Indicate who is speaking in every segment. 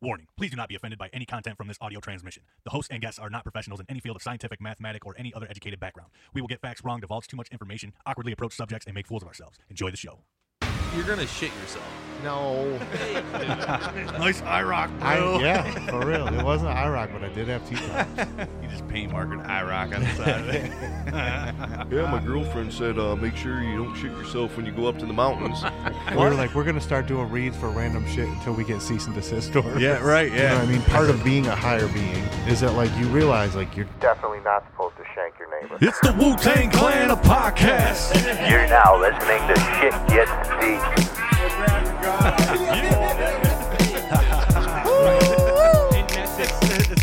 Speaker 1: Warning, please do not be offended by any content from this audio transmission. The hosts and guests are not professionals in any field of scientific, mathematic, or any other educated background. We will get facts wrong, divulge too much information, awkwardly approach subjects, and make fools of ourselves. Enjoy the show.
Speaker 2: You're gonna shit yourself.
Speaker 3: No.
Speaker 1: nice IROC,
Speaker 3: I, yeah, for real. It wasn't IROC, but I did have T-Top.
Speaker 2: You just paint marker an eye rock on the side of it.
Speaker 4: Yeah, my girlfriend said, uh, make sure you don't shit yourself when you go up to the mountains.
Speaker 3: we were like, we're going to start doing reads for random shit until we get cease and desist orders.
Speaker 2: Yeah, right,
Speaker 3: You know
Speaker 2: yeah.
Speaker 3: what I mean? Part of being a higher being is that, like, you realize, like, you're
Speaker 5: definitely not supposed to shank your neighbor.
Speaker 1: It's the Wu Tang Clan of podcasts.
Speaker 5: You're now listening to Shit Gets Deep.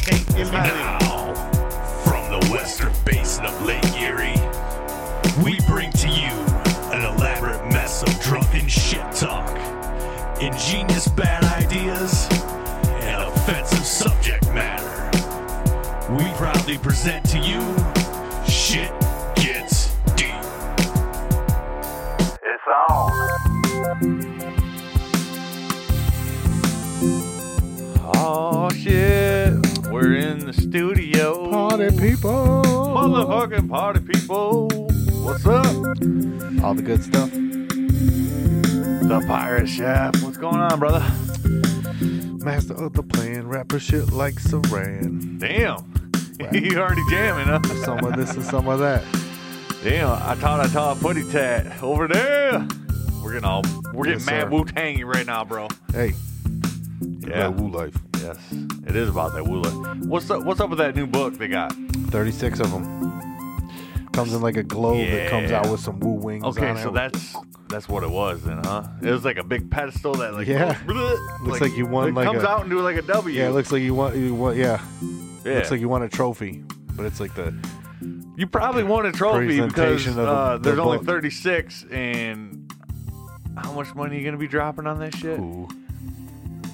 Speaker 1: Now, from the western basin of Lake Erie, we bring to you an elaborate mess of drunken shit talk, ingenious bad ideas, and offensive subject matter. We proudly present to you Shit Gets Deep.
Speaker 5: It's on.
Speaker 2: oh shit! We're in the studio.
Speaker 3: party people.
Speaker 2: motherfucking party people. What's up?
Speaker 3: All the good stuff.
Speaker 2: The pirate chef. What's going on, brother?
Speaker 3: Master of the plan, rapper shit like Saran.
Speaker 2: Damn, you already jamming, huh?
Speaker 3: Some of this and some of that.
Speaker 2: Damn, I taught I taught a putty tat over there. We're getting all we're getting
Speaker 3: Yes,
Speaker 2: mad
Speaker 3: sir.
Speaker 2: Wu Tangy right now, bro.
Speaker 3: Hey,
Speaker 2: Yeah,
Speaker 4: Woo life.
Speaker 2: yes, it is about that Wu. life. What's up? What's up with that new book they got?
Speaker 3: 36 of them. Comes in like a globe that comes
Speaker 2: Yeah.
Speaker 3: out with some woo wings
Speaker 2: Okay,
Speaker 3: on it.
Speaker 2: so that's that's what it was then, huh? It was like a big pedestal that like
Speaker 3: Yeah.
Speaker 2: goes bleh,
Speaker 3: Looks like you won,
Speaker 2: it
Speaker 3: like,
Speaker 2: comes
Speaker 3: a-
Speaker 2: out and do like a W.
Speaker 3: Yeah, it looks like you want, you want yeah.
Speaker 2: Yeah.
Speaker 3: Looks like you want a trophy, but it's like the
Speaker 2: you probably won a trophy because
Speaker 3: Presentation of the-
Speaker 2: uh,
Speaker 3: the
Speaker 2: there's only
Speaker 3: book.
Speaker 2: 36 and how much money you gonna be dropping on this shit?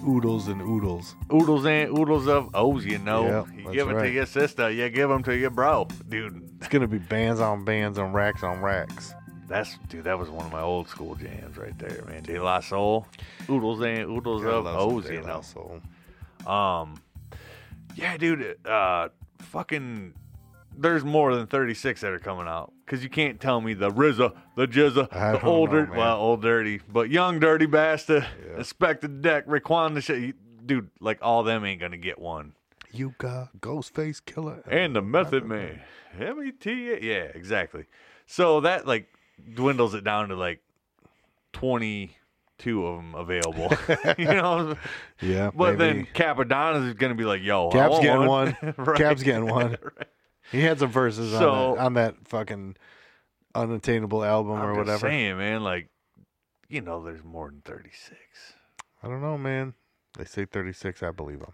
Speaker 3: oodles and oodles.
Speaker 2: Oodles and oodles of O's, you know.
Speaker 3: Yeah,
Speaker 2: you
Speaker 3: that's
Speaker 2: give it to
Speaker 3: right.
Speaker 2: your sister, you give them to your bro, dude.
Speaker 3: It's gonna be bands on bands on racks on racks.
Speaker 2: That's dude. That was one of my old school jams right there, man. De La Soul, oodles and oodles of O's, you know. Um, yeah, dude. Uh, fucking. There's more than 36 that are coming out because you can't tell me the RZA, the Jizza,
Speaker 3: I
Speaker 2: the
Speaker 3: don't
Speaker 2: old,
Speaker 3: know,
Speaker 2: dirt,
Speaker 3: man.
Speaker 2: well, old dirty, but young dirty bastard, Inspector Deck, Raquan the shit, you- dude. Like all them ain't gonna get one.
Speaker 3: You got Ghostface Killer
Speaker 2: And the Method Man, M E T, yeah, exactly. So that like dwindles it down to like 22 of them available. you know,
Speaker 3: Yeah,
Speaker 2: but
Speaker 3: maybe.
Speaker 2: then Capadonna is going to be like, "Yo, I
Speaker 3: Cap's
Speaker 2: want
Speaker 3: getting one.
Speaker 2: Right.
Speaker 3: Cap's getting one. He had some verses
Speaker 2: So-
Speaker 3: on, that, on that fucking unattainable album
Speaker 2: I'm
Speaker 3: or
Speaker 2: just
Speaker 3: whatever.
Speaker 2: saying, man, like, you know, there's more than 36.
Speaker 3: I don't know, man. They say 36, I believe them.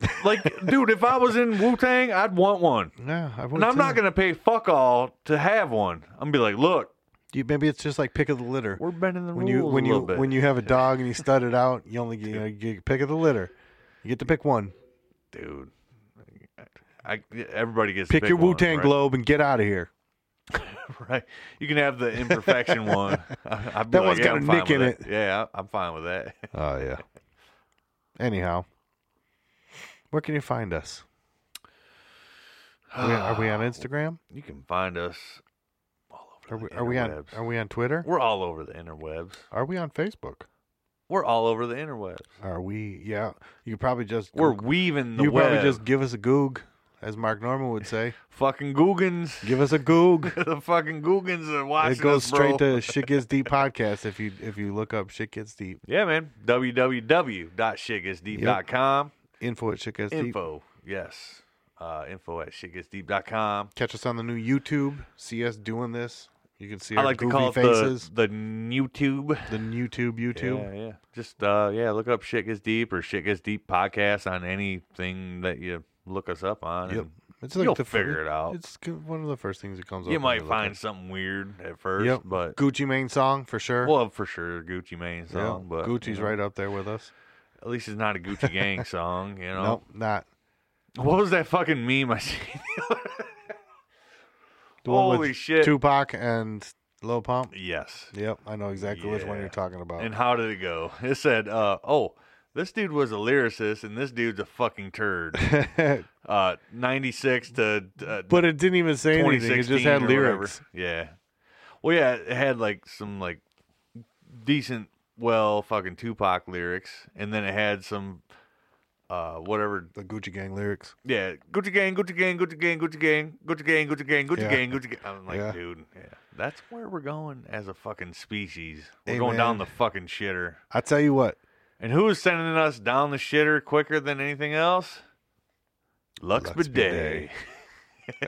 Speaker 2: Like, dude, if I was in Wu Tang, I'd want one,
Speaker 3: Yeah, I would
Speaker 2: and I'm not
Speaker 3: too.
Speaker 2: going to pay fuck all to have one. I'm gonna be like, look,
Speaker 3: You, maybe it's just like pick of the litter.
Speaker 2: we're bending the
Speaker 3: When
Speaker 2: rules
Speaker 3: you when
Speaker 2: a
Speaker 3: you
Speaker 2: little bit.
Speaker 3: when you have a dog and you stud it out, you only get, you know, you get pick of the litter. You get to pick one.
Speaker 2: dude. I, everybody gets to
Speaker 3: Pick, your
Speaker 2: one,
Speaker 3: Wu Tang
Speaker 2: right?
Speaker 3: globe and get out of here.
Speaker 2: right? You can have the imperfection one. I, I'd be
Speaker 3: That
Speaker 2: like,
Speaker 3: one's
Speaker 2: yeah,
Speaker 3: got a
Speaker 2: I'm fine
Speaker 3: nick in
Speaker 2: with
Speaker 3: it.
Speaker 2: that. Yeah, I, I'm fine with that.
Speaker 3: Oh yeah. Anyhow, where can you find us? Are we, are we on Instagram?
Speaker 2: You can find us all over.
Speaker 3: Are we,
Speaker 2: the
Speaker 3: are we on?
Speaker 2: interwebs.
Speaker 3: Are we on Twitter?
Speaker 2: We're all over the interwebs.
Speaker 3: Are we on Facebook?
Speaker 2: We're all over the interwebs.
Speaker 3: Are we? Yeah, you could probably just
Speaker 2: We're weaving the
Speaker 3: you could
Speaker 2: web.
Speaker 3: probably just give us a goog, as Mark Norman would say.
Speaker 2: fucking Googans.
Speaker 3: give us a goog.
Speaker 2: the fucking Googans are
Speaker 3: it
Speaker 2: watching
Speaker 3: goes
Speaker 2: us,
Speaker 3: straight
Speaker 2: bro.
Speaker 3: to Shit Gets Deep podcast if you if you look up Shit Gets Deep
Speaker 2: yeah, man. www.shitgetsdeep.com.
Speaker 3: info at Shit Gets Deep.
Speaker 2: Info. Yes. Uh, info at shitgetsdeep.com.
Speaker 3: Catch us on the new YouTube. See us doing this. You can see
Speaker 2: I
Speaker 3: our
Speaker 2: like to
Speaker 3: goofy
Speaker 2: call it
Speaker 3: faces.
Speaker 2: the the YouTube.
Speaker 3: The, YouTube YouTube.
Speaker 2: Yeah, yeah. Just uh, yeah. Look up "Shit Gets Deep" or "Shit Gets Deep" podcast on anything that you look us up on.
Speaker 3: Yep.
Speaker 2: and
Speaker 3: It's like
Speaker 2: You'll
Speaker 3: the fir-
Speaker 2: figure it out.
Speaker 3: It's c- one of the first things that comes up.
Speaker 2: You
Speaker 3: when
Speaker 2: might
Speaker 3: look
Speaker 2: find
Speaker 3: at-
Speaker 2: something weird at first,
Speaker 3: Yep.
Speaker 2: but
Speaker 3: Gucci main song for sure.
Speaker 2: well, for sure, Gucci Mane
Speaker 3: Yeah,
Speaker 2: song. But you
Speaker 3: Gucci's
Speaker 2: know,
Speaker 3: right up there with us.
Speaker 2: At least it's not a Gucci Gang song. You know.
Speaker 3: Nope, not
Speaker 2: What was that fucking meme I seen?
Speaker 3: the one
Speaker 2: Holy
Speaker 3: with
Speaker 2: shit!
Speaker 3: Tupac and Lil Pump.
Speaker 2: Yes.
Speaker 3: Yep, I know exactly which one
Speaker 2: Yeah.
Speaker 3: you're talking about.
Speaker 2: And how did it go? It said, uh, "Oh, This dude was a lyricist, and this dude's a fucking turd. Uh, 96 to uh,
Speaker 3: but it didn't even say anything. It just
Speaker 2: 2016
Speaker 3: had
Speaker 2: or whatever.
Speaker 3: lyrics.
Speaker 2: Yeah. Well, yeah, it had like some like decent, well, fucking Tupac lyrics, and then it had some, uh, whatever.
Speaker 3: The Gucci Gang lyrics.
Speaker 2: Yeah, Gucci gang, Gucci gang, Gucci gang, Gucci gang, Gucci gang, Gucci gang, Gucci
Speaker 3: Yeah.
Speaker 2: gang, Gucci gang. I'm like,
Speaker 3: Yeah.
Speaker 2: dude, yeah, that's where we're going as a fucking species. We're
Speaker 3: Hey,
Speaker 2: going down
Speaker 3: man.
Speaker 2: the fucking shitter.
Speaker 3: I tell you what,
Speaker 2: And who is sending us down the shitter quicker than anything else? Lux,
Speaker 3: Lux Bidet.
Speaker 2: Bidet.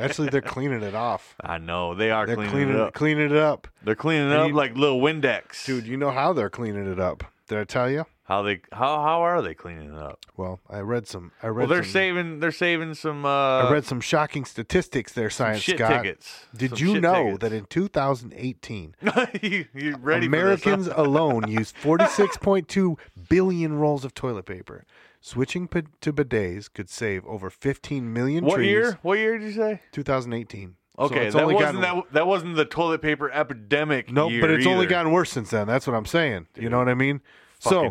Speaker 3: actually, they're cleaning it off.
Speaker 2: I know they are
Speaker 3: They're
Speaker 2: cleaning,
Speaker 3: cleaning
Speaker 2: it up.
Speaker 3: cleaning it up,
Speaker 2: They're cleaning
Speaker 3: And
Speaker 2: up
Speaker 3: you-
Speaker 2: like little Windex,
Speaker 3: dude. You know how they're cleaning it up? Did I tell you?
Speaker 2: How they how how are they cleaning it up?
Speaker 3: Well, I read some. I read.
Speaker 2: Well, they're
Speaker 3: some,
Speaker 2: saving they're saving some uh
Speaker 3: I read some shocking statistics there, science
Speaker 2: shit
Speaker 3: Scott.
Speaker 2: tickets.
Speaker 3: Did
Speaker 2: Some
Speaker 3: you
Speaker 2: shit
Speaker 3: know that
Speaker 2: tickets.
Speaker 3: in 2018,
Speaker 2: you, you ready for
Speaker 3: Americans
Speaker 2: this, huh?
Speaker 3: alone used 46.2 billion rolls of toilet paper? Switching p- to bidets could save over 15 million
Speaker 2: What
Speaker 3: trees.
Speaker 2: year? What year did you say?
Speaker 3: 2018. So
Speaker 2: Okay,
Speaker 3: it's
Speaker 2: that
Speaker 3: only
Speaker 2: wasn't
Speaker 3: gotten-
Speaker 2: that that wasn't the toilet paper epidemic.
Speaker 3: Nope,
Speaker 2: year
Speaker 3: but it's only
Speaker 2: either.
Speaker 3: gotten worse since then. That's what I'm saying. You know what I mean?
Speaker 2: fucking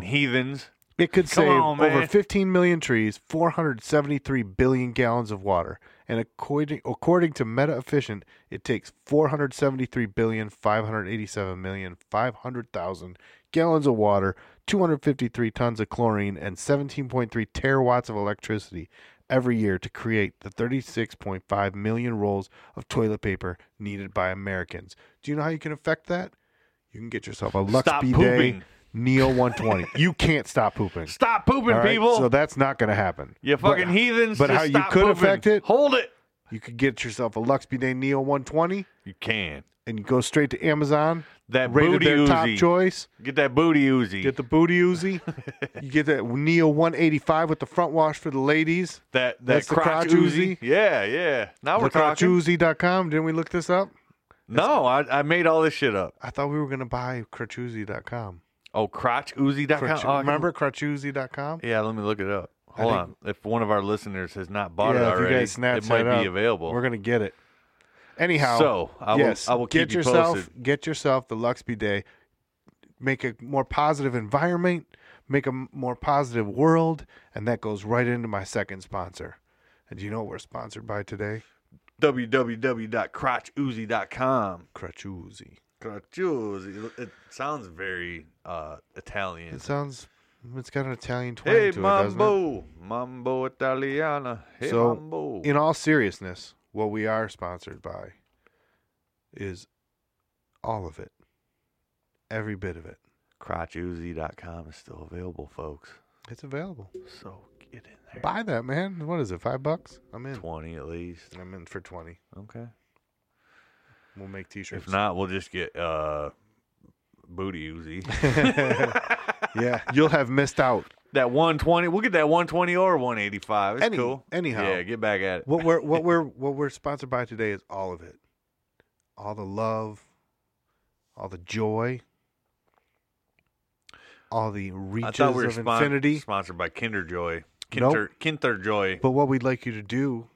Speaker 3: so
Speaker 2: heathens.
Speaker 3: it could
Speaker 2: Come
Speaker 3: save
Speaker 2: on, man.
Speaker 3: over 15 million trees, 473 billion gallons of water, and according according to Meta Efficient, it takes 473 billion 587 million 500 thousand gallons of water, 253 tons of chlorine, and 17.3 terawatts of electricity every year to create the 36.5 million rolls of toilet paper needed by Americans. Do you know how you can affect that? You can get yourself a Lux
Speaker 2: Stop
Speaker 3: Bidet
Speaker 2: pooping.
Speaker 3: Neo 120. you can't stop pooping.
Speaker 2: Stop pooping,
Speaker 3: All right?
Speaker 2: people.
Speaker 3: So that's not going to happen.
Speaker 2: you
Speaker 3: But-
Speaker 2: fucking heathens.
Speaker 3: But
Speaker 2: just
Speaker 3: how you
Speaker 2: stop
Speaker 3: could
Speaker 2: pooping.
Speaker 3: affect it,
Speaker 2: Hold it.
Speaker 3: you could get yourself a Lux Bidet Neo 120
Speaker 2: You can.
Speaker 3: and you go straight to Amazon,
Speaker 2: That
Speaker 3: rated
Speaker 2: booty
Speaker 3: their top
Speaker 2: Uzi.
Speaker 3: choice,
Speaker 2: Get that booty oozy.
Speaker 3: get the booty Uzi, you get that Neo 185 with the front wash for the ladies.
Speaker 2: that that
Speaker 3: that's the
Speaker 2: crotch
Speaker 3: crotch Uzi.
Speaker 2: Yeah, yeah. Now we're talking.
Speaker 3: Crotchoozy.com. Didn't we look this up?
Speaker 2: No, I, I made all this shit up.
Speaker 3: I thought we were going to buy Crotchoozy.com.
Speaker 2: Oh, crotchoozy.com.
Speaker 3: Crotch-
Speaker 2: oh, I can-
Speaker 3: remember Crotchoozy.com?
Speaker 2: Yeah, let me look it up.
Speaker 3: I
Speaker 2: Hold
Speaker 3: think-
Speaker 2: on. If one of our listeners has not bought it
Speaker 3: Yeah, if you
Speaker 2: already,
Speaker 3: guys snatch
Speaker 2: it might
Speaker 3: that
Speaker 2: be
Speaker 3: up,
Speaker 2: available.
Speaker 3: We're going to get it. Anyhow.
Speaker 2: so I will,
Speaker 3: yes,
Speaker 2: I will keep
Speaker 3: get
Speaker 2: you
Speaker 3: yourself
Speaker 2: posted.
Speaker 3: get yourself the Luxby Day. Make a more positive environment, make a m- more positive world, and that goes right into my second sponsor. And do you know what we're sponsored by today?
Speaker 2: www.crotchoozy.com.
Speaker 3: Cracciuzzi.
Speaker 2: Crotchoozy. It sounds very uh, Italian.
Speaker 3: It sounds it's got an Italian twang
Speaker 2: Hey,
Speaker 3: to it, doesn't it?
Speaker 2: Mambo. Mambo Italiana. Hey,
Speaker 3: So,
Speaker 2: Mambo.
Speaker 3: In all seriousness, what we are sponsored by is all of it. Every bit of it.
Speaker 2: crotchoozy.com is still available, folks.
Speaker 3: It's available.
Speaker 2: So get in there.
Speaker 3: Buy that, man. What is it? 5 bucks? I'm in.
Speaker 2: 20 at least.
Speaker 3: I'm in for 20.
Speaker 2: Okay.
Speaker 3: We'll make t-shirts.
Speaker 2: If not, we'll just get uh, Booty Uzi.
Speaker 3: yeah, you'll have missed out.
Speaker 2: That 120, we'll get that 120 or 185. It's
Speaker 3: Any-
Speaker 2: cool.
Speaker 3: anyhow.
Speaker 2: Yeah, get back at it.
Speaker 3: What we're what we're what we're sponsored by today is all of it. All the love, all the joy, all the
Speaker 2: I
Speaker 3: reaches
Speaker 2: thought we were
Speaker 3: of
Speaker 2: spon-
Speaker 3: infinity.
Speaker 2: sponsored by Kinder Joy.
Speaker 3: Nope.
Speaker 2: Kinder, Kinder Joy.
Speaker 3: But what we'd like you to do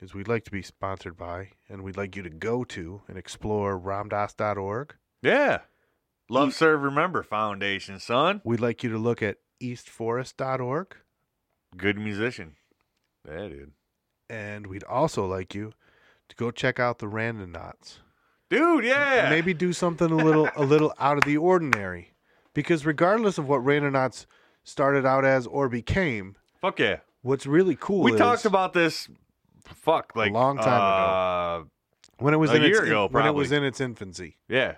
Speaker 3: is we'd like to be sponsored by and we'd like you to go to and explore ramdas.org.
Speaker 2: Yeah. Love, Serve, Remember Foundation, son.
Speaker 3: We'd like you to look at eastforest.org.
Speaker 2: Good musician. Yeah, dude.
Speaker 3: And we'd also like you to go check out the Random Knots.
Speaker 2: Dude, yeah.
Speaker 3: maybe do something a little a little out of the ordinary because regardless of what Randonauts started out as or became
Speaker 2: Fuck yeah.
Speaker 3: what's really cool
Speaker 2: We
Speaker 3: is
Speaker 2: talked about this, fuck, like
Speaker 3: long time
Speaker 2: uh, ago.
Speaker 3: when it was
Speaker 2: a
Speaker 3: in
Speaker 2: year
Speaker 3: its,
Speaker 2: ago,
Speaker 3: when it was
Speaker 2: probably.
Speaker 3: in its infancy
Speaker 2: Yeah.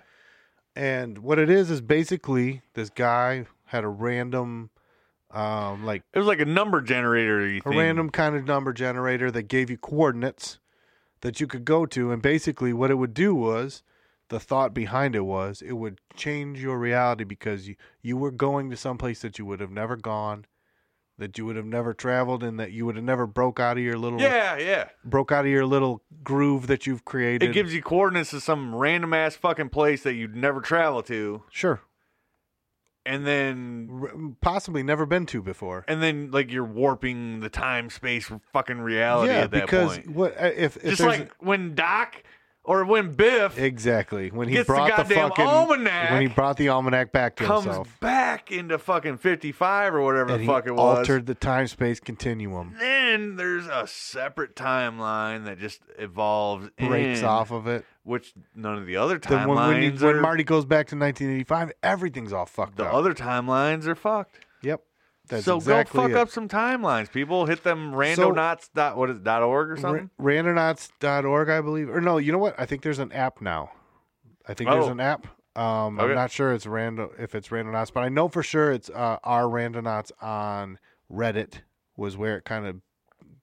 Speaker 3: and what it is is basically this guy had a random um like
Speaker 2: It was like a number generator you
Speaker 3: a random kind of number generator that gave you coordinates that you could go to and basically what it would do was the thought behind it was it would change your reality because you, you were going to someplace that you would have never gone that you would have never traveled and that you would have never broke out of your little
Speaker 2: Yeah, yeah.
Speaker 3: broke out of your little groove that you've created
Speaker 2: It gives you coordinates to some random ass fucking place that you'd never travel to,
Speaker 3: sure
Speaker 2: and then
Speaker 3: R- possibly never been to before
Speaker 2: and then like you're warping the time space fucking reality
Speaker 3: yeah
Speaker 2: at that
Speaker 3: because
Speaker 2: point.
Speaker 3: what uh, if, if
Speaker 2: Just
Speaker 3: there's-
Speaker 2: like when Doc Or when Biff
Speaker 3: Exactly. When he
Speaker 2: Gets the
Speaker 3: brought the,
Speaker 2: goddamn
Speaker 3: fucking
Speaker 2: almanac.
Speaker 3: when he brought the almanac back to
Speaker 2: comes
Speaker 3: himself,
Speaker 2: back into fucking 55 or whatever
Speaker 3: and
Speaker 2: the
Speaker 3: he
Speaker 2: fuck it was.
Speaker 3: altered the time space continuum,
Speaker 2: Then there's a separate timeline that just evolves
Speaker 3: breaks
Speaker 2: in,
Speaker 3: off of it.
Speaker 2: which none of the other
Speaker 3: Then when, when, he-
Speaker 2: timelines
Speaker 3: when
Speaker 2: are.
Speaker 3: Marty goes back to 1985, everything's all fucked
Speaker 2: the
Speaker 3: up.
Speaker 2: other timelines are fucked.
Speaker 3: yep. That's
Speaker 2: so
Speaker 3: exactly
Speaker 2: go fuck
Speaker 3: it.
Speaker 2: up some timelines, people. Hit them randonauts dot what is it, dot org or something.
Speaker 3: Ra- randonauts.org, I believe. Or no, you know what? I think there's an app now. I think there's
Speaker 2: Oh.
Speaker 3: an app. Um,
Speaker 2: Okay.
Speaker 3: I'm not sure it's random if it's randonauts, but I know for sure it's uh, our randonauts on Reddit was where it kind of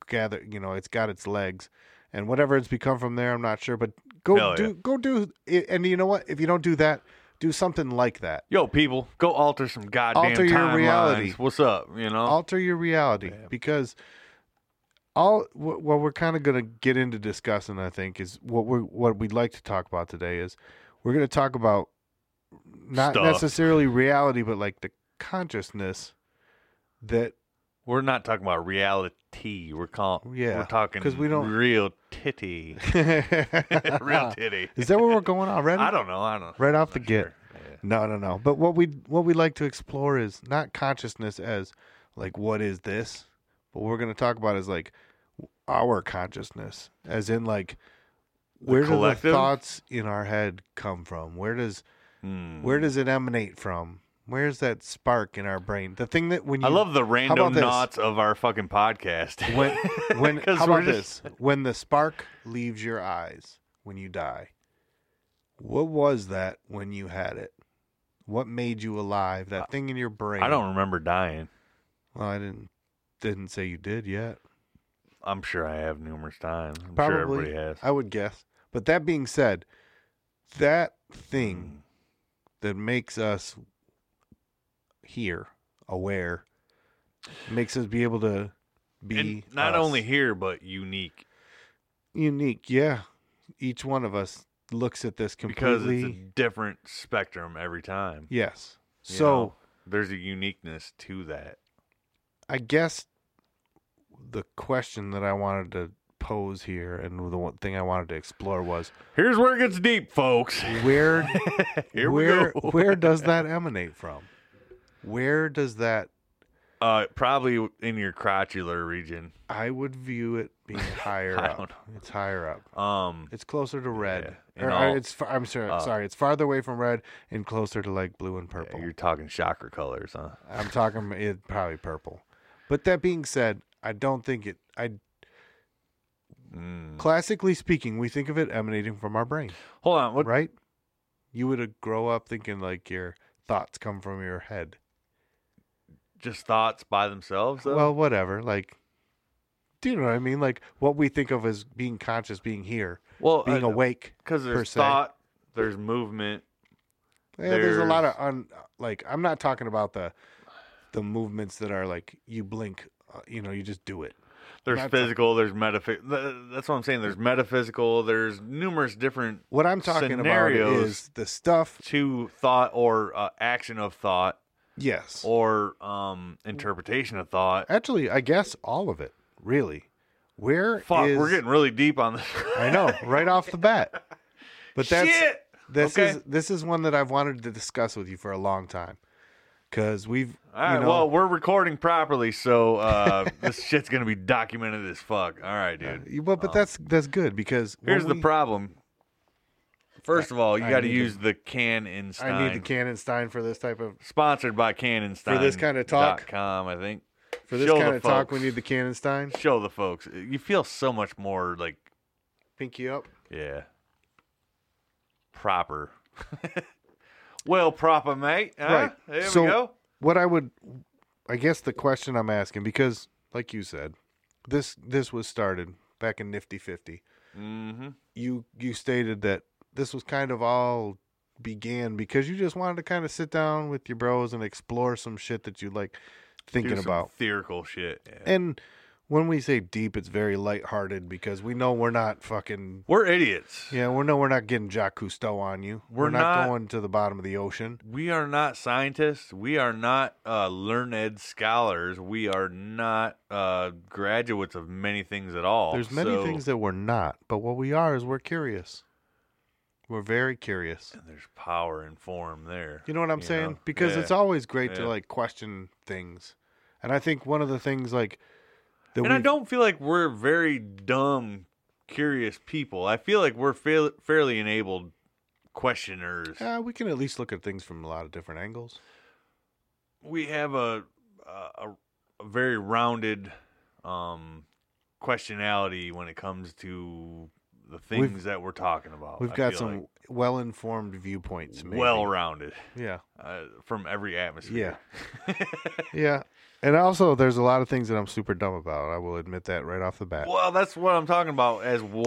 Speaker 3: gathered. You know, it's got its legs, and whatever it's become from there, I'm not sure. But go
Speaker 2: Hell
Speaker 3: do
Speaker 2: yeah.
Speaker 3: go do it, and you know what? If you don't do that, do something like that.
Speaker 2: Yo, people, go alter some goddamn
Speaker 3: Alter your
Speaker 2: timelines.
Speaker 3: reality.
Speaker 2: What's up? You know,
Speaker 3: alter your reality because all what, what we're kind of going to get into discussing i think is what we are what we'd like to talk about today is we're going to talk about not
Speaker 2: Stuff.
Speaker 3: necessarily reality but like the consciousness that
Speaker 2: we're not talking about reality. We're calling.
Speaker 3: Yeah,
Speaker 2: we're talking
Speaker 3: 'cause we don't-
Speaker 2: real titty, real titty.
Speaker 3: is that where we're going already
Speaker 2: I don't know. I don't.
Speaker 3: right off the get
Speaker 2: sure. Yeah.
Speaker 3: no no no but what we what we like to explore is not consciousness as like what is this but what we're going to talk about is like our consciousness as in like where do the
Speaker 2: collective?
Speaker 3: thoughts in our head come from where does
Speaker 2: Hmm.
Speaker 3: where does it emanate from where's that spark in our brain the thing that when you
Speaker 2: I love the
Speaker 3: about
Speaker 2: random
Speaker 3: this?
Speaker 2: knots of our fucking podcast.
Speaker 3: when when
Speaker 2: 'Cause
Speaker 3: how
Speaker 2: we're
Speaker 3: about
Speaker 2: just-
Speaker 3: this when the spark leaves your eyes when you die what was that when you had it what made you alive that thing in your brain
Speaker 2: Uh, I don't remember dying.
Speaker 3: well i didn't didn't say you did yet
Speaker 2: I'm sure I have numerous times. I'm
Speaker 3: probably
Speaker 2: sure everybody has.
Speaker 3: i would guess but that being said that
Speaker 2: Hmm.
Speaker 3: thing that makes us here aware makes us be able to be
Speaker 2: and not
Speaker 3: us.
Speaker 2: only here, but unique
Speaker 3: unique. Yeah, each one of us looks at this
Speaker 2: because
Speaker 3: completely.
Speaker 2: it's a different spectrum every time.
Speaker 3: yes.
Speaker 2: you
Speaker 3: So
Speaker 2: know? there's a uniqueness to that.
Speaker 3: I guess the question that I wanted to pose here, and the one thing I wanted to explore was
Speaker 2: Here's where it gets deep, folks.
Speaker 3: where
Speaker 2: Here
Speaker 3: where
Speaker 2: we go.
Speaker 3: where does that emanate from? Where does that?
Speaker 2: Uh, probably in your crotchular region.
Speaker 3: I would view it being higher
Speaker 2: I
Speaker 3: up.
Speaker 2: don't
Speaker 3: It's higher up.
Speaker 2: Um,
Speaker 3: It's closer to red.
Speaker 2: Yeah,
Speaker 3: Or,
Speaker 2: and
Speaker 3: uh,
Speaker 2: all-
Speaker 3: it's far, I'm sorry,
Speaker 2: uh,
Speaker 3: sorry. It's farther away from red and closer to like blue and purple.
Speaker 2: you're talking chakra colors, huh?
Speaker 3: I'm talking it probably purple. But that being said, I don't think it. I
Speaker 2: Mm.
Speaker 3: classically speaking, we think of it emanating from our brain,
Speaker 2: Hold on. What?
Speaker 3: right? You would uh, grow up thinking like your thoughts come from your head.
Speaker 2: Just thoughts by themselves, though.
Speaker 3: Well, whatever. Like, do you know what I mean? Like what we think of as being conscious, being here,
Speaker 2: well
Speaker 3: being
Speaker 2: uh,
Speaker 3: awake.
Speaker 2: Because
Speaker 3: per
Speaker 2: there's
Speaker 3: se.
Speaker 2: thought, there's movement.
Speaker 3: Yeah, there's a lot of
Speaker 2: there's-
Speaker 3: un, like I'm not talking about the the movements that are like you blink, uh, you know, you just do it.
Speaker 2: There's
Speaker 3: Not-
Speaker 2: physical, there's metaphysical. That's what I'm saying. There's metaphysical. There's numerous different
Speaker 3: What I'm talking about
Speaker 2: Scenarios.
Speaker 3: is the stuff.
Speaker 2: to thought or uh, action of thought
Speaker 3: Yes.
Speaker 2: or um, interpretation of thought.
Speaker 3: Actually, I guess all of it, really. Where
Speaker 2: Fuck,
Speaker 3: is-
Speaker 2: we're getting really deep on this.
Speaker 3: I know, right off the bat. But that's
Speaker 2: Shit.
Speaker 3: this
Speaker 2: Okay.
Speaker 3: is this is one that I've wanted to discuss with you for a long time. Cuz we've
Speaker 2: All right,
Speaker 3: you know,
Speaker 2: well, we're recording properly, so uh, this shit's gonna be documented as fuck. All right, dude.
Speaker 3: you- but, but that's that's good because when
Speaker 2: uh, Here's the
Speaker 3: Uh, we-
Speaker 2: problem. First of all, you
Speaker 3: I
Speaker 2: got to
Speaker 3: need to-
Speaker 2: use the Can and Stein.
Speaker 3: I need the Canon Stein for this type of
Speaker 2: Sponsored by Can and Stein.
Speaker 3: For this kinda talk?
Speaker 2: dot Com, I think.
Speaker 3: for this
Speaker 2: Show
Speaker 3: kind
Speaker 2: the
Speaker 3: of talk we
Speaker 2: folks.
Speaker 3: need the Canon Stein.
Speaker 2: Show the folks. You feel so much more like
Speaker 3: Pinky up.
Speaker 2: Yeah. Proper. well, proper, mate. Huh?
Speaker 3: Right.
Speaker 2: There
Speaker 3: So-
Speaker 2: we go.
Speaker 3: what I would, I guess the question I'm asking because, like you said, this this was started back in Nifty 50 Mm-hmm. You you stated that this was kind of all began because you just wanted to kind of sit down with your bros and explore some shit that you like
Speaker 2: Do
Speaker 3: thinking
Speaker 2: some
Speaker 3: about.
Speaker 2: theoretical shit. Yeah.
Speaker 3: And when we say deep, it's very lighthearted because we know we're not fucking.
Speaker 2: We're idiots.
Speaker 3: Yeah, we know we're not getting Jacques Cousteau on you.
Speaker 2: We're
Speaker 3: not
Speaker 2: not-
Speaker 3: going to the bottom of the ocean.
Speaker 2: We are not scientists. We are not uh, learned scholars. We are not uh, graduates of many things at all.
Speaker 3: There's many
Speaker 2: Oh, So-
Speaker 3: things that we're not, but what we are is we're curious. We're very curious.
Speaker 2: And there's power and form there.
Speaker 3: You know what I'm saying?
Speaker 2: know?
Speaker 3: Because
Speaker 2: Yeah.
Speaker 3: it's always great
Speaker 2: Yeah.
Speaker 3: to like question things, and I think one of the things like that
Speaker 2: and I
Speaker 3: we've-
Speaker 2: don't feel like we're very dumb, curious people. I feel like we're fail fairly enabled questioners.
Speaker 3: Uh, we can at least look at things from a lot of different angles.
Speaker 2: we have a a, a very rounded um questionality when it comes to the things that we're talking about.
Speaker 3: We've
Speaker 2: Oh, I
Speaker 3: got
Speaker 2: feel
Speaker 3: some
Speaker 2: like
Speaker 3: well-informed viewpoints. Maybe.
Speaker 2: well-rounded
Speaker 3: yeah,
Speaker 2: uh, from every
Speaker 3: yeah,
Speaker 2: atmosphere.
Speaker 3: yeah. And also, there's a lot of things that I'm super dumb about. I will admit that right off the bat.
Speaker 2: Well, that's what I'm talking about as
Speaker 3: but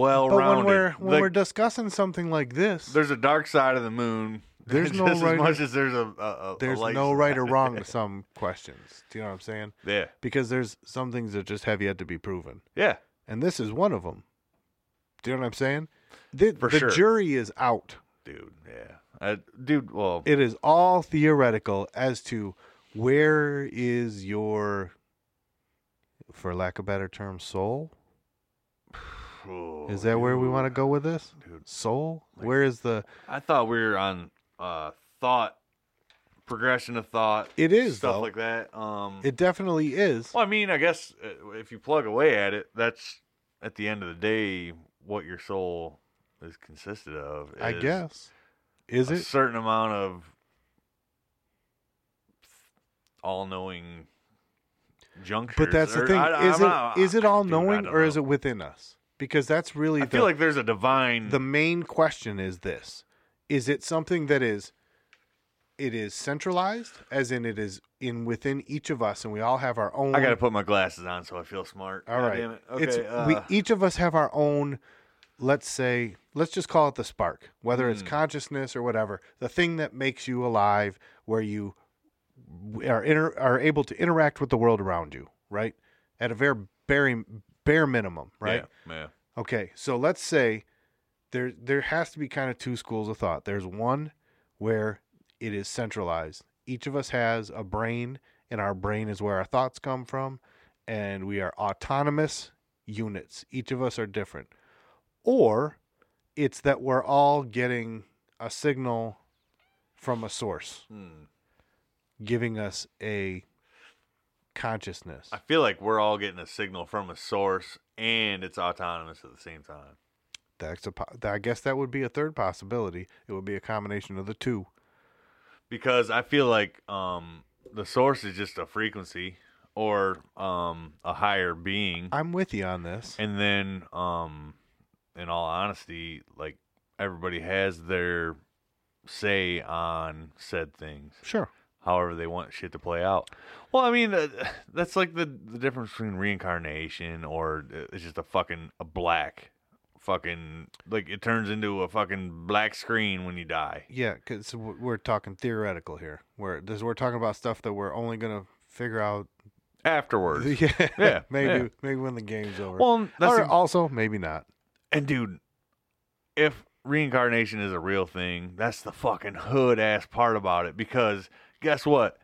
Speaker 3: when
Speaker 2: well-rounded.
Speaker 3: we're when
Speaker 2: Like,
Speaker 3: we're discussing something like this, there's,
Speaker 2: there's a dark side of the moon.
Speaker 3: There's no
Speaker 2: just
Speaker 3: right or-
Speaker 2: as much as there's a, a, a a light
Speaker 3: no
Speaker 2: side.
Speaker 3: right or wrong to some questions. Do you know what I'm saying?
Speaker 2: Yeah,
Speaker 3: Because there's some things that just have yet to be proven.
Speaker 2: yeah.
Speaker 3: and this is one of them. Do you know what I'm saying? The,
Speaker 2: For
Speaker 3: the
Speaker 2: sure.
Speaker 3: jury is out.
Speaker 2: dude. Yeah, I, dude. Well,
Speaker 3: It is all theoretical as to where is your, for lack of better term, soul. Is that where we want to go with this? Soul. where is the?
Speaker 2: I thought we were on uh, thought progression of thought.
Speaker 3: It is
Speaker 2: stuff
Speaker 3: though.
Speaker 2: like that. Um,
Speaker 3: It definitely is.
Speaker 2: well, I mean, I guess uh, if you plug away at it, that's at the end of the day what your soul is consisted of.
Speaker 3: I
Speaker 2: is
Speaker 3: guess. Is
Speaker 2: a
Speaker 3: it?
Speaker 2: certain amount of all-knowing junctures.
Speaker 3: But that's the
Speaker 2: or-
Speaker 3: thing.
Speaker 2: I-
Speaker 3: Is
Speaker 2: I'm not-
Speaker 3: it? Is it all
Speaker 2: dude, I
Speaker 3: knowing
Speaker 2: don't
Speaker 3: or is
Speaker 2: know.
Speaker 3: it within us? Because that's really
Speaker 2: I
Speaker 3: the
Speaker 2: feel like there's a divine.
Speaker 3: the main question is this is it something that is it is centralized as in it is in within each of us and we all have our own
Speaker 2: I gotta put my glasses on so I feel smart.
Speaker 3: all
Speaker 2: God
Speaker 3: right
Speaker 2: damn it. Okay,
Speaker 3: it's
Speaker 2: uh,
Speaker 3: we each of us have our own let's say let's just call it the spark whether
Speaker 2: Hmm.
Speaker 3: it's consciousness or whatever the thing that makes you alive where you are inter- are able to interact with the world around you right at a very bare bare minimum right
Speaker 2: Yeah, yeah.
Speaker 3: Okay, so let's say there there has to be kind of two schools of thought. There's one where it is centralized. Each of us has a brain, and our brain is where our thoughts come from, and we are autonomous units. Each of us are different. Or it's that we're all getting a signal from a source, giving us a consciousness.
Speaker 2: I feel like we're all getting a signal from a source and it's autonomous at the same time.
Speaker 3: That's a, po- I guess that would be a third possibility. It would be a combination of the two.
Speaker 2: Because I feel like um the source is just a frequency or um a higher being.
Speaker 3: I'm with you on this.
Speaker 2: And then um in all honesty, like everybody has their say on said things.
Speaker 3: Sure.
Speaker 2: however they want shit to play out. Well, I mean, uh, that's like the the difference between reincarnation or uh, it's just a fucking a black fucking like it turns into a fucking black screen when you die.
Speaker 3: Yeah, because we're talking theoretical here. We're this, we're talking about stuff that we're only gonna figure out.
Speaker 2: Afterwards.
Speaker 3: Yeah,
Speaker 2: Yeah,
Speaker 3: maybe
Speaker 2: yeah.
Speaker 3: maybe when the game's over.
Speaker 2: Well, that's
Speaker 3: or
Speaker 2: ex-
Speaker 3: also maybe not.
Speaker 2: and dude, if reincarnation is a real thing, that's the fucking hood ass part about it because guess what?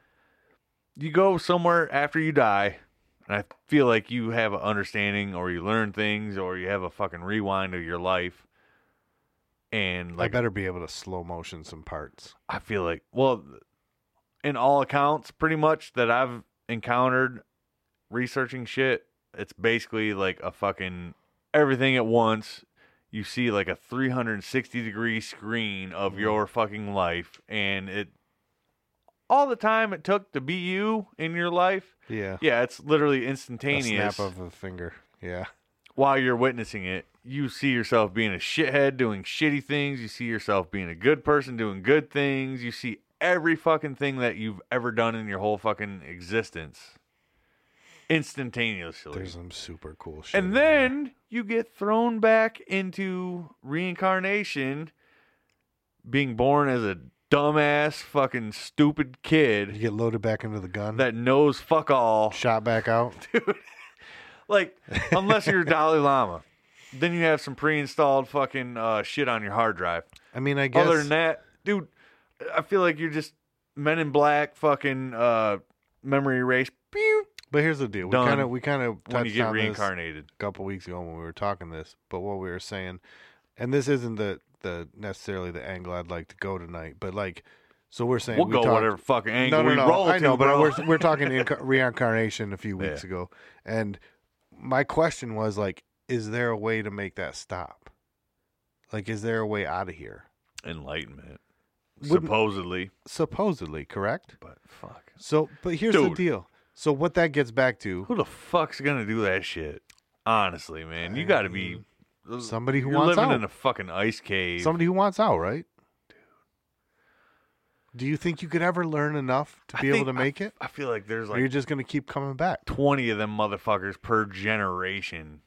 Speaker 2: You go somewhere after you die, and I feel like you have an understanding or you learn things or you have a fucking rewind of your life. And
Speaker 3: I
Speaker 2: like
Speaker 3: better be able to slow motion some parts.
Speaker 2: I feel like, well, in all accounts, pretty much that I've encountered researching shit, it's basically like a fucking everything at once. You see like a 360 degree screen
Speaker 3: Mm-hmm.
Speaker 2: of your fucking life, and it all the time it took to be you in your life.
Speaker 3: Yeah,
Speaker 2: Yeah, it's literally
Speaker 3: a
Speaker 2: instantaneous.
Speaker 3: snap of a finger. Yeah,
Speaker 2: While you're witnessing it, you see yourself being a shithead doing shitty things. You see yourself being a good person doing good things. You see every fucking thing that you've ever done in your whole fucking existence instantaneously.
Speaker 3: there's some super cool shit. in
Speaker 2: and
Speaker 3: there.
Speaker 2: then you get thrown back into reincarnation, being born as a dumbass, fucking stupid
Speaker 3: you
Speaker 2: kid
Speaker 3: get loaded back into the gun,
Speaker 2: that knows fuck all.
Speaker 3: shot back out.
Speaker 2: Like, unless you're Dalai Lama, then you have some pre-installed fucking uh, shit on your hard drive.
Speaker 3: I mean, I guess
Speaker 2: Other than that, dude, I feel like you're just Men in Black, fucking uh, memory erase. Pew,
Speaker 3: But here's the deal. We
Speaker 2: Done.
Speaker 3: kind of we kind of
Speaker 2: when
Speaker 3: touched
Speaker 2: you get
Speaker 3: on this a
Speaker 2: reincarnated,
Speaker 3: couple weeks ago when we were talking this, but what we were saying and this isn't the the necessarily the angle I'd like to go tonight, but like, so we're saying
Speaker 2: We'll
Speaker 3: we
Speaker 2: go
Speaker 3: talked-
Speaker 2: whatever fucking angle
Speaker 3: No, no,
Speaker 2: we
Speaker 3: no.
Speaker 2: roll
Speaker 3: I
Speaker 2: to,
Speaker 3: know, but
Speaker 2: bro.
Speaker 3: we're we're talking inca- reincarnation a few weeks
Speaker 2: Yeah.
Speaker 3: ago, and my question was like, is there a way to make that stop? Like, is there a way out of here?
Speaker 2: Enlightenment.
Speaker 3: Wouldn't-
Speaker 2: supposedly.
Speaker 3: Supposedly, correct?
Speaker 2: But fuck.
Speaker 3: So, but here's the
Speaker 2: Dude.
Speaker 3: deal. So what that gets back to,
Speaker 2: Who the fuck's gonna do that shit? Honestly, man, you got to be uh,
Speaker 3: somebody who
Speaker 2: You're
Speaker 3: wants
Speaker 2: living
Speaker 3: out.
Speaker 2: in a fucking ice cave.
Speaker 3: somebody who wants out, right? Do you think you could ever learn enough to
Speaker 2: I
Speaker 3: be able
Speaker 2: think-
Speaker 3: to
Speaker 2: I-
Speaker 3: make it?
Speaker 2: I feel like there's
Speaker 3: or you're
Speaker 2: like
Speaker 3: just gonna keep coming back?
Speaker 2: twenty of them motherfuckers per generation.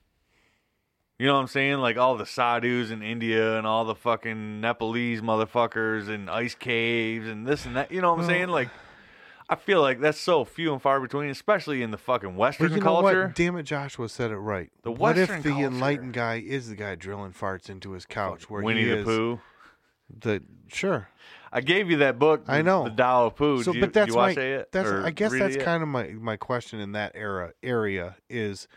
Speaker 2: You know what I'm saying? Like all the sadhus in India and all the fucking Nepalese motherfuckers and ice caves and this and that. You know what I'm saying? Like, I feel like that's so few and far between, especially in the fucking Western
Speaker 3: But you know
Speaker 2: culture.
Speaker 3: what? Damn it, Joshua said it right.
Speaker 2: The
Speaker 3: what
Speaker 2: Western
Speaker 3: if the
Speaker 2: culture-
Speaker 3: enlightened guy is the guy drilling farts into his couch where
Speaker 2: Winnie
Speaker 3: he
Speaker 2: the
Speaker 3: is
Speaker 2: Pooh.
Speaker 3: the sure?
Speaker 2: I gave you that book.
Speaker 3: I
Speaker 2: the-
Speaker 3: know.
Speaker 2: the Tao of Pooh.
Speaker 3: so,
Speaker 2: Did you,
Speaker 3: but that's
Speaker 2: did you
Speaker 3: my
Speaker 2: watch it?
Speaker 3: that's
Speaker 2: or
Speaker 3: I guess
Speaker 2: read it
Speaker 3: that's
Speaker 2: yet?
Speaker 3: kind of my my question in that era area is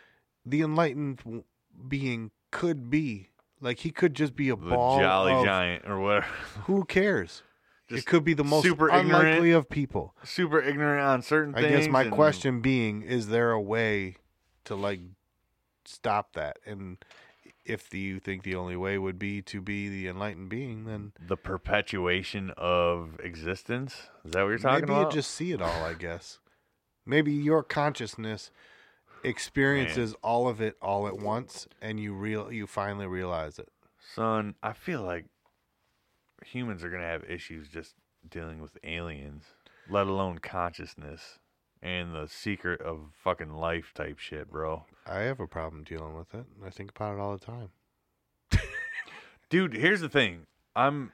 Speaker 3: the enlightened w- being could be like he could just be a
Speaker 2: the
Speaker 3: ball
Speaker 2: Jolly
Speaker 3: of-
Speaker 2: Giant or whatever.
Speaker 3: Who cares? it
Speaker 2: Just
Speaker 3: could be the most
Speaker 2: super ignorant.
Speaker 3: unlikely of people.
Speaker 2: Super ignorant on certain
Speaker 3: I
Speaker 2: things.
Speaker 3: guess my
Speaker 2: and-
Speaker 3: question being is there a way to like stop that and if the, you think the only way would be to be the enlightened being then
Speaker 2: the perpetuation of existence. Is that what you're talking
Speaker 3: maybe
Speaker 2: about?
Speaker 3: you just see it all I guess maybe your consciousness experiences all of it all at once and you real you finally realize it
Speaker 2: son. I feel like humans are gonna have issues just dealing with aliens, let alone consciousness and the secret of fucking life type shit, bro.
Speaker 3: I have a problem dealing with it I think about it all the time
Speaker 2: dude here's the thing i'm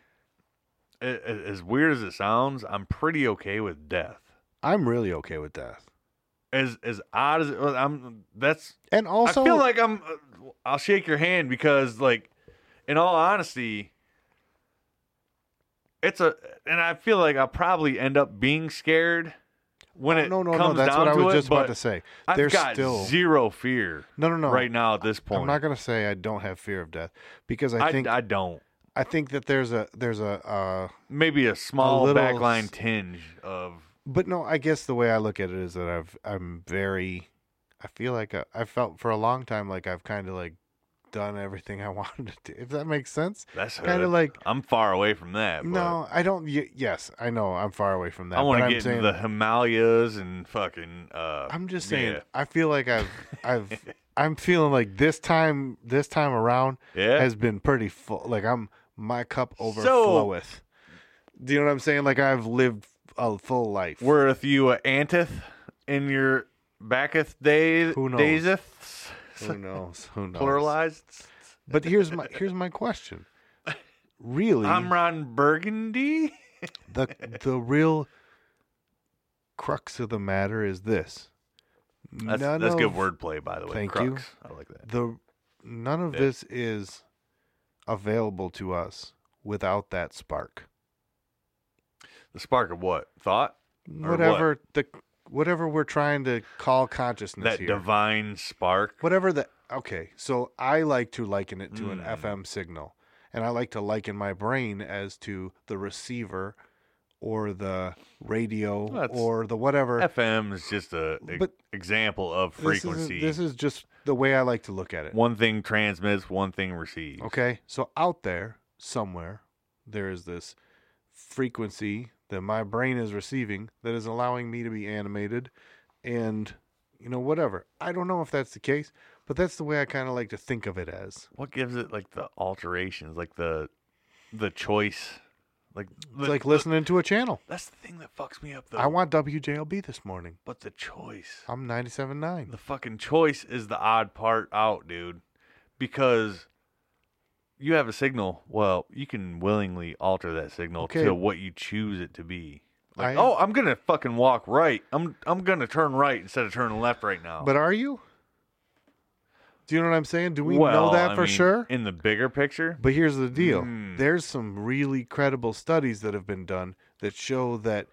Speaker 2: a- a- as weird as it sounds i'm pretty okay with death
Speaker 3: I'm really okay with death
Speaker 2: as as odd as it, well, i'm that's
Speaker 3: and also
Speaker 2: i feel like i'm uh, i'll shake your hand because like in all honesty it's a and i feel like i'll probably end up being scared when it
Speaker 3: Oh, no no no
Speaker 2: comes
Speaker 3: that's
Speaker 2: down
Speaker 3: what I
Speaker 2: to
Speaker 3: was
Speaker 2: it,
Speaker 3: just about
Speaker 2: but
Speaker 3: to say
Speaker 2: I've
Speaker 3: there's
Speaker 2: got
Speaker 3: still
Speaker 2: zero fear
Speaker 3: no no no
Speaker 2: right now at this point
Speaker 3: I'm not gonna say I don't have fear of death because I,
Speaker 2: I,
Speaker 3: think
Speaker 2: I
Speaker 3: I,
Speaker 2: don't
Speaker 3: think that there's a there's a uh,
Speaker 2: maybe a small
Speaker 3: little
Speaker 2: backline
Speaker 3: s-
Speaker 2: tinge of
Speaker 3: but no I guess the way I look at it is that I've I'm very I feel like I, I felt for a long time like I've kind of like done everything I wanted to do if that makes sense
Speaker 2: That's
Speaker 3: Kinda
Speaker 2: kinda
Speaker 3: like-
Speaker 2: I'm far away from that. But
Speaker 3: no I don't y- yes I know I'm far away from that
Speaker 2: I want
Speaker 3: but
Speaker 2: to
Speaker 3: I'm
Speaker 2: get
Speaker 3: saying,
Speaker 2: into the Himalayas and fucking. Uh,
Speaker 3: I'm just saying
Speaker 2: yeah.
Speaker 3: I feel like I've I've I'm feeling like this time this time around
Speaker 2: Yeah.
Speaker 3: has been pretty full. Like I'm, my cup overfloweth. Do you know what I'm saying? Like I've lived a full life.
Speaker 2: Whereeth you a uh, antith in your backeth day
Speaker 3: Who knows?
Speaker 2: dayseths?
Speaker 3: who knows? Who knows?
Speaker 2: pluralized.
Speaker 3: But here's my here's my question. Really,
Speaker 2: I'm Ron Burgundy.
Speaker 3: the the real crux of the matter is this.
Speaker 2: That's,
Speaker 3: None
Speaker 2: that's good
Speaker 3: of-
Speaker 2: wordplay, by the way.
Speaker 3: Thank you.
Speaker 2: Crux. I like that.
Speaker 3: The none of
Speaker 2: Yeah.
Speaker 3: this is available to us without that spark.
Speaker 2: The spark of what thought? Or what?
Speaker 3: Whatever the whatever we're trying to call consciousness
Speaker 2: That
Speaker 3: here.
Speaker 2: divine spark.
Speaker 3: whatever the okay so i like to liken it to an
Speaker 2: Mm.
Speaker 3: fm signal and i like to liken my brain as to the receiver or the radio
Speaker 2: Well, that's-
Speaker 3: or the whatever
Speaker 2: FM is just a, e-
Speaker 3: But
Speaker 2: example of
Speaker 3: This isn't-
Speaker 2: frequency.
Speaker 3: This, is just the way i like to look at it
Speaker 2: one thing transmits, one thing receives.
Speaker 3: okay so out there somewhere there is this frequency that my brain is receiving that is allowing me to be animated and you know whatever i don't know if that's the case but that's the way i kind of like to think of it as
Speaker 2: what gives it like the alterations, like the the choice, like the,
Speaker 3: It's like listening to a channel.
Speaker 2: that's the thing that fucks me up though.
Speaker 3: I want WJLB this morning.
Speaker 2: but the choice,
Speaker 3: I'm 97.9.
Speaker 2: the fucking choice is the odd part out, dude, because you have a signal. Well, you can willingly alter that signal
Speaker 3: Okay.
Speaker 2: to what you choose it to be. Like,
Speaker 3: I-
Speaker 2: oh, I'm gonna fucking walk right. I'm I'm gonna turn right instead of turning left right now.
Speaker 3: But are you? Do you know what I'm saying? Do we know
Speaker 2: Well,
Speaker 3: that
Speaker 2: I
Speaker 3: for
Speaker 2: mean,
Speaker 3: sure?
Speaker 2: In the bigger picture,
Speaker 3: But here's the deal.
Speaker 2: Mm.
Speaker 3: There's some really credible studies that have been done that show that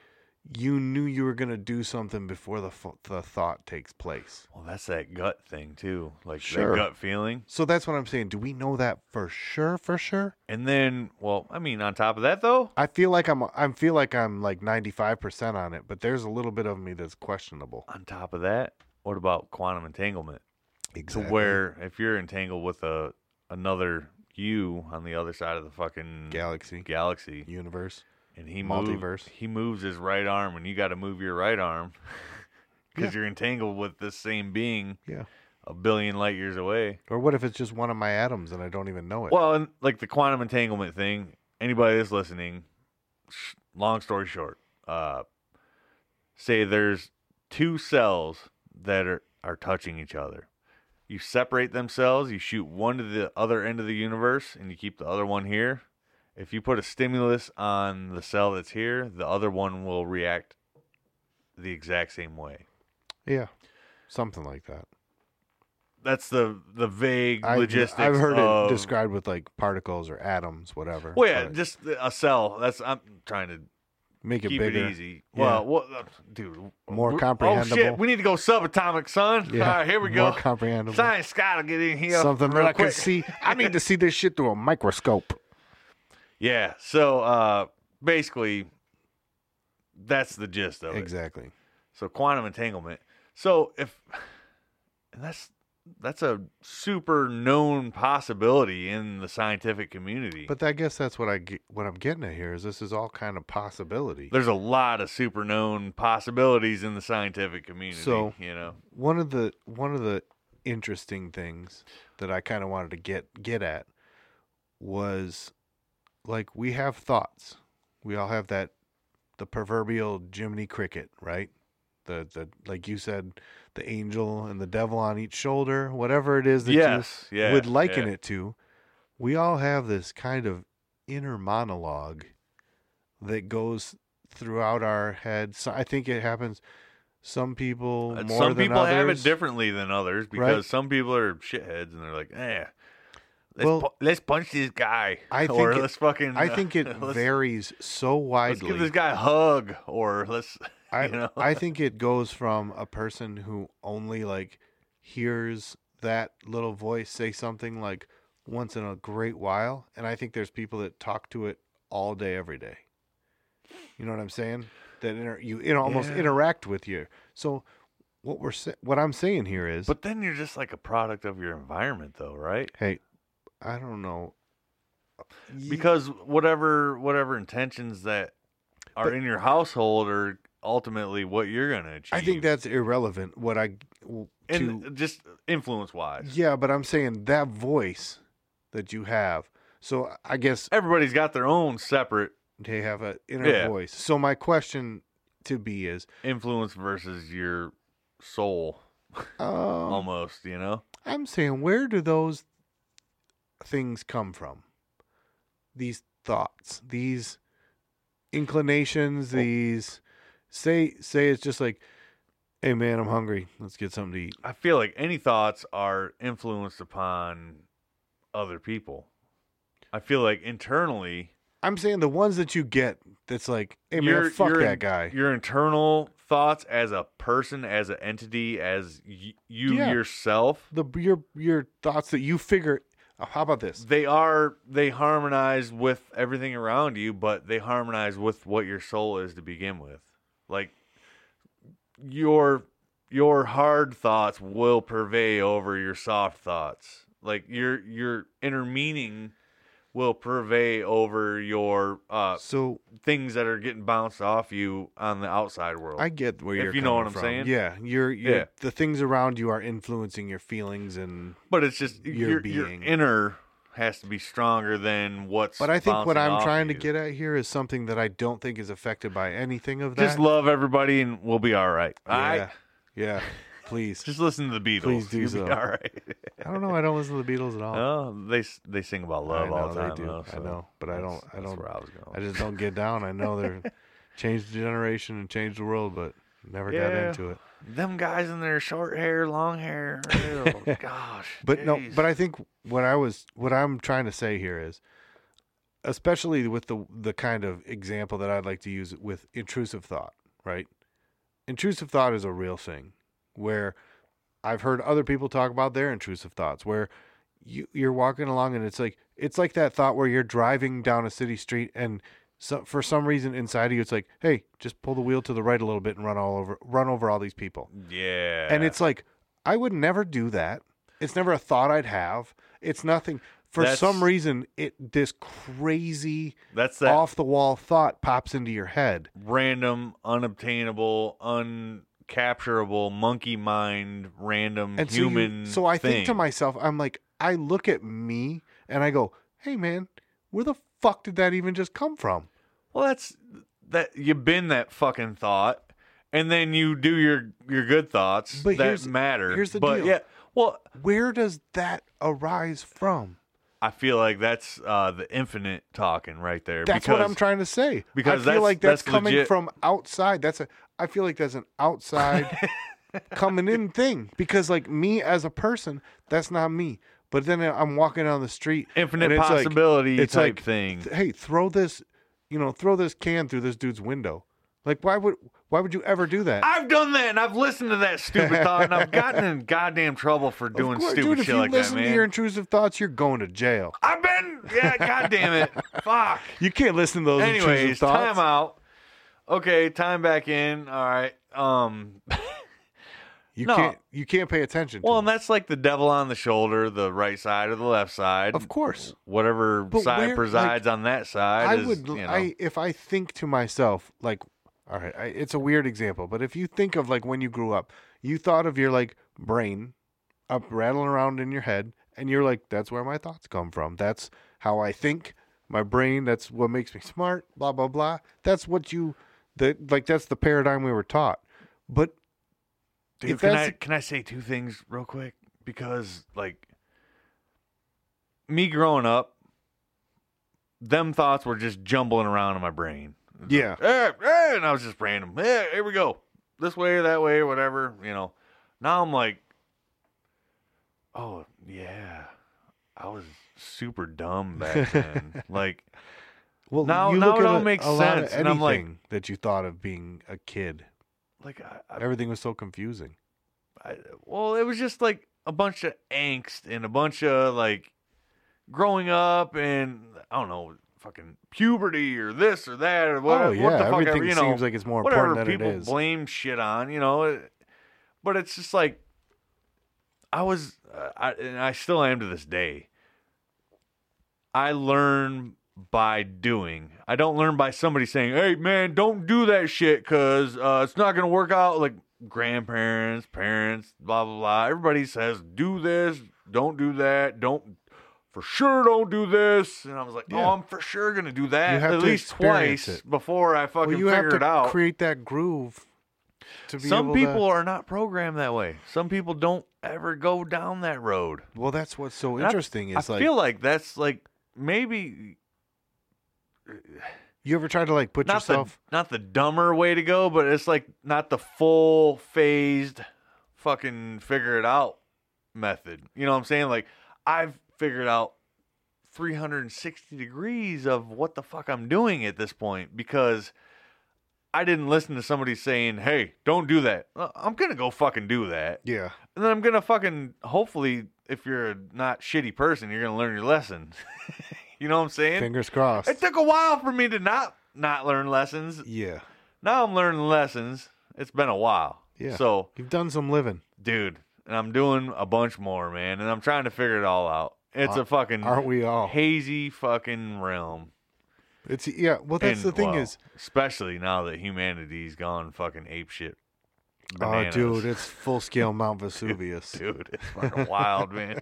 Speaker 3: you knew you were going to do something before the, f- the thought takes place.
Speaker 2: Well, that's that gut thing too, like
Speaker 3: Sure.
Speaker 2: that gut feeling.
Speaker 3: So that's what I'm saying. Do we know that for sure? For sure?
Speaker 2: And then, well, I mean, on top of that though,
Speaker 3: I feel like I'm I feel like I'm like 95% on it, but there's a little bit of me that's questionable.
Speaker 2: on top of that, what about quantum entanglement? To where if you're entangled with a another you on the other side of the fucking
Speaker 3: galaxy,
Speaker 2: galaxy,
Speaker 3: universe.
Speaker 2: and he move-
Speaker 3: Multiverse.
Speaker 2: he moves his right arm, and you got to move your right arm because you're entangled with this same being
Speaker 3: Yeah.
Speaker 2: a billion light years away.
Speaker 3: Or what if it's just one of my atoms and I don't even know it?
Speaker 2: Well, and like the quantum entanglement thing, anybody that's listening, sh- long story short, uh, say there's two cells that are, are touching each other. You separate themselves, you shoot one to the other end of the universe, and you keep the other one here. If you put a stimulus on the cell that's here, the other one will react the exact same way.
Speaker 3: yeah. Something like that.
Speaker 2: That's the the vague
Speaker 3: I've-
Speaker 2: logistics.
Speaker 3: I've heard
Speaker 2: of-
Speaker 3: it described with like particles or atoms, whatever.
Speaker 2: Well, yeah,
Speaker 3: but
Speaker 2: just a cell. That's I'm trying to
Speaker 3: make it
Speaker 2: keep
Speaker 3: bigger.
Speaker 2: it easy.
Speaker 3: Yeah.
Speaker 2: Well, what, uh, dude?
Speaker 3: More
Speaker 2: we're- Oh
Speaker 3: comprehensible.
Speaker 2: shit, we need to go subatomic, son.
Speaker 3: Yeah,
Speaker 2: All right, here we
Speaker 3: more
Speaker 2: go.
Speaker 3: comprehensible.
Speaker 2: Science gotta get in here.
Speaker 3: Something
Speaker 2: real
Speaker 3: that I
Speaker 2: quick.
Speaker 3: can see. I need to see this shit through a microscope.
Speaker 2: Yeah. So uh, basically, that's the gist of it.
Speaker 3: Exactly.
Speaker 2: So quantum entanglement. So if and that's that's a super known possibility in the scientific community.
Speaker 3: But I guess that's what I get, what I'm getting at here is this is all kind of possibility.
Speaker 2: there's a lot of super known possibilities in the scientific community.
Speaker 3: So-
Speaker 2: you know.
Speaker 3: one of the one of the interesting things that I kind of wanted to get get at was like we have thoughts. We all have that the proverbial Jiminy cricket, right? The the like you said, the angel and the devil on each shoulder, whatever it is that
Speaker 2: Yes,
Speaker 3: you
Speaker 2: yeah,
Speaker 3: would liken
Speaker 2: yeah.
Speaker 3: it to. We all have this kind of inner monologue that goes throughout our heads. So I think it happens. Some people
Speaker 2: Uh,
Speaker 3: more
Speaker 2: some
Speaker 3: than
Speaker 2: people have it
Speaker 3: others.
Speaker 2: differently than others because some people are shitheads and they're like, eh, let's,
Speaker 3: Well,
Speaker 2: pu- let's punch this guy.
Speaker 3: I
Speaker 2: or
Speaker 3: think it-
Speaker 2: let's fucking.
Speaker 3: I
Speaker 2: uh,
Speaker 3: think it
Speaker 2: let's,
Speaker 3: varies so
Speaker 2: let's
Speaker 3: widely.
Speaker 2: give this guy a hug or let's.
Speaker 3: I
Speaker 2: you know?
Speaker 3: I think it goes from a person who only like hears that little voice say something like once in a great while, and I think there's people that talk to it all day, every day. You know what I'm saying? That inter- you it almost
Speaker 2: Yeah.
Speaker 3: interact with you. So what we're sa- what I'm saying here is,
Speaker 2: But then you're just like a product of your environment, though, right?
Speaker 3: hey, I don't know.
Speaker 2: Because whatever whatever intentions that are in your household are ultimately what you're going to achieve.
Speaker 3: I think that's irrelevant. What I to
Speaker 2: And just influence wise.
Speaker 3: Yeah, but I'm saying that voice that you have. So I guess
Speaker 2: Everybody's got their own separate
Speaker 3: they have an inner
Speaker 2: Yeah.
Speaker 3: voice. So my question to be is,
Speaker 2: influence versus your soul.
Speaker 3: um,
Speaker 2: almost, you know?
Speaker 3: I'm saying, where do those things come from? These thoughts, these inclinations, these say say it's just like, hey man, I'm hungry. Let's get something to eat.
Speaker 2: I feel like any thoughts are influenced upon other people. I feel like internally,
Speaker 3: I'm saying the ones that you get that's like, hey man,
Speaker 2: your-
Speaker 3: fuck
Speaker 2: your-
Speaker 3: that guy.
Speaker 2: Your internal thoughts as a person, as an entity, as y- you
Speaker 3: Yeah.
Speaker 2: yourself,
Speaker 3: The your your thoughts that you figure. uh, How about this?
Speaker 2: they are they harmonize with everything around you, but they harmonize with what your soul is to begin with. Like your your hard thoughts will purvey over your soft thoughts. Like your your inner meaning will purvey over your uh,
Speaker 3: So
Speaker 2: things that are getting bounced off you on the outside world.
Speaker 3: I get where
Speaker 2: If
Speaker 3: you're
Speaker 2: you know what
Speaker 3: coming
Speaker 2: I'm
Speaker 3: from.
Speaker 2: saying.
Speaker 3: Yeah, you're, you
Speaker 2: Yeah.
Speaker 3: the things around you are influencing your feelings and
Speaker 2: but it's just
Speaker 3: your
Speaker 2: your, your
Speaker 3: being.
Speaker 2: inner has to be stronger than what's.
Speaker 3: but I think what
Speaker 2: bouncing
Speaker 3: I'm
Speaker 2: off
Speaker 3: trying to
Speaker 2: you.
Speaker 3: get at here is something that I don't think is affected by anything of that.
Speaker 2: Just love everybody and we'll be all right.
Speaker 3: yeah.
Speaker 2: All right.
Speaker 3: Yeah. Please.
Speaker 2: Just listen to the Beatles.
Speaker 3: Please do
Speaker 2: You'll
Speaker 3: so.
Speaker 2: Be all right.
Speaker 3: I don't know, I don't listen to the Beatles at all.
Speaker 2: Oh, they s- they sing about love
Speaker 3: I know
Speaker 2: all the time.
Speaker 3: they do.
Speaker 2: though, so
Speaker 3: I know, but I
Speaker 2: that's-
Speaker 3: don't I
Speaker 2: that's
Speaker 3: don't
Speaker 2: where I was going.
Speaker 3: I just don't get down. I know they're changed the generation and changed the world, but never got
Speaker 2: Yeah.
Speaker 3: into it.
Speaker 2: Them guys in their short hair, long hair. ew, gosh.
Speaker 3: But no,
Speaker 2: jeez.
Speaker 3: but I think what I was what I'm trying to say here is especially with the the kind of example that I'd like to use with intrusive thought, right? Intrusive thought is a real thing where I've heard other people talk about their intrusive thoughts where you you're walking along and it's like it's like that thought where you're driving down a city street and so, for some reason inside of you it's like, "Hey, just pull the wheel to the right a little bit and run all over run over all these people."
Speaker 2: Yeah.
Speaker 3: And it's like, I would never do that. It's never a thought I'd have. It's nothing. For
Speaker 2: That's-
Speaker 3: some reason, it this crazy
Speaker 2: that's that
Speaker 3: off the wall thought pops into your head.
Speaker 2: random, unobtainable, uncapturable monkey mind, random
Speaker 3: And so you-
Speaker 2: human.
Speaker 3: So, I think to
Speaker 2: thing.
Speaker 3: myself, I'm like, I look at me and I go, "Hey, man, where the fuck did that even just come from?"
Speaker 2: Well, that's that you've been that fucking thought, and then you do your your good thoughts
Speaker 3: But
Speaker 2: that
Speaker 3: here's-
Speaker 2: matter.
Speaker 3: here's the
Speaker 2: but
Speaker 3: deal.
Speaker 2: yeah, well,
Speaker 3: Where does that arise from?
Speaker 2: I feel like that's uh, the infinite talking right there.
Speaker 3: That's
Speaker 2: because
Speaker 3: what I'm trying to say.
Speaker 2: because
Speaker 3: I feel
Speaker 2: that's-
Speaker 3: like that's,
Speaker 2: that's
Speaker 3: coming
Speaker 2: legit.
Speaker 3: from outside. That's a. I feel like that's an outside coming in thing because like me as a person, that's not me. But then I'm walking down the street,
Speaker 2: Infinite
Speaker 3: and it's like-
Speaker 2: possibility
Speaker 3: it's
Speaker 2: type
Speaker 3: like,
Speaker 2: thing.
Speaker 3: th- Hey, throw this, you know, throw this can through this dude's window. Like why would why would you ever do that?
Speaker 2: I've done that, and I've listened to that stupid thought, and I've gotten in goddamn trouble for
Speaker 3: Of
Speaker 2: doing
Speaker 3: course,
Speaker 2: stupid
Speaker 3: dude, if
Speaker 2: shit
Speaker 3: you
Speaker 2: like that,
Speaker 3: listen
Speaker 2: man.
Speaker 3: to your intrusive thoughts, you're going to jail.
Speaker 2: I've been, yeah, goddamn it, fuck.
Speaker 3: You can't listen to those intrusive
Speaker 2: Anyways,
Speaker 3: thoughts.
Speaker 2: time out. Okay, time back in. All right. Um.
Speaker 3: You
Speaker 2: No.
Speaker 3: can't you can't pay attention. to
Speaker 2: Well, and
Speaker 3: them.
Speaker 2: that's like the devil on the shoulder, the right side or the left side.
Speaker 3: of course.
Speaker 2: Whatever
Speaker 3: But
Speaker 2: side
Speaker 3: where- like,
Speaker 2: presides on that side.
Speaker 3: I
Speaker 2: is,
Speaker 3: would,
Speaker 2: You know,
Speaker 3: I if I think to myself, like, all right, I, it's a weird example, but if you think of like when you grew up, you thought of your like brain up rattling around in your head, and you're like, that's where my thoughts come from. That's how I think. My brain. That's what makes me smart. Blah blah blah. That's what you, the like. That's the paradigm we were taught. But
Speaker 2: Dude,
Speaker 3: if
Speaker 2: can
Speaker 3: that's-
Speaker 2: I can I say two things real quick? Because like me growing up, them thoughts were just jumbling around in my brain.
Speaker 3: yeah,
Speaker 2: Eh, eh, and I was just random. Yeah, here we go. This way, that way, whatever, you know. Now I'm like, oh, yeah. I was super dumb back then. like,
Speaker 3: well,
Speaker 2: Now-
Speaker 3: you
Speaker 2: now
Speaker 3: look
Speaker 2: it
Speaker 3: at
Speaker 2: all
Speaker 3: a-
Speaker 2: makes
Speaker 3: a lot of
Speaker 2: sense, and I'm like-
Speaker 3: anything that you thought of being a kid.
Speaker 2: like I, I
Speaker 3: Everything was so confusing.
Speaker 2: I, well, it was just like a bunch of angst and a bunch of like growing up and I don't know, fucking puberty or this or that or whatever.
Speaker 3: oh yeah,
Speaker 2: what the fuck
Speaker 3: everything
Speaker 2: ever, you know,
Speaker 3: seems like it's more
Speaker 2: whatever
Speaker 3: important than
Speaker 2: people
Speaker 3: it is.
Speaker 2: blame shit on, you know. it- But it's just like I was, uh, I, and I still am to this day. I learn by doing. I don't learn by somebody saying, "Hey, man, don't do that shit because uh, it's not gonna work out." Like grandparents, parents, blah blah blah. Everybody says, "Do this, don't do that, don't." For sure, don't do this. And I was like,
Speaker 3: Yeah.
Speaker 2: "Oh, I'm for sure gonna do that
Speaker 3: have
Speaker 2: at
Speaker 3: to
Speaker 2: least
Speaker 3: experience
Speaker 2: twice
Speaker 3: it.
Speaker 2: before I fucking
Speaker 3: well, you
Speaker 2: figure
Speaker 3: have to
Speaker 2: it out."
Speaker 3: create that groove. To be
Speaker 2: Some
Speaker 3: able
Speaker 2: people
Speaker 3: to,
Speaker 2: are not programmed that way. Some people don't ever go down that road.
Speaker 3: well, that's what's so
Speaker 2: And I-
Speaker 3: interesting.
Speaker 2: I
Speaker 3: is like
Speaker 2: feel like that's like maybe
Speaker 3: you ever try to like put
Speaker 2: not
Speaker 3: yourself.
Speaker 2: the not the dumber way to go, but it's like not the full phased fucking figure it out method. You know what I'm saying? Like I've figured out 360 degrees of what the fuck I'm doing at this point because I didn't listen to somebody saying, "Hey, don't do that." Uh, I'm gonna go fucking do that.
Speaker 3: yeah,
Speaker 2: And then I'm gonna fucking hopefully, if you're a not shitty person, you're gonna learn your lesson. you know what I'm saying?
Speaker 3: fingers crossed.
Speaker 2: It took a while for me to not not learn lessons.
Speaker 3: yeah,
Speaker 2: Now I'm learning lessons. It's been a while.
Speaker 3: Yeah.
Speaker 2: So,
Speaker 3: you've done some living.
Speaker 2: dude, and I'm doing a bunch more, man, and I'm trying to figure it all out. It's
Speaker 3: Ar-
Speaker 2: a fucking
Speaker 3: Aren't Uh, we all?
Speaker 2: hazy fucking realm.
Speaker 3: It's yeah. Well, that's
Speaker 2: And,
Speaker 3: the thing
Speaker 2: well,
Speaker 3: is,
Speaker 2: especially now that humanity's gone fucking ape shit.
Speaker 3: oh, dude, it's full scale Mount Vesuvius.
Speaker 2: dude. It's fucking wild, man.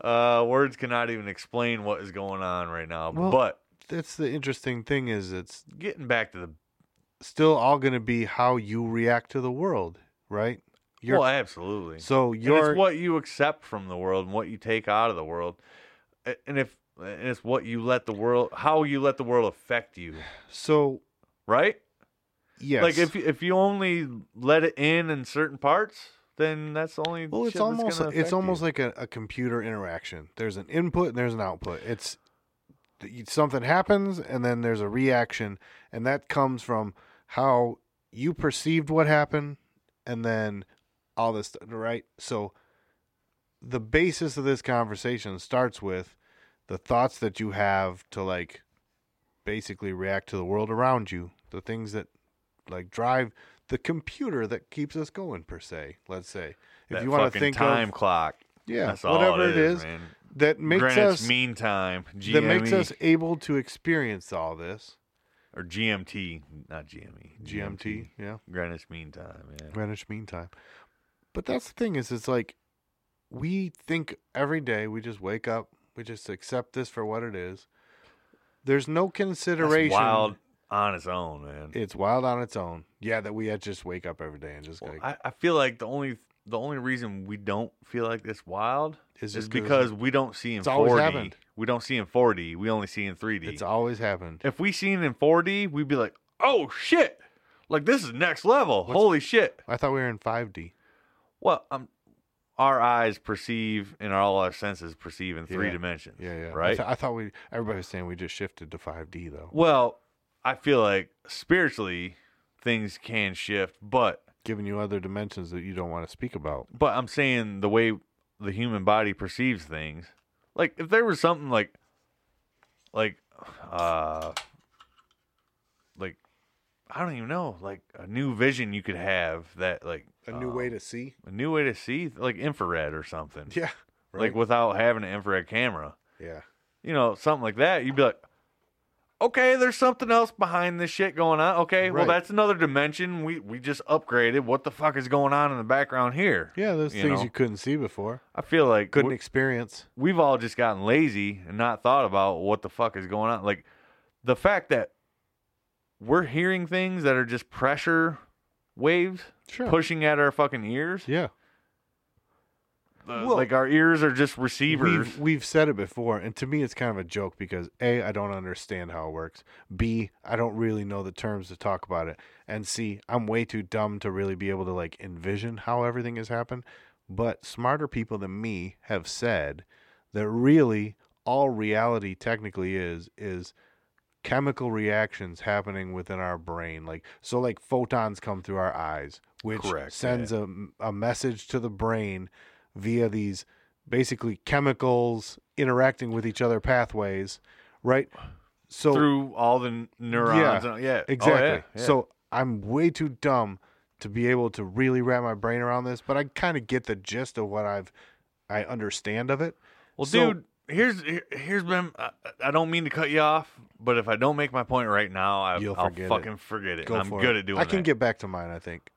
Speaker 2: Uh, words cannot even explain what is going on right now.
Speaker 3: Well-
Speaker 2: but
Speaker 3: that's the interesting thing is, it's
Speaker 2: getting back to the
Speaker 3: still all going to be how you react to the world, right? Your-
Speaker 2: well, absolutely.
Speaker 3: so
Speaker 2: And
Speaker 3: your
Speaker 2: it's what you accept from the world and what you take out of the world, A- and if and it's what you let the world, how you let the world affect you,
Speaker 3: so
Speaker 2: right?
Speaker 3: yes,
Speaker 2: Like if if you only let it in in certain parts, then that's the only.
Speaker 3: Well, it's
Speaker 2: shit that's
Speaker 3: almost
Speaker 2: gonna affect
Speaker 3: it's
Speaker 2: you.
Speaker 3: almost like a, a computer interaction. There's an input and there's an output. It's something happens and then there's a reaction, and that comes from how you perceived what happened and then all this stuff, right? So the basis of this conversation starts with the thoughts that you have to like basically react to the world around you, the things that like drive the computer that keeps us going per se, let's say. If
Speaker 2: That
Speaker 3: you want to
Speaker 2: fucking
Speaker 3: think
Speaker 2: time
Speaker 3: of
Speaker 2: clock.
Speaker 3: yeah,
Speaker 2: That's all
Speaker 3: whatever
Speaker 2: it is,
Speaker 3: it
Speaker 2: man.
Speaker 3: is that makes
Speaker 2: Greenwich
Speaker 3: us
Speaker 2: Mean Time. GME,
Speaker 3: that makes us able to experience all this.
Speaker 2: or GMT, not E. GME.
Speaker 3: GMT, yeah.
Speaker 2: Greenwich Mean Time. Yeah.
Speaker 3: Greenwich Mean Time. But that's the thing is, it's like we think every day we just wake up, we just accept this for what it is. There's no consideration.
Speaker 2: That's wild on its own, man.
Speaker 3: It's wild on its own. Yeah, that we had just wake up every day and just
Speaker 2: Well,
Speaker 3: like
Speaker 2: I, I feel like the only the only reason we don't feel like this wild
Speaker 3: Is
Speaker 2: is,
Speaker 3: just 'cause
Speaker 2: because we don't see in
Speaker 3: it's always
Speaker 2: 4D.
Speaker 3: happened.
Speaker 2: We don't see in 4D. We only see in 3D.
Speaker 3: it's always happened.
Speaker 2: if we seen in 4D, we'd be like, "Oh shit! Like this is next level. Holy shit!"
Speaker 3: I thought we were in 5D.
Speaker 2: Well, um, our eyes perceive and all our senses perceive in three
Speaker 3: Yeah.
Speaker 2: dimensions.
Speaker 3: Yeah, yeah. I,
Speaker 2: Right.
Speaker 3: th- I thought we. Everybody was saying we just shifted to 5D though.
Speaker 2: well, I feel like spiritually things can shift, but
Speaker 3: Giving you other dimensions that you don't want to speak about.
Speaker 2: But I'm saying the way the human body perceives things. Like if there was something like like uh like I don't even know, like a new vision you could have that like
Speaker 3: A new
Speaker 2: uh,
Speaker 3: way to see.
Speaker 2: a new way to see like infrared or something.
Speaker 3: Yeah.
Speaker 2: Like without having an infrared camera.
Speaker 3: Yeah.
Speaker 2: You know, something like that. You'd be like Okay, there's something else behind this shit going on. Okay, well
Speaker 3: Right.
Speaker 2: that's another dimension. We we just upgraded. What the fuck is going on in the background here?
Speaker 3: Yeah. Those
Speaker 2: You
Speaker 3: things
Speaker 2: know?
Speaker 3: you couldn't see before.
Speaker 2: I feel like
Speaker 3: Couldn't e-,
Speaker 2: we-
Speaker 3: experience.
Speaker 2: we've all just gotten lazy and not thought about what the fuck is going on. Like the fact that we're hearing things that are just pressure waves
Speaker 3: Sure.
Speaker 2: pushing at our fucking ears.
Speaker 3: Yeah.
Speaker 2: Uh,
Speaker 3: Well-
Speaker 2: like our ears are just receivers.
Speaker 3: We've, we've said it before, and to me, it's kind of a joke because A, I don't understand how it works. B, I don't really know the terms to talk about it. And C, I'm way too dumb to really be able to like envision how everything has happened. But smarter people than me have said that really all reality technically is, is chemical reactions happening within our brain like so like photons come through our eyes which
Speaker 2: Correct,
Speaker 3: sends a, a message to the brain via these basically chemicals interacting with each other pathways right so
Speaker 2: through all the n- neurons. and- yeah. Oh,
Speaker 3: exactly
Speaker 2: yeah, yeah.
Speaker 3: so i'm way too dumb to be able to really wrap my brain around this but i kind of get the gist of what i've i understand of it
Speaker 2: Well,
Speaker 3: So-
Speaker 2: dude, here's here- here's been. I, I don't mean to cut you off, but if I don't make my point right now, I,
Speaker 3: You'll
Speaker 2: I'll
Speaker 3: forget it.
Speaker 2: fucking forget it.
Speaker 3: go
Speaker 2: and I'm
Speaker 3: for
Speaker 2: good
Speaker 3: it
Speaker 2: at doing.
Speaker 3: i can
Speaker 2: that.
Speaker 3: get back to mine i think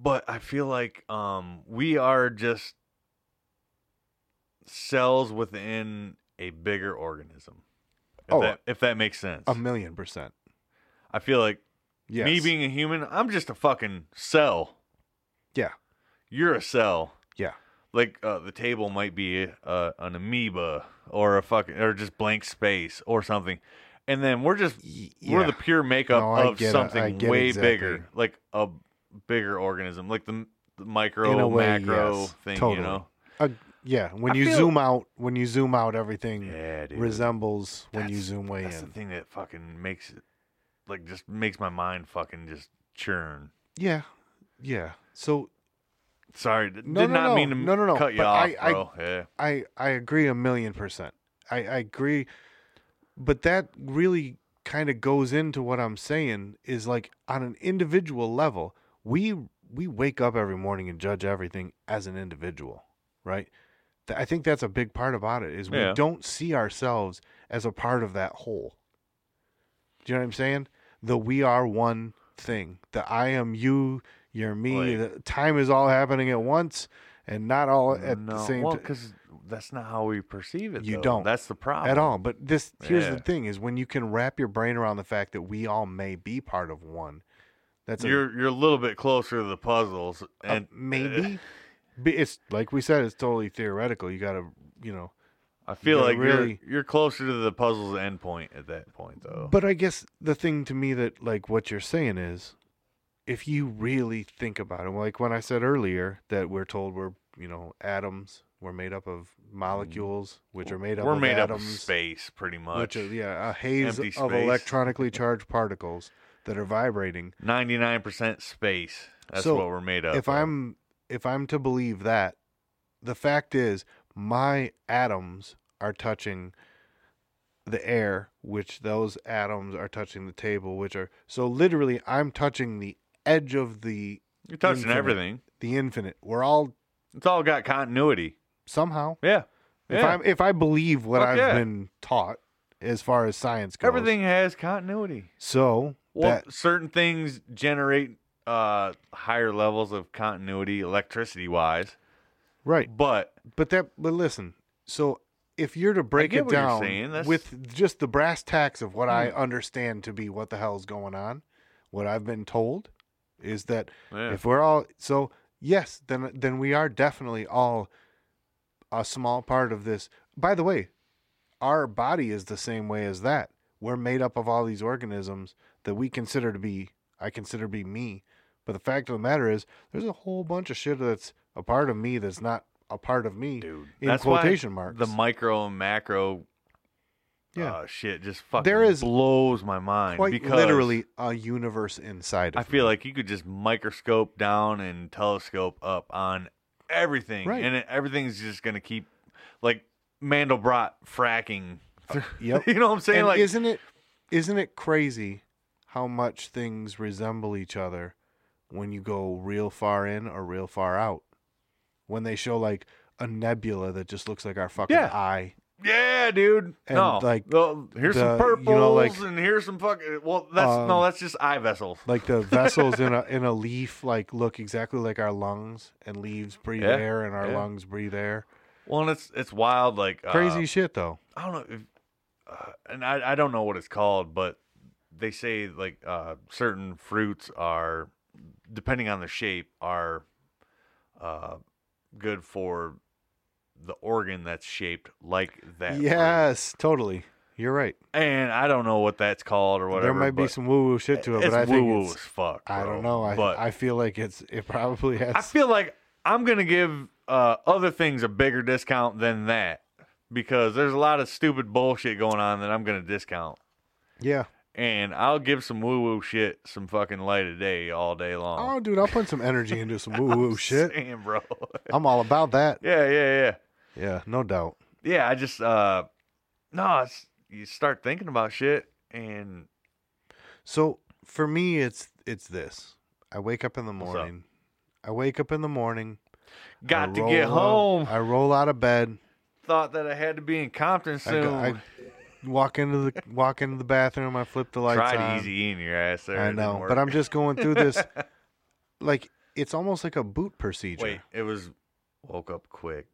Speaker 2: but I feel like um, we are just cells within a bigger organism. If,
Speaker 3: Oh,
Speaker 2: that, if that makes sense,
Speaker 3: a million percent
Speaker 2: I feel like
Speaker 3: yes
Speaker 2: me being a human, I'm just a fucking cell.
Speaker 3: yeah
Speaker 2: You're a cell.
Speaker 3: yeah
Speaker 2: Like uh, the table might be uh, an amoeba or a fucking or just blank space or something, and then we're just we're
Speaker 3: yeah.
Speaker 2: the pure makeup
Speaker 3: No, I
Speaker 2: of
Speaker 3: get it. I
Speaker 2: something
Speaker 3: get
Speaker 2: way
Speaker 3: exactly.
Speaker 2: bigger, like a bigger organism, like the, the micro
Speaker 3: in a way,
Speaker 2: macro
Speaker 3: yes,
Speaker 2: thing,
Speaker 3: totally.
Speaker 2: you know.
Speaker 3: Uh, yeah, when
Speaker 2: I
Speaker 3: you
Speaker 2: feel-
Speaker 3: zoom out, when you zoom out, everything
Speaker 2: Yeah, dude.
Speaker 3: resembles when you
Speaker 2: That's-
Speaker 3: zoom way
Speaker 2: That's the
Speaker 3: in.
Speaker 2: thing that fucking makes it, like, just makes my mind fucking just churn.
Speaker 3: Yeah, yeah. So
Speaker 2: Sorry, d-
Speaker 3: No,
Speaker 2: did
Speaker 3: no,
Speaker 2: not
Speaker 3: no.
Speaker 2: mean to
Speaker 3: No, no, no,
Speaker 2: cut you
Speaker 3: but
Speaker 2: off,
Speaker 3: I- I-
Speaker 2: bro. yeah.
Speaker 3: I I agree a million percent. I, I agree, but that really kind of goes into what I'm saying is like on an individual level, we we wake up every morning and judge everything as an individual, right? Th- I think that's a big part about it is we
Speaker 2: Yeah.
Speaker 3: don't see ourselves as a part of that whole. Do you know what I'm saying? The we are one thing. The I am you, you're me.
Speaker 2: Like-
Speaker 3: the time is all happening at once and not all at
Speaker 2: no,
Speaker 3: the same
Speaker 2: well,
Speaker 3: time
Speaker 2: because that's not how we perceive it.
Speaker 3: You
Speaker 2: though.
Speaker 3: don't.
Speaker 2: That's the problem
Speaker 3: at all. But this here's
Speaker 2: Oh. Yeah.
Speaker 3: the thing: is when you can wrap your brain around the fact that we all may be part of one. That's a,
Speaker 2: You're you're a little bit closer to the puzzles,
Speaker 3: a-
Speaker 2: and eh.
Speaker 3: maybe. But It's like we said; it's totally theoretical. You got to, you know.
Speaker 2: I feel
Speaker 3: gotta
Speaker 2: like
Speaker 3: really-
Speaker 2: you're you're closer to the puzzle's endpoint at that point, though.
Speaker 3: But I guess the thing to me that like what you're saying is, if you really think about it, like when I said earlier that we're told we're you know atoms, we're made up of molecules, which are made up
Speaker 2: Mm. We're
Speaker 3: of
Speaker 2: made
Speaker 3: atoms,
Speaker 2: up of space, pretty much.
Speaker 3: which is yeah a haze
Speaker 2: Empty
Speaker 3: of
Speaker 2: space.
Speaker 3: electronically charged particles that are vibrating.
Speaker 2: Ninety-nine percent space. That's
Speaker 3: So,
Speaker 2: what we're made of.
Speaker 3: if I'm if I'm to believe that, the fact is my atoms are touching the air, which those atoms are touching the table, which are so literally I'm touching the edge of the
Speaker 2: you're touching
Speaker 3: infinite.
Speaker 2: everything.
Speaker 3: the infinite. We're all
Speaker 2: It's all got continuity.
Speaker 3: somehow
Speaker 2: Yeah.
Speaker 3: if
Speaker 2: yeah.
Speaker 3: I'm if I believe what
Speaker 2: Fuck
Speaker 3: I've
Speaker 2: yeah.
Speaker 3: been taught as far as science goes.
Speaker 2: everything has continuity.
Speaker 3: so
Speaker 2: Well,
Speaker 3: that
Speaker 2: certain things generate uh, higher levels of continuity, electricity-wise.
Speaker 3: right.
Speaker 2: But
Speaker 3: But that but listen, so if you're to break
Speaker 2: get
Speaker 3: it
Speaker 2: what you're
Speaker 3: down
Speaker 2: saying. That's- Hmm.
Speaker 3: with just the brass tacks of what I understand to be what the hell's going on, what I've been told is that
Speaker 2: Yeah.
Speaker 3: if we're all so yes, then then we are definitely all a small part of this. By the way, our body is the same way as that. We're made up of all these organisms that we consider to be I consider to be me. But the fact of the matter is there's a whole bunch of shit that's a part of me that's not a part of me
Speaker 2: dude,
Speaker 3: in
Speaker 2: that's why
Speaker 3: quotation marks.
Speaker 2: The micro and macro
Speaker 3: yeah.
Speaker 2: uh, shit just fucking
Speaker 3: There is
Speaker 2: blows my mind
Speaker 3: Quite
Speaker 2: because
Speaker 3: literally a universe inside of
Speaker 2: I feel like you could just microscope down and telescope up on everything,
Speaker 3: Right.
Speaker 2: and it, everything's just gonna keep like Mandelbrot fracking.
Speaker 3: yep.
Speaker 2: you know what I'm saying?
Speaker 3: and
Speaker 2: like,
Speaker 3: isn't it isn't it crazy how much things resemble each other when you go real far in or real far out? When they show like a nebula that just looks like our fucking
Speaker 2: Yeah.
Speaker 3: eye.
Speaker 2: yeah, dude.
Speaker 3: And,
Speaker 2: no,
Speaker 3: like,
Speaker 2: well, here's some
Speaker 3: the-
Speaker 2: purples,
Speaker 3: you know, like-
Speaker 2: and here's some fucking. Well, that's no,
Speaker 3: Um,
Speaker 2: that's just eye vessels.
Speaker 3: Like the vessels in a in a leaf like look exactly like our lungs and leaves breathe
Speaker 2: Yeah,
Speaker 3: air and our
Speaker 2: yeah.
Speaker 3: lungs breathe air.
Speaker 2: Well, and it's it's wild. Like uh,
Speaker 3: Crazy shit though.
Speaker 2: I don't know, if, uh, and I, I don't know what it's called, but they say like uh, certain fruits are, depending on their shape, are uh, good for the organ that's shaped like that. fruit.
Speaker 3: Yes, totally. You're right.
Speaker 2: and I don't know what that's called or whatever.
Speaker 3: there might be
Speaker 2: but
Speaker 3: some woo woo shit to it, but
Speaker 2: it's
Speaker 3: I
Speaker 2: woo-woo
Speaker 3: think
Speaker 2: as
Speaker 3: it's,
Speaker 2: fuck.
Speaker 3: I
Speaker 2: bro.
Speaker 3: don't know. I
Speaker 2: but
Speaker 3: I feel like it's it probably has
Speaker 2: I feel like I'm gonna give uh, other things a bigger discount than that because there's a lot of stupid bullshit going on that I'm gonna discount.
Speaker 3: yeah.
Speaker 2: and I'll give some woo woo shit some fucking light a day all day long.
Speaker 3: Oh, dude, I'll put some energy into some woo woo shit.
Speaker 2: Damn, bro.
Speaker 3: I'm all about that.
Speaker 2: yeah, yeah, yeah,
Speaker 3: Yeah, no doubt.
Speaker 2: yeah. I just uh, no, it's, you start thinking about shit, and
Speaker 3: So for me, it's it's this. I wake up in the
Speaker 2: What's up?
Speaker 3: morning. I wake up in the morning.
Speaker 2: got
Speaker 3: I
Speaker 2: to
Speaker 3: roll
Speaker 2: get
Speaker 3: out-
Speaker 2: home.
Speaker 3: I roll out of bed.
Speaker 2: Thought that I had to be in Compton
Speaker 3: I,
Speaker 2: soon.
Speaker 3: go- I walk into the walk into the bathroom. I flip the lights
Speaker 2: Tried
Speaker 3: on.
Speaker 2: easy in your ass there.
Speaker 3: I
Speaker 2: it didn't
Speaker 3: know,
Speaker 2: work.
Speaker 3: but I'm just going through this. like it's almost like a boot procedure.
Speaker 2: wait. It was woke up quick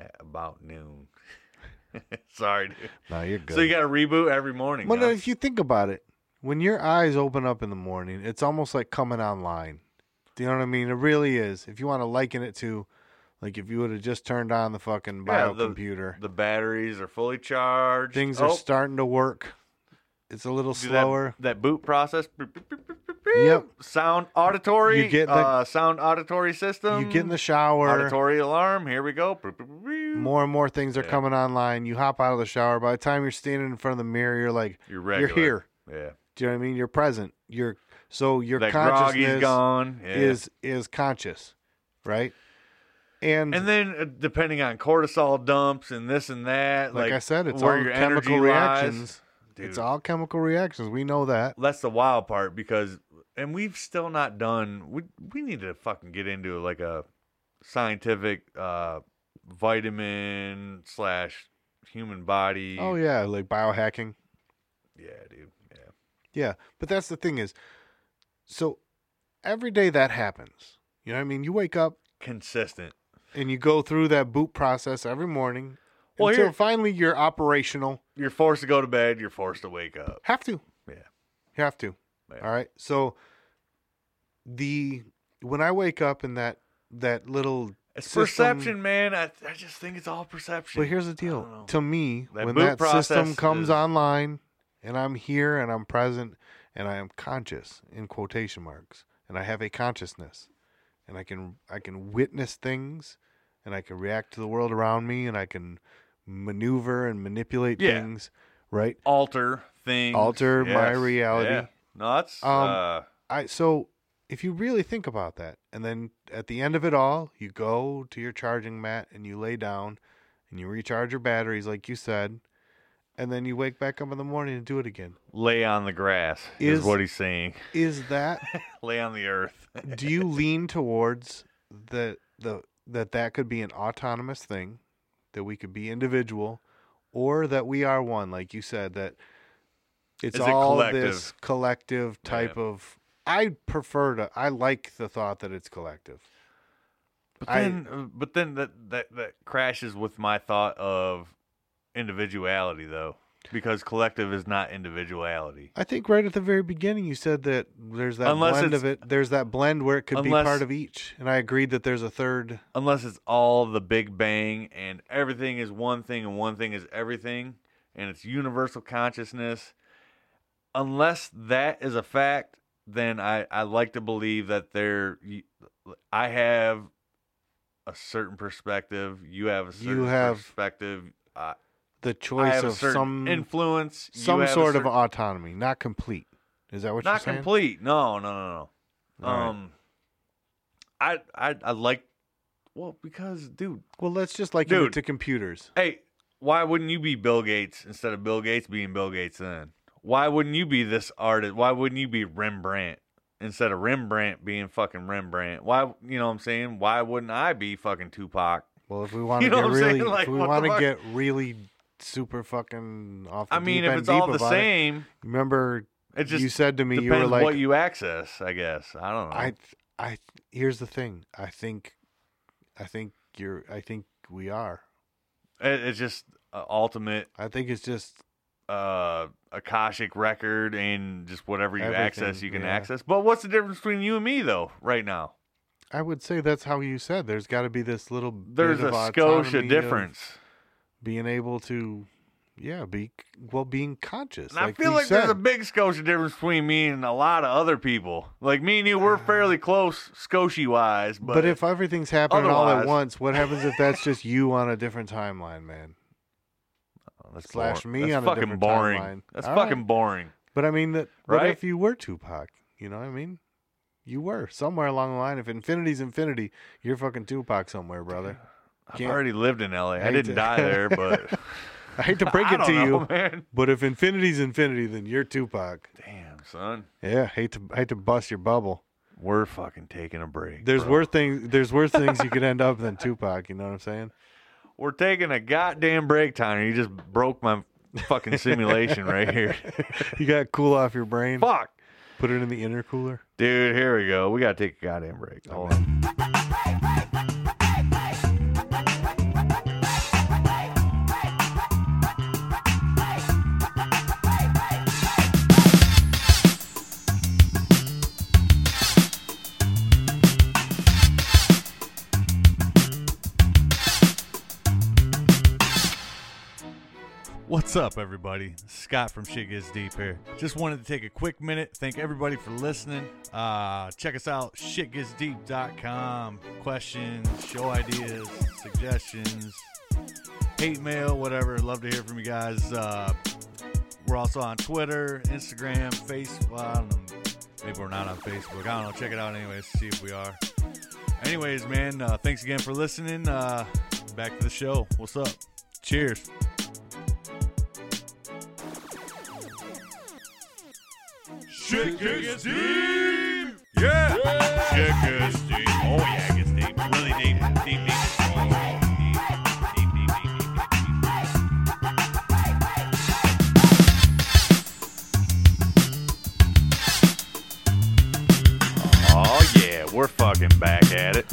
Speaker 2: at about noon. Sorry, dude.
Speaker 3: No, you're good.
Speaker 2: So you got to reboot every morning.
Speaker 3: Well,
Speaker 2: huh?
Speaker 3: no, if you think about it, when your eyes open up in the morning, it's almost like coming online. Do you know what I mean? It really is. If you want to liken it to, like, if you would have just turned on the fucking
Speaker 2: Yeah,
Speaker 3: bio
Speaker 2: the-
Speaker 3: computer,
Speaker 2: the batteries are fully charged.
Speaker 3: things
Speaker 2: oh,
Speaker 3: are starting to work. It's a little
Speaker 2: do that-
Speaker 3: slower.
Speaker 2: That, boot process. Beep, beep, beep, beep, beep, beep.
Speaker 3: Yep.
Speaker 2: Sound auditory.
Speaker 3: You get the-
Speaker 2: uh, sound auditory system.
Speaker 3: You get in the shower.
Speaker 2: auditory alarm. Here we go. Boop, boop, boop, boop.
Speaker 3: More and more things are
Speaker 2: Yeah.
Speaker 3: coming online. You hop out of the shower. By the time you're standing in front of the mirror, you're like,
Speaker 2: You're
Speaker 3: you're
Speaker 2: regular.
Speaker 3: here.
Speaker 2: Yeah.
Speaker 3: Do you know what I mean? You're present. You're so your
Speaker 2: that groggy's
Speaker 3: consciousness
Speaker 2: gone. Yeah.
Speaker 3: is is conscious, right? And
Speaker 2: and then uh, depending on cortisol dumps and this and that,
Speaker 3: like,
Speaker 2: like,
Speaker 3: I said, it's
Speaker 2: where
Speaker 3: all
Speaker 2: your
Speaker 3: chemical
Speaker 2: energy lies.
Speaker 3: reactions.
Speaker 2: Dude,
Speaker 3: It's all chemical reactions. We know that.
Speaker 2: that's the wild part because, and we've still not done. We we need to fucking get into like a scientific uh, vitamin slash human body.
Speaker 3: Oh yeah, like biohacking.
Speaker 2: yeah, dude. Yeah.
Speaker 3: Yeah, but that's the thing is, so every day that happens. You know what I mean? You wake up
Speaker 2: consistent.
Speaker 3: and you go through that boot process every morning
Speaker 2: Well,
Speaker 3: until
Speaker 2: here-
Speaker 3: finally you're operational.
Speaker 2: You're forced to go to bed. You're forced to wake up.
Speaker 3: Have to.
Speaker 2: Yeah.
Speaker 3: You have to.
Speaker 2: Yeah.
Speaker 3: All right. So the when I wake up in that that little
Speaker 2: It's
Speaker 3: system-
Speaker 2: perception, man. I, I just think it's all perception.
Speaker 3: But here's the
Speaker 2: I don't know.
Speaker 3: deal. To me,
Speaker 2: That
Speaker 3: when
Speaker 2: boot
Speaker 3: that system
Speaker 2: process
Speaker 3: comes
Speaker 2: is-
Speaker 3: online and I'm here and I'm present and I am conscious in quotation marks and I have a consciousness and I can I can witness things and I can react to the world around me and I can maneuver and manipulate
Speaker 2: Yeah.
Speaker 3: things, right?
Speaker 2: alter things.
Speaker 3: Alter my
Speaker 2: Yes.
Speaker 3: reality.
Speaker 2: Yeah. No, that's
Speaker 3: Um,
Speaker 2: uh,
Speaker 3: I so if you really think about that, and then at the end of it all, you go to your charging mat and you lay down and you recharge your batteries, like you said, and then you wake back up in the morning and do it again.
Speaker 2: lay on the grass is
Speaker 3: Is-
Speaker 2: what he's saying.
Speaker 3: Is that
Speaker 2: lay on the earth.
Speaker 3: do you lean towards the the that that could be an autonomous thing, that we could be individual, or that we are one, like you said, that it's
Speaker 2: Is it
Speaker 3: all
Speaker 2: collective?
Speaker 3: this collective type of. I prefer to. I like the thought that it's collective.
Speaker 2: But
Speaker 3: I-
Speaker 2: then, uh, but then that, that that crashes with my thought of individuality, though, because collective is not individuality.
Speaker 3: I think right at the very beginning you said that there's that
Speaker 2: Unless
Speaker 3: blend
Speaker 2: it's-
Speaker 3: of it. There's that blend where it could
Speaker 2: Unless-
Speaker 3: be part of each, and I agreed that there's a third.
Speaker 2: Unless it's all the Big Bang and everything is one thing and one thing is everything, and it's universal consciousness. Unless that is a fact, then I I like to believe that there, you- I have a certain perspective. You have a certain
Speaker 3: have-
Speaker 2: perspective. I,
Speaker 3: The
Speaker 2: I
Speaker 3: choice
Speaker 2: have a
Speaker 3: of
Speaker 2: certain
Speaker 3: some
Speaker 2: influence. you
Speaker 3: some
Speaker 2: have a
Speaker 3: sort of
Speaker 2: certain-
Speaker 3: autonomy, not complete. Is that what you're
Speaker 2: not
Speaker 3: saying?
Speaker 2: complete. No, no, no, no.
Speaker 3: All right.
Speaker 2: Um, I, I, I like. Well, because dude,
Speaker 3: Well, let's just like into
Speaker 2: Dude.
Speaker 3: to computers.
Speaker 2: hey, why wouldn't you be Bill Gates instead of Bill Gates being Bill Gates? Then why wouldn't you be this artist? Why wouldn't you be Rembrandt instead of Rembrandt being fucking Rembrandt? Why, you know, what I'm saying, why wouldn't I be fucking Tupac?
Speaker 3: Well, if we want to
Speaker 2: You know
Speaker 3: get
Speaker 2: what I'm saying?
Speaker 3: really,
Speaker 2: Like,
Speaker 3: if we
Speaker 2: what the
Speaker 3: want to
Speaker 2: fuck?
Speaker 3: get really super fucking off. The
Speaker 2: I mean,
Speaker 3: deep
Speaker 2: if
Speaker 3: end
Speaker 2: it's all
Speaker 3: deep
Speaker 2: the
Speaker 3: about it,
Speaker 2: same,
Speaker 3: remember
Speaker 2: it just
Speaker 3: you said to me
Speaker 2: depends
Speaker 3: you were like,
Speaker 2: what you access. I guess I don't know.
Speaker 3: I, I. Here's the thing. I think, I think you're. I think we are.
Speaker 2: It, it's just uh, ultimate
Speaker 3: I think it's just
Speaker 2: uh Akashic record and just whatever you access
Speaker 3: Everything,
Speaker 2: you can
Speaker 3: yeah.
Speaker 2: access. But what's the difference between you and me though right now?
Speaker 3: I would say that's how you said. There's got to be this little.
Speaker 2: There's
Speaker 3: bit of
Speaker 2: a
Speaker 3: autonomy
Speaker 2: scotia
Speaker 3: of
Speaker 2: difference.
Speaker 3: Being able to, yeah, be well, being conscious.
Speaker 2: And I
Speaker 3: like
Speaker 2: feel
Speaker 3: we
Speaker 2: like there's a
Speaker 3: said.
Speaker 2: big scotia difference between me and a lot of other people. Like me and you we're fairly close scotia wise, but,
Speaker 3: Uh-huh. But, if everything's happening all at
Speaker 2: otherwise-
Speaker 3: once, what happens if that's just you on a different timeline, man?
Speaker 2: that's
Speaker 3: slash me
Speaker 2: boring. that's
Speaker 3: on a
Speaker 2: fucking
Speaker 3: different
Speaker 2: boring.
Speaker 3: timeline.
Speaker 2: That's
Speaker 3: All
Speaker 2: fucking
Speaker 3: right.
Speaker 2: boring.
Speaker 3: But I mean, that, what
Speaker 2: Right?
Speaker 3: if you were Tupac? You know what I mean? You were somewhere along the line. If infinity's infinity, you're fucking Tupac somewhere, brother.
Speaker 2: I've
Speaker 3: Can't-
Speaker 2: already lived in LA. I,
Speaker 3: hate
Speaker 2: didn't
Speaker 3: to-
Speaker 2: die there, but
Speaker 3: I hate to break
Speaker 2: I
Speaker 3: it to
Speaker 2: don't know,
Speaker 3: you,
Speaker 2: man.
Speaker 3: but if infinity's infinity, then you're Tupac.
Speaker 2: Damn, son.
Speaker 3: Yeah, hate to hate to bust your bubble.
Speaker 2: We're fucking taking a break.
Speaker 3: There's
Speaker 2: bro.
Speaker 3: worse things. There's worse things you could end up than Tupac. You know what I'm saying?
Speaker 2: We're taking a goddamn break, Tyner. You just broke my fucking simulation right here.
Speaker 3: You got to cool off your brain.
Speaker 2: Fuck.
Speaker 3: Put it in the intercooler.
Speaker 2: Dude, here we go. We got to take a goddamn break. Hold on.
Speaker 6: What's up, everybody? Scott from Shit Gets Deep here. Just wanted to take a quick minute. Thank everybody for listening. Uh, check us out, shitgetsdeep.com. Questions, show ideas, suggestions, hate mail, whatever. Love to hear from you guys. Uh, we're also on Twitter, Instagram, Facebook. I don't know. Maybe we're not on Facebook. I don't know. Check it out anyways. See if we are. Anyways, man, uh, thanks again for listening. Uh, back to the show. What's up? Cheers.
Speaker 1: Shit gets deep. Yeah. Shit gets deep. Oh yeah, it gets deep. Really deep. Deep, deep, deep. Oh, deep, deep, deep, deep, deep, deep, deep.
Speaker 2: Oh, yeah. We're fucking back at it.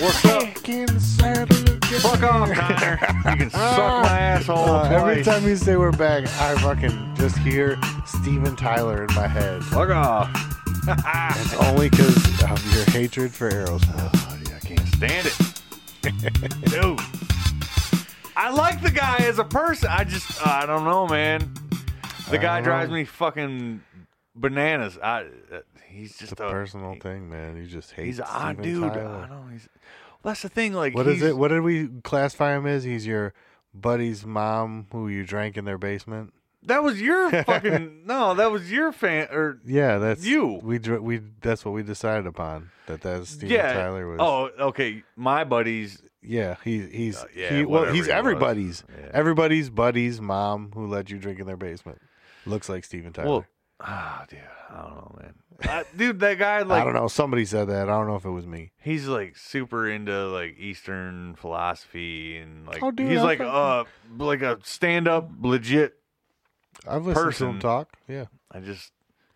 Speaker 2: What's up? Fuck off, Tyner. You can suck my asshole
Speaker 3: Uh, every
Speaker 2: twice.
Speaker 3: time you say we're back, I fucking just hear Steven Tyler in my head.
Speaker 2: Fuck off. Oh,
Speaker 3: It's only because of your hatred for Aerosmith.
Speaker 2: Oh, yeah, I can't stand it. Dude. I like the guy as a person. I just, uh, I don't know, man. The
Speaker 3: I
Speaker 2: guy
Speaker 3: don't
Speaker 2: drives
Speaker 3: know.
Speaker 2: me fucking bananas. I, uh, he's just
Speaker 3: It's a personal thing, man. You just hate.
Speaker 2: He's an
Speaker 3: Steven
Speaker 2: odd dude.
Speaker 3: Tyler.
Speaker 2: I know he's. Well, that's the thing. Like,
Speaker 3: What is
Speaker 2: he's-
Speaker 3: it? What did we classify him as? He's your buddy's mom who you drank in their basement.
Speaker 2: That was your fucking no. That was your fan or
Speaker 3: Yeah, that's
Speaker 2: You.
Speaker 3: We dr- we that's what we decided upon that that Steven
Speaker 2: yeah.
Speaker 3: Tyler was.
Speaker 2: Oh, okay. My buddies.
Speaker 3: yeah, he he's
Speaker 2: Uh, yeah,
Speaker 3: he, well
Speaker 2: whatever
Speaker 3: he's
Speaker 2: he was.
Speaker 3: everybody's
Speaker 2: Yeah.
Speaker 3: everybody's buddy's mom who let you drink in their basement. Looks like Steven Tyler.
Speaker 2: Well, ah, dude. I don't know, man. I, dude, that guy like
Speaker 3: I don't know. Somebody said that. I don't know if it was me.
Speaker 2: he's like super into like Eastern philosophy and like
Speaker 3: Oh, dude,
Speaker 2: he's
Speaker 3: I
Speaker 2: like uh
Speaker 3: fucking-
Speaker 2: like a stand up legit.
Speaker 3: I've listened to
Speaker 2: Person.
Speaker 3: him talk. Yeah,
Speaker 2: I just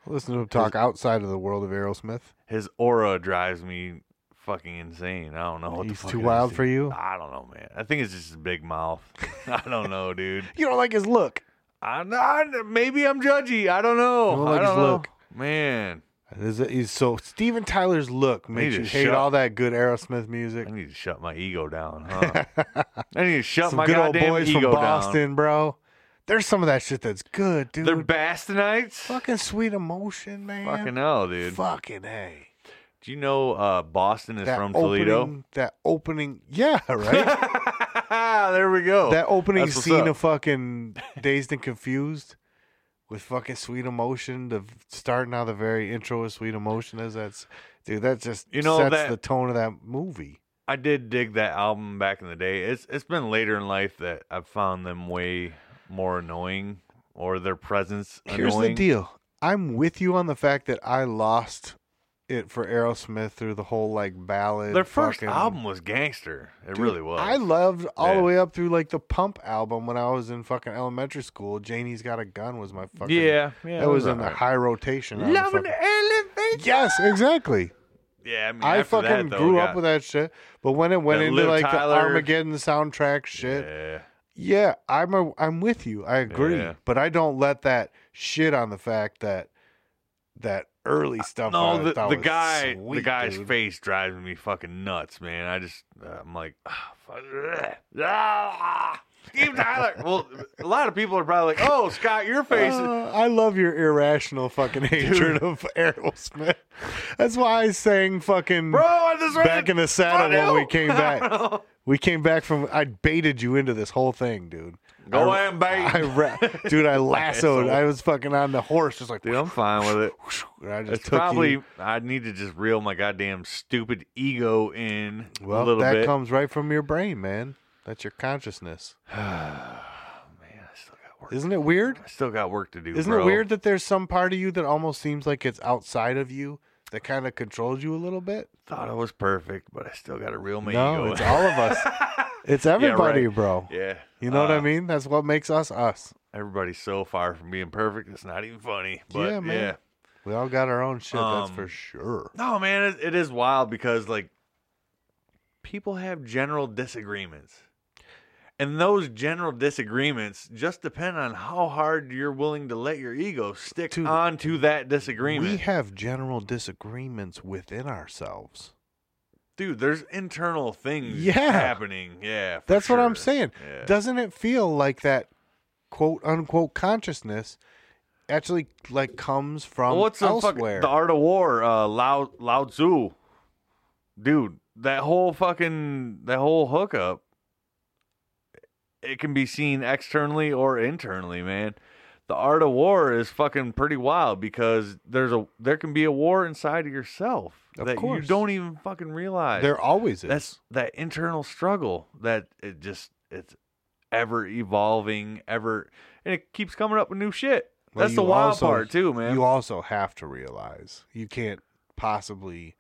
Speaker 3: I listened to him talk outside of the world of Aerosmith.
Speaker 2: his aura drives me fucking insane. I don't know Oh, what the
Speaker 3: He's
Speaker 2: fuck
Speaker 3: too
Speaker 2: it is,
Speaker 3: wild
Speaker 2: dude.
Speaker 3: for you?
Speaker 2: I don't know, man. I think it's just his big mouth. I don't know, dude.
Speaker 3: You don't like his look.
Speaker 2: I'm not. Maybe I'm judgy. I don't know.
Speaker 3: You don't like
Speaker 2: I
Speaker 3: his
Speaker 2: don't know.
Speaker 3: look.
Speaker 2: Man,
Speaker 3: Is it- is- so Steven Tyler's look makes
Speaker 2: to
Speaker 3: you hate
Speaker 2: shut-
Speaker 3: all that good Aerosmith music.
Speaker 2: I need to shut my ego down. Huh? I need to shut
Speaker 3: Some
Speaker 2: my
Speaker 3: good old
Speaker 2: goddamn
Speaker 3: boys
Speaker 2: ego
Speaker 3: from
Speaker 2: down.
Speaker 3: Boston, bro. There's some of that shit that's good, dude.
Speaker 2: They're Bastonites.
Speaker 3: fucking sweet emotion, man.
Speaker 2: Fucking hell, dude.
Speaker 3: Fucking hey.
Speaker 2: Do you know uh, Boston is from Toledo?
Speaker 3: opening- That opening, yeah, right.
Speaker 2: there we go.
Speaker 3: that opening
Speaker 2: That's what's
Speaker 3: scene
Speaker 2: up.
Speaker 3: of fucking Dazed and Confused with fucking Sweet Emotion. The starting out the very intro of Sweet Emotion is that's dude. That just
Speaker 2: You know,
Speaker 3: sets
Speaker 2: that-
Speaker 3: the tone of that movie.
Speaker 2: I did dig that album back in the day. It's it's been later in life that I've found them way more annoying or their presence
Speaker 3: Here's
Speaker 2: annoying.
Speaker 3: the deal. I'm with you on the fact that I lost it for Aerosmith through the whole like ballad.
Speaker 2: Their first
Speaker 3: fucking-
Speaker 2: album was gangster. It
Speaker 3: Dude,
Speaker 2: really was.
Speaker 3: I loved all
Speaker 2: Yeah.
Speaker 3: the way up through like the Pump album when I was in fucking elementary school. Janie's Got a Gun was my fucking
Speaker 2: yeah, yeah.
Speaker 3: That was
Speaker 2: it
Speaker 3: in the
Speaker 2: alright.
Speaker 3: high rotation. I was
Speaker 2: Loving
Speaker 3: fucking-
Speaker 2: elevator.
Speaker 3: Yes, exactly.
Speaker 2: Yeah, I mean,
Speaker 3: I
Speaker 2: after
Speaker 3: fucking
Speaker 2: that, though,
Speaker 3: grew
Speaker 2: it
Speaker 3: up
Speaker 2: got-
Speaker 3: with that shit. But when it went
Speaker 2: That
Speaker 3: into
Speaker 2: Liv
Speaker 3: like
Speaker 2: Tyler-
Speaker 3: the Armageddon soundtrack shit,
Speaker 2: Yeah.
Speaker 3: yeah, I'm a, I'm with you. I agree,
Speaker 2: Yeah.
Speaker 3: but I don't let that shit on the fact that that early stuff. I
Speaker 2: Uh, No, the,
Speaker 3: thought
Speaker 2: the
Speaker 3: was
Speaker 2: guy, the
Speaker 3: sweet,
Speaker 2: guy's
Speaker 3: dude.
Speaker 2: face drives me fucking nuts, man. I just, I'm like, ah, fuck, ugh, ah, Steve Tyler. well, a lot of people are probably like, oh, Scott, your face. is-"
Speaker 3: Uh, I love your irrational fucking hatred of Aerosmith. That's why I sang fucking
Speaker 2: Bro, I just read
Speaker 3: back
Speaker 2: it.
Speaker 3: in the saddle
Speaker 2: Fuck you.
Speaker 3: when we came
Speaker 2: I
Speaker 3: back.
Speaker 2: don't know.
Speaker 3: We came back from. I baited you into this whole thing, dude.
Speaker 2: Go
Speaker 3: I,
Speaker 2: and bait.
Speaker 3: I ra- dude, I lassoed. I was fucking on the horse, just like
Speaker 2: Dude, I'm fine with it.
Speaker 3: and I just
Speaker 2: It's
Speaker 3: took
Speaker 2: probably
Speaker 3: you.
Speaker 2: I need to just reel my goddamn stupid ego in a
Speaker 3: Well,
Speaker 2: little
Speaker 3: that
Speaker 2: bit.
Speaker 3: comes right from your brain, man. That's your consciousness.
Speaker 2: man, I still got work.
Speaker 3: Isn't it weird?
Speaker 2: I still got work to do.
Speaker 3: Isn't
Speaker 2: bro.
Speaker 3: it weird that there's some part of you that almost seems like it's outside of you that kind of controls you a little bit?
Speaker 2: Thought I was perfect, but I still got to reel my
Speaker 3: no,
Speaker 2: ego
Speaker 3: it's
Speaker 2: in.
Speaker 3: all of us. It's everybody,
Speaker 2: right.
Speaker 3: bro.
Speaker 2: yeah,
Speaker 3: You know what I
Speaker 2: Uh,
Speaker 3: mean? That's what makes us us.
Speaker 2: Everybody's so far from being perfect. It's not even funny. But yeah,
Speaker 3: Yeah, man. We all got our own shit.
Speaker 2: um,
Speaker 3: that's for sure.
Speaker 2: No, man, it, it is wild because like people have general disagreements. And those general disagreements just depend on how hard you're willing to let your ego stick
Speaker 3: Dude,
Speaker 2: onto that disagreement.
Speaker 3: We have general disagreements within ourselves.
Speaker 2: Dude, there's internal things
Speaker 3: Yeah.
Speaker 2: happening. Yeah. for
Speaker 3: That's what I'm
Speaker 2: sure.
Speaker 3: saying.
Speaker 2: Yeah.
Speaker 3: Doesn't it feel like that quote unquote consciousness actually like comes from
Speaker 2: Well, what's the fuck?
Speaker 3: elsewhere?
Speaker 2: The Art of War, uh, Lao Lao Tzu, dude. That whole fucking that whole hookup. It can be seen externally or internally, man. The art of war is fucking pretty wild because there's a there can be a war inside of yourself
Speaker 3: Of
Speaker 2: that you
Speaker 3: course.
Speaker 2: don't even fucking realize.
Speaker 3: there always is.
Speaker 2: That's that internal struggle that it just it's ever evolving, ever, and it keeps coming up with new shit.
Speaker 3: Well,
Speaker 2: That's the
Speaker 3: you
Speaker 2: wild
Speaker 3: also-
Speaker 2: part too, man.
Speaker 3: You also have to realize you can't possibly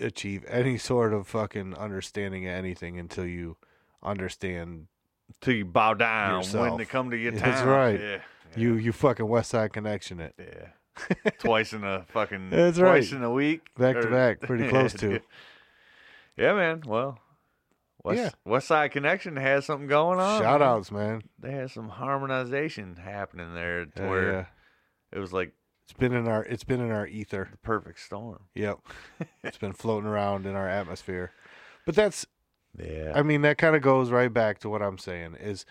Speaker 3: achieve any sort of fucking understanding of anything until you understand
Speaker 2: till you bow down when
Speaker 3: Yourself.
Speaker 2: they come to your town.
Speaker 3: That's right.
Speaker 2: Yeah.
Speaker 3: you you fucking West Side Connection it
Speaker 2: Yeah. twice in a fucking
Speaker 3: That's
Speaker 2: twice
Speaker 3: right.
Speaker 2: in a week.
Speaker 3: back to
Speaker 2: or-
Speaker 3: back, pretty close
Speaker 2: Yeah,
Speaker 3: to.
Speaker 2: dude. Yeah, man. Well, West,
Speaker 3: Yeah.
Speaker 2: West Side Connection has something going on.
Speaker 3: Shout
Speaker 2: man.
Speaker 3: outs, man.
Speaker 2: They had some harmonization happening there to
Speaker 3: Yeah,
Speaker 2: where
Speaker 3: yeah.
Speaker 2: it was like
Speaker 3: it's been in our it's been in our ether.
Speaker 2: the perfect storm.
Speaker 3: Yep. it's been floating around in our atmosphere. But that's
Speaker 2: Yeah.
Speaker 3: I mean that kind of goes right back to what I'm saying is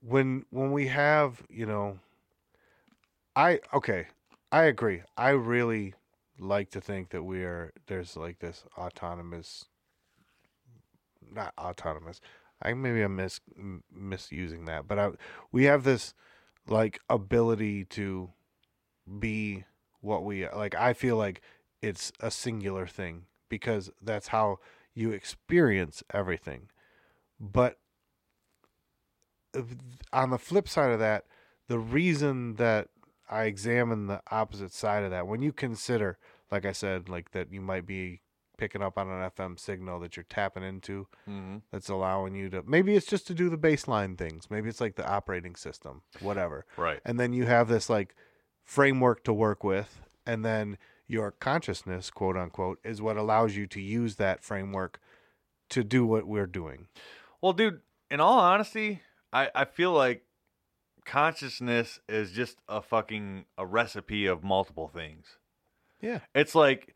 Speaker 3: when when we have, you know, I okay, I agree. I really like to think that we are there's like this autonomous not autonomous. I maybe I'm mis, m- misusing that, but I we have this like ability to be what we like i feel like it's a singular thing because that's how you experience everything but on the flip side of that the reason that i examine the opposite side of that when you consider like i said like that you might be picking up on an fm signal that you're tapping into
Speaker 2: Mm-hmm.
Speaker 3: that's allowing you to maybe it's just to do the baseline things maybe it's like the operating system whatever
Speaker 2: Right.
Speaker 3: and then you have this like framework to work with and then your consciousness quote unquote is what allows you to use that framework to do what we're doing
Speaker 2: Well, dude, in all honesty, I, I feel like consciousness is just a fucking a recipe of multiple things.
Speaker 3: Yeah.
Speaker 2: It's like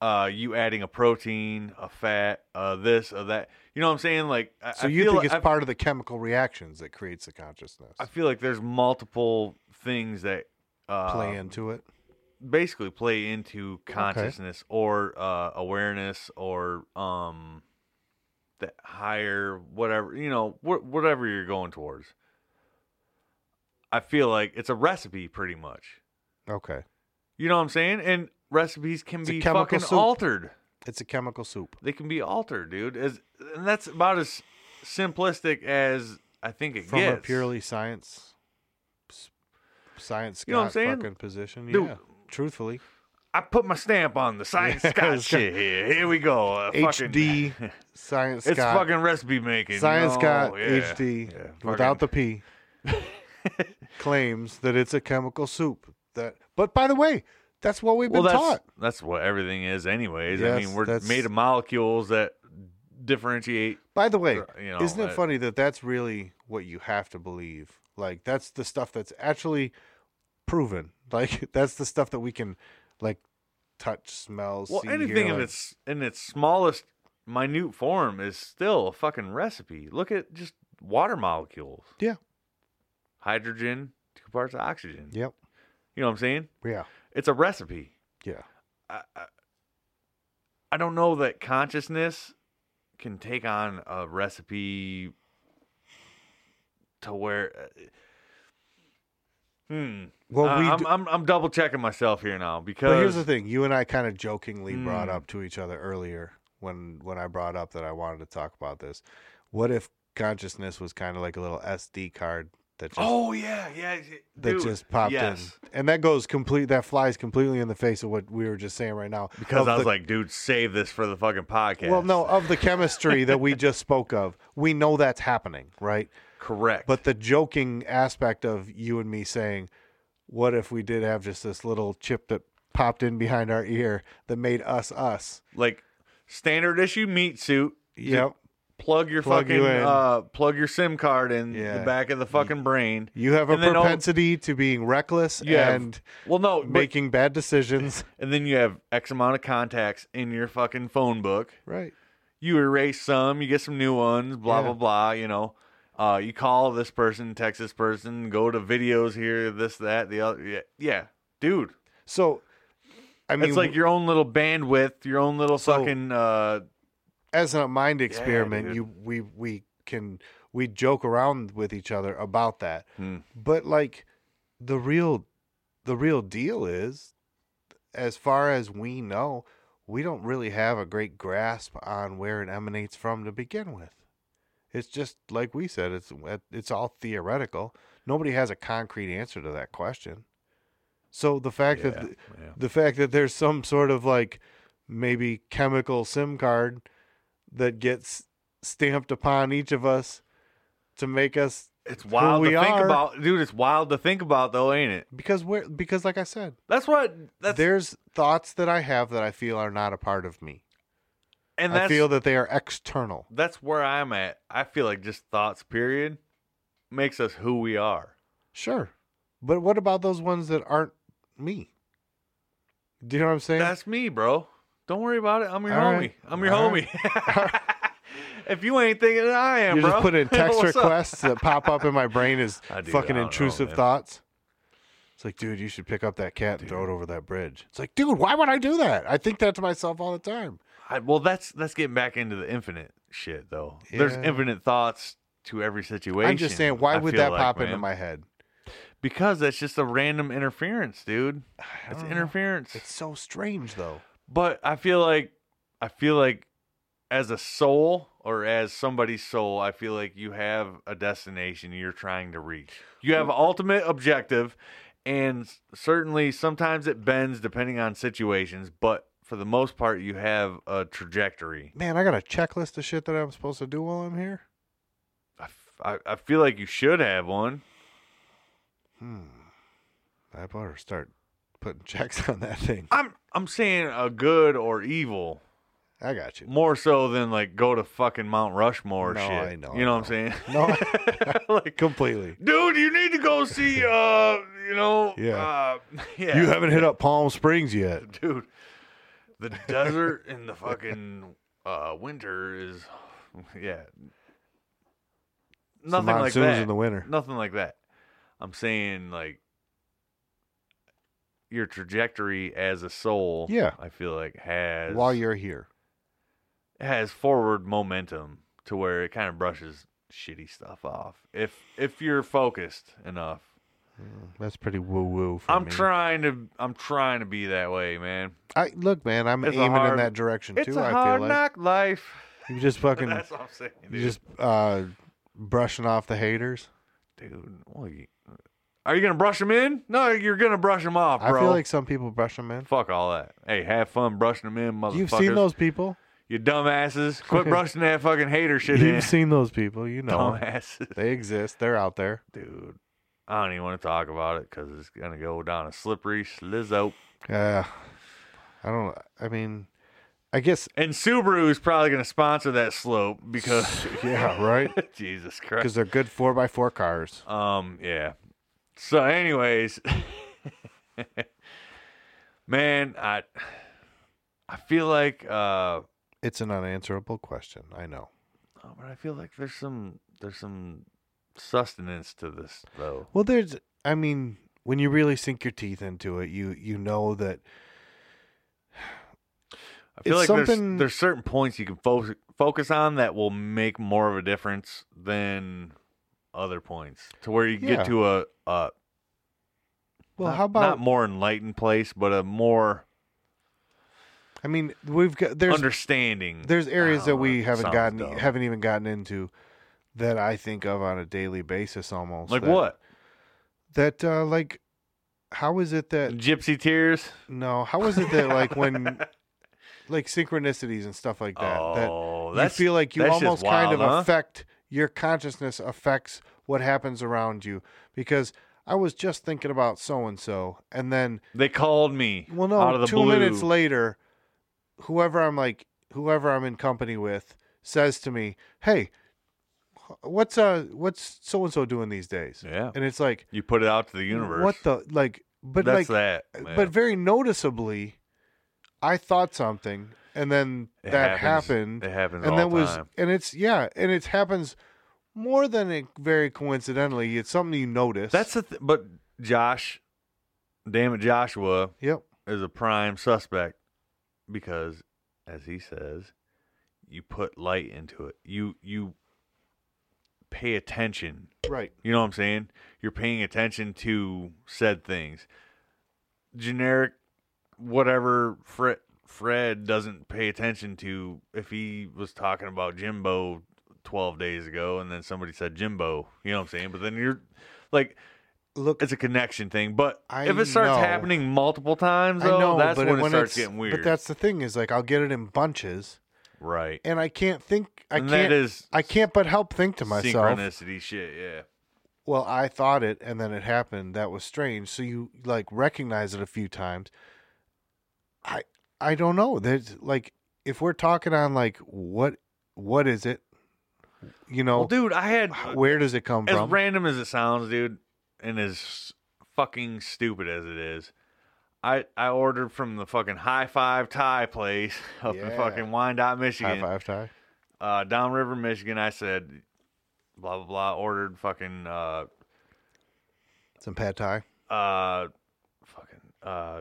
Speaker 2: uh, you adding a protein, a fat, uh, this, or that. You know what I'm saying? Like, I,
Speaker 3: so
Speaker 2: I
Speaker 3: you
Speaker 2: feel
Speaker 3: think
Speaker 2: like-
Speaker 3: it's
Speaker 2: I,
Speaker 3: part of the chemical reactions that creates the consciousness
Speaker 2: I feel like there's multiple things that uh,
Speaker 3: play into it
Speaker 2: basically play into consciousness or uh, awareness or um that higher whatever you know wh- whatever you're going towards i feel like it's a recipe pretty much
Speaker 3: okay
Speaker 2: you know what i'm saying and recipes can
Speaker 3: It's a
Speaker 2: be
Speaker 3: chemical
Speaker 2: fucking
Speaker 3: soup.
Speaker 2: altered
Speaker 3: it's a chemical soup
Speaker 2: they can be altered dude as and that's about as simplistic as i think it
Speaker 3: from a
Speaker 2: gets
Speaker 3: purely science s- science
Speaker 2: You know what I'm
Speaker 3: Scott
Speaker 2: saying?
Speaker 3: fucking position
Speaker 2: Dude.
Speaker 3: yeah truthfully
Speaker 2: i put my stamp on the science scott shit here here we go uh, fucking-
Speaker 3: hd science
Speaker 2: it's
Speaker 3: Scott.
Speaker 2: fucking recipe making
Speaker 3: Science
Speaker 2: you know?
Speaker 3: Scott
Speaker 2: Yeah.
Speaker 3: HD
Speaker 2: Yeah,
Speaker 3: without
Speaker 2: fucking-
Speaker 3: the P claims that it's a chemical soup. That, but by the way, that's what we've been
Speaker 2: that's,
Speaker 3: taught.
Speaker 2: That's what everything is, anyways. I
Speaker 3: Yes,
Speaker 2: mean, we're
Speaker 3: that's-
Speaker 2: made of molecules that differentiate.
Speaker 3: By the way,
Speaker 2: Uh, you know,
Speaker 3: isn't it
Speaker 2: I-
Speaker 3: funny that that's really what you have to believe? Like that's the stuff that's actually proven. Like that's the stuff that we can like touch, smell,
Speaker 2: Well,
Speaker 3: see. hear,
Speaker 2: anything in
Speaker 3: like-
Speaker 2: its in its smallest, minute form is still a fucking recipe. Look at just water molecules.
Speaker 3: Yeah.
Speaker 2: Hydrogen, two parts of oxygen.
Speaker 3: Yep.
Speaker 2: You know what I'm saying?
Speaker 3: Yeah.
Speaker 2: It's a recipe.
Speaker 3: Yeah.
Speaker 2: I, I, I don't know that consciousness can take on a recipe to where. uh, hmm.
Speaker 3: Well,
Speaker 2: Uh,
Speaker 3: we
Speaker 2: I'm,
Speaker 3: do-
Speaker 2: I'm I'm double checking myself here now because
Speaker 3: But here's the thing: you and I kind of jokingly brought
Speaker 2: Mm.
Speaker 3: up to each other earlier when when I brought up that I wanted to talk about this. What if consciousness was kind of like a little SD card that just
Speaker 2: oh yeah yeah
Speaker 3: that
Speaker 2: dude,
Speaker 3: just popped
Speaker 2: yes.
Speaker 3: in, and that goes complete that flies completely in the face of what we were just saying right now.
Speaker 2: because
Speaker 3: of
Speaker 2: I was
Speaker 3: the-
Speaker 2: like, dude, save this for the fucking podcast.
Speaker 3: well, no, of the chemistry that we just spoke of, we know that's happening, right?
Speaker 2: correct.
Speaker 3: But the joking aspect of you and me saying, "What if we did have just this little chip that popped in behind our ear that made us us?"
Speaker 2: like standard issue meat suit,
Speaker 3: Yep.
Speaker 2: plug your
Speaker 3: Plug
Speaker 2: fucking
Speaker 3: you in.
Speaker 2: uh plug your SIM card in
Speaker 3: Yeah.
Speaker 2: the back of the fucking brain.
Speaker 3: You have a
Speaker 2: And then all-
Speaker 3: propensity to being reckless
Speaker 2: You have-
Speaker 3: and
Speaker 2: Well, no, but,
Speaker 3: making bad decisions.
Speaker 2: and then you have X amount of contacts in your fucking phone book.
Speaker 3: Right.
Speaker 2: you erase some, you get some new ones, blah
Speaker 3: Yeah.
Speaker 2: blah blah. You know, uh, you call this person, text this person, go to videos here, this that the other. Yeah, yeah. dude,
Speaker 3: So, I mean,
Speaker 2: it's like your own little bandwidth, your own little
Speaker 3: So-
Speaker 2: fucking. Uh,
Speaker 3: as a mind experiment,
Speaker 2: dude.
Speaker 3: you we we can we joke around with each other about that,
Speaker 2: Hmm.
Speaker 3: but like the real the real deal is, as far as we know, we don't really have a great grasp on where it emanates from to begin with. It's just like we said, it's uh, it's all theoretical. Nobody has a concrete answer to that question. So the fact that th-
Speaker 2: yeah.
Speaker 3: the fact that there's some sort of like maybe chemical SIM card that gets stamped upon each of us to make us
Speaker 2: It's wild
Speaker 3: we
Speaker 2: to think
Speaker 3: are.
Speaker 2: about, dude. It's wild to think about, though, ain't it?
Speaker 3: because we're because like I said,
Speaker 2: That's what. That's
Speaker 3: there's thoughts that I have that I feel are not a part of me.
Speaker 2: and
Speaker 3: I
Speaker 2: that's
Speaker 3: feel that they are external.
Speaker 2: that's where I'm at. I feel like just thoughts, period, makes us who we are.
Speaker 3: Sure. But what about those ones that aren't me? Do you know what I'm saying?
Speaker 2: That's me, bro. Don't worry about it. I'm your
Speaker 3: All
Speaker 2: homie.
Speaker 3: right.
Speaker 2: I'm your
Speaker 3: All
Speaker 2: homie. if you ain't thinking it, I am,
Speaker 3: You're
Speaker 2: bro.
Speaker 3: just putting in text
Speaker 2: What's up?
Speaker 3: requests that pop up in my brain as
Speaker 2: I do,
Speaker 3: fucking
Speaker 2: I don't know,
Speaker 3: intrusive
Speaker 2: man.
Speaker 3: thoughts. It's like, dude, you should pick up that cat and throw it over that bridge. It's like, dude, why would I do that? I think that to myself all the time.
Speaker 2: I, well, that's that's getting back into the infinite shit, though. There's
Speaker 3: Yeah.
Speaker 2: infinite thoughts to every situation.
Speaker 3: I'm just saying, why
Speaker 2: I
Speaker 3: would
Speaker 2: feel
Speaker 3: that
Speaker 2: like,
Speaker 3: pop into
Speaker 2: man.
Speaker 3: my head?
Speaker 2: Because that's just a random interference, dude. It's
Speaker 3: don't know.
Speaker 2: interference.
Speaker 3: It's so strange though.
Speaker 2: But I feel like I feel like as a soul or as somebody's soul, I feel like you have a destination you're trying to reach. You have an ultimate objective and s- certainly sometimes it bends depending on situations, but for the most part you have a trajectory.
Speaker 3: Man, I got a checklist of shit that I'm supposed to do while I'm here.
Speaker 2: I, f- I- I feel like you should have one.
Speaker 3: I better start putting checks on that thing.
Speaker 2: I'm I'm saying a good or evil
Speaker 3: I got you.
Speaker 2: more so than like go to fucking Mount Rushmore
Speaker 3: No,
Speaker 2: shit.
Speaker 3: I know,
Speaker 2: You know
Speaker 3: I
Speaker 2: what I'm saying?
Speaker 3: No,
Speaker 2: like
Speaker 3: completely.
Speaker 2: dude, you need to go see, uh, you know,
Speaker 3: Yeah.
Speaker 2: uh, yeah,
Speaker 3: You haven't hit up Palm Springs yet.
Speaker 2: dude, the desert in the fucking uh, winter is, yeah, nothing like
Speaker 3: monsoons
Speaker 2: that
Speaker 3: in the winter.
Speaker 2: Nothing like that. I'm saying like your trajectory as a soul.
Speaker 3: Yeah.
Speaker 2: I feel like has
Speaker 3: While you're here,
Speaker 2: has forward momentum to where it kind of brushes shitty stuff off if if you're focused enough
Speaker 3: that's pretty woo woo for
Speaker 2: I'm
Speaker 3: me.
Speaker 2: trying to I'm trying to be that way, man.
Speaker 3: I look, man. I'm
Speaker 2: It's a
Speaker 3: aiming in
Speaker 2: hard-
Speaker 3: that direction
Speaker 2: It's
Speaker 3: too.
Speaker 2: a
Speaker 3: I
Speaker 2: hard
Speaker 3: feel like
Speaker 2: knock life.
Speaker 3: you just fucking,
Speaker 2: That's what I'm saying,
Speaker 3: you
Speaker 2: dude.
Speaker 3: just uh, brushing off the haters.
Speaker 2: dude. well, you- Are you gonna brush them in? No, you're gonna brush them off, bro.
Speaker 3: I feel like some people brush them in.
Speaker 2: Fuck all that. Hey, have fun brushing them in, motherfuckers.
Speaker 3: You've seen those people.
Speaker 2: You dumbasses. Quit brushing that fucking hater shit in.
Speaker 3: You've seen those people. You know 'em.
Speaker 2: Dumbasses,
Speaker 3: they exist. They're out there.
Speaker 2: dude. I don't even want to talk about it because it's gonna go down a slippery slizzo.
Speaker 3: Yeah, I don't. I mean, I guess.
Speaker 2: And Subaru is probably gonna sponsor that slope because
Speaker 3: Yeah, right.
Speaker 2: Jesus Christ.
Speaker 3: Because they're good four x four cars.
Speaker 2: Um, yeah. So, anyways, man, I I feel like uh,
Speaker 3: It's an unanswerable question. I know.
Speaker 2: oh, but I feel like there's some there's some sustenance to this though.
Speaker 3: Well, there's. I mean, when you really sink your teeth into it, you you know that
Speaker 2: I feel
Speaker 3: It's
Speaker 2: like
Speaker 3: something-
Speaker 2: there's there's certain points you can fo- focus on that will make more of a difference than other points to where you
Speaker 3: Yeah.
Speaker 2: get to a, a
Speaker 3: Well,
Speaker 2: not-
Speaker 3: how about?
Speaker 2: not more enlightened place, but a more
Speaker 3: I mean, we've got there's
Speaker 2: understanding.
Speaker 3: there's areas
Speaker 2: I
Speaker 3: that
Speaker 2: don't know,
Speaker 3: we
Speaker 2: it
Speaker 3: haven't
Speaker 2: Oh, sounds
Speaker 3: gotten
Speaker 2: dumb.
Speaker 3: haven't even gotten into that I think of on a daily basis almost.
Speaker 2: like
Speaker 3: that-
Speaker 2: what
Speaker 3: That uh, like, how is it that
Speaker 2: gypsy tears.
Speaker 3: no? How is it that like when like synchronicities and stuff like that
Speaker 2: Oh,
Speaker 3: that you
Speaker 2: that's-
Speaker 3: feel like you
Speaker 2: that's just
Speaker 3: almost kind
Speaker 2: wild,
Speaker 3: of
Speaker 2: huh?
Speaker 3: affect your consciousness affects what happens around you because. I was just thinking about so and so, and then
Speaker 2: They called me.
Speaker 3: Well, no,
Speaker 2: out of the
Speaker 3: two
Speaker 2: blue.
Speaker 3: minutes later, whoever I'm like, whoever I'm in company with, says to me, "Hey, what's uh, what's so and so doing these days?"
Speaker 2: Yeah.
Speaker 3: and it's like,
Speaker 2: You put it out to the universe.
Speaker 3: what the like? But
Speaker 2: That's
Speaker 3: like,
Speaker 2: that. man.
Speaker 3: but very noticeably, I thought something, and then
Speaker 2: It
Speaker 3: that
Speaker 2: happens.
Speaker 3: happened.
Speaker 2: It happens
Speaker 3: and
Speaker 2: all
Speaker 3: that
Speaker 2: the
Speaker 3: was,
Speaker 2: time.
Speaker 3: and it's yeah, and it happens more than it, very coincidentally. It's something you notice.
Speaker 2: that's the. Th- but Josh, damn it, Joshua
Speaker 3: yep.
Speaker 2: is a prime suspect because, as he says, you put light into it. You you pay attention.
Speaker 3: Right.
Speaker 2: You know what I'm saying? You're paying attention to said things. Generic, whatever Fred, Fred doesn't pay attention to if he was talking about Jimbo 12 days ago and then somebody said Jimbo. You know what I'm saying? But then you're like,
Speaker 3: Look,
Speaker 2: it's a connection thing. But
Speaker 3: I
Speaker 2: if it starts
Speaker 3: know.
Speaker 2: happening multiple times, though, that's when it, starts
Speaker 3: it's-
Speaker 2: getting weird.
Speaker 3: But that's the thing is like I'll get it in bunches,
Speaker 2: right.
Speaker 3: and I can't think. I
Speaker 2: And that
Speaker 3: can't.
Speaker 2: is
Speaker 3: I can't but help think to myself.
Speaker 2: Synchronicity shit, yeah.
Speaker 3: Well, I thought it, and then it happened. That was strange. So you like recognize it a few times. I I don't know. There's like if we're talking on like what what is it? You know,
Speaker 2: Well, dude, I had.
Speaker 3: h- where does it come
Speaker 2: as
Speaker 3: from?
Speaker 2: random as it sounds, dude, and as fucking stupid as it is, I I ordered from the fucking High Five Thai place up in
Speaker 3: Yeah.
Speaker 2: fucking Wyandotte,
Speaker 3: High
Speaker 2: Michigan,
Speaker 3: five, Ty.
Speaker 2: uh, downriver Michigan. I said, blah blah blah. Ordered fucking uh
Speaker 3: Some pad Thai.
Speaker 2: uh fucking uh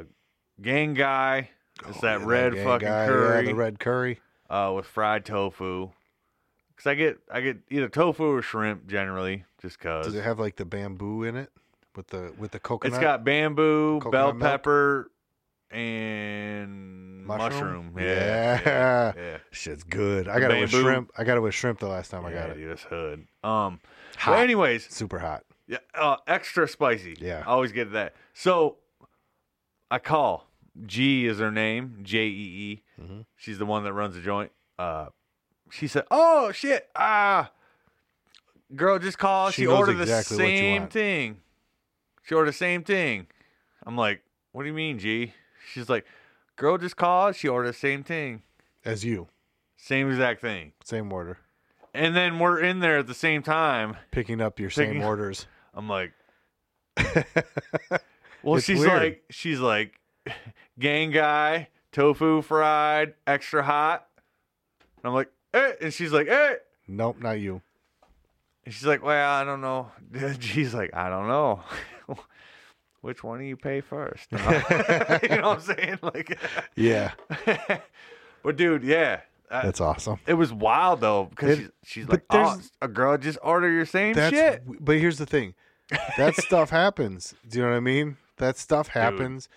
Speaker 2: gang guy. It's that
Speaker 3: Oh, Yeah,
Speaker 2: red
Speaker 3: gang
Speaker 2: fucking
Speaker 3: guy, yeah,
Speaker 2: curry
Speaker 3: the red curry.
Speaker 2: uh, with fried tofu. Cause I get I get either tofu or shrimp generally, just cause.
Speaker 3: Does it have like the bamboo in it? with the with the coconut.
Speaker 2: It's got bamboo,
Speaker 3: Coconut
Speaker 2: bell
Speaker 3: milk?
Speaker 2: pepper, and
Speaker 3: Mushroom?
Speaker 2: mushroom. Yeah,
Speaker 3: Yeah.
Speaker 2: yeah, yeah.
Speaker 3: Shit's good. I got it with
Speaker 2: Bamboo.
Speaker 3: shrimp. I got it with shrimp the last time I
Speaker 2: Yeah,
Speaker 3: got it.
Speaker 2: dude, it's hood. Um. Well,
Speaker 3: Oh Hot.
Speaker 2: anyways,
Speaker 3: Super hot.
Speaker 2: Yeah, uh, extra spicy.
Speaker 3: Yeah.
Speaker 2: I always get that. So I call. G is her name, J E E.
Speaker 3: Mhm.
Speaker 2: She's the one that runs the joint. Uh, she said, "Oh shit, ah, girl, just call. She,
Speaker 3: She knows
Speaker 2: ordered
Speaker 3: exactly
Speaker 2: the
Speaker 3: what you
Speaker 2: same
Speaker 3: want.
Speaker 2: thing. She ordered the same thing." I'm like, "What do you mean, G?" She's like, "Girl, just call. She ordered the same thing,
Speaker 3: As you,
Speaker 2: same exact thing."
Speaker 3: same order.
Speaker 2: And then we're in there at the same time.
Speaker 3: Picking up your
Speaker 2: Picking-
Speaker 3: same orders.
Speaker 2: I'm like, well,
Speaker 3: It's
Speaker 2: she's
Speaker 3: weird.
Speaker 2: like, she's like, gang guy, tofu fried, extra hot. And I'm like, eh, and she's like, eh,
Speaker 3: Nope, not you.
Speaker 2: and she's like, well, I don't know. She's like, I don't know. Which one do you pay first? you know what I'm saying? Like,
Speaker 3: Yeah,
Speaker 2: but dude, yeah, uh,
Speaker 3: that's awesome.
Speaker 2: it was wild though
Speaker 3: It-
Speaker 2: because she's, she's
Speaker 3: but
Speaker 2: like, oh,
Speaker 3: there's-
Speaker 2: a girl just order your same
Speaker 3: That's
Speaker 2: shit.
Speaker 3: w- but here's the thing, that stuff happens. Do you know what I mean? That stuff happens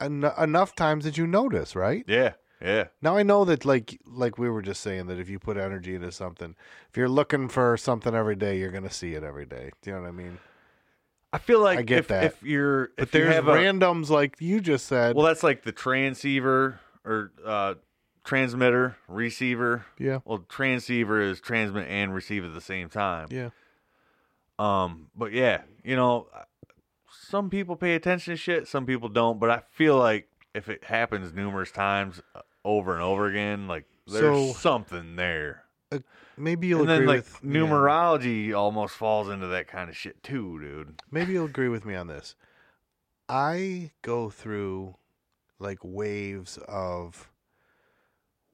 Speaker 3: en- enough times that you notice, right?
Speaker 2: Yeah, yeah,
Speaker 3: Now I know that like like we were just saying that if you put energy into something, if you're looking for something every day, you're gonna see it every day. Do you know what I mean?
Speaker 2: I feel like
Speaker 3: I get
Speaker 2: if,
Speaker 3: that.
Speaker 2: if you're
Speaker 3: But
Speaker 2: if you
Speaker 3: there's
Speaker 2: have a,
Speaker 3: randoms like you just said.
Speaker 2: Well, that's like the transceiver or uh, transmitter, receiver.
Speaker 3: yeah,
Speaker 2: Well, transceiver is transmit and receive at the same time.
Speaker 3: yeah.
Speaker 2: Um, but yeah, you know, some people pay attention to shit, some people don't. But I feel like if it happens numerous times, uh, over and over again, like
Speaker 3: So-
Speaker 2: there's something there.
Speaker 3: Maybe you'll
Speaker 2: and
Speaker 3: agree
Speaker 2: then like
Speaker 3: with me on-
Speaker 2: numerology almost falls into that kind of shit too, dude.
Speaker 3: Maybe you'll agree with me on this. I go through like waves of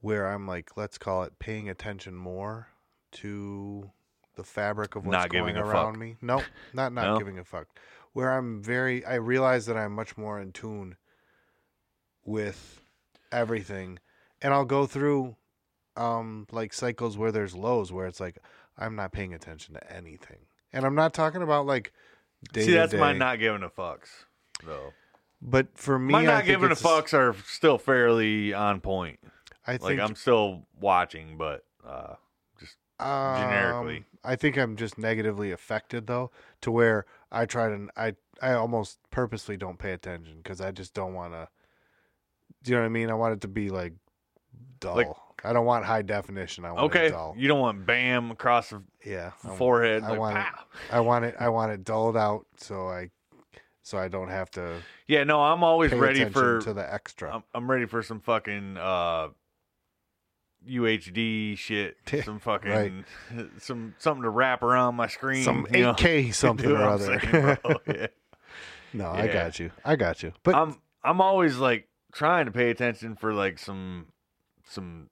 Speaker 3: where I'm like, let's call it paying attention more to the fabric of what's
Speaker 2: Not
Speaker 3: going
Speaker 2: giving a
Speaker 3: around
Speaker 2: fuck.
Speaker 3: me. No, not not
Speaker 2: No?
Speaker 3: giving a fuck. Where I'm very, I realize that I'm much more in tune with everything, and I'll go through um like cycles where there's lows where it's like I'm not paying attention to anything, and I'm not talking about like day
Speaker 2: See,
Speaker 3: to
Speaker 2: that's my
Speaker 3: day,
Speaker 2: not giving a fucks though.
Speaker 3: But for me,
Speaker 2: my
Speaker 3: I
Speaker 2: not
Speaker 3: think
Speaker 2: giving a
Speaker 3: it's s-
Speaker 2: fucks are still fairly on point.
Speaker 3: I think
Speaker 2: like I'm still watching, but uh, generically.
Speaker 3: Um, I think I'm just negatively affected though, to where I try to I I almost purposely don't pay attention because I just don't want to. Do you know what I mean? I want it to be like dull.
Speaker 2: Like-
Speaker 3: I don't want high definition. I want it
Speaker 2: okay,
Speaker 3: dull.
Speaker 2: you don't want bam across the
Speaker 3: yeah, I want-
Speaker 2: forehead.
Speaker 3: I
Speaker 2: like,
Speaker 3: want it.
Speaker 2: pow.
Speaker 3: I want it. I want it dulled out so I so I don't have to
Speaker 2: Yeah, no, I'm always
Speaker 3: pay
Speaker 2: ready
Speaker 3: attention
Speaker 2: for.
Speaker 3: to the extra.
Speaker 2: I'm, I'm ready for some fucking uh, UHD shit. Some fucking some something to wrap around my screen.
Speaker 3: some
Speaker 2: you know?
Speaker 3: 8K something
Speaker 2: You know
Speaker 3: or
Speaker 2: what I'm
Speaker 3: other.
Speaker 2: saying, bro? Yeah.
Speaker 3: no, I
Speaker 2: Yeah.
Speaker 3: got you. I got you. But
Speaker 2: I'm I'm always like trying to pay attention for like some some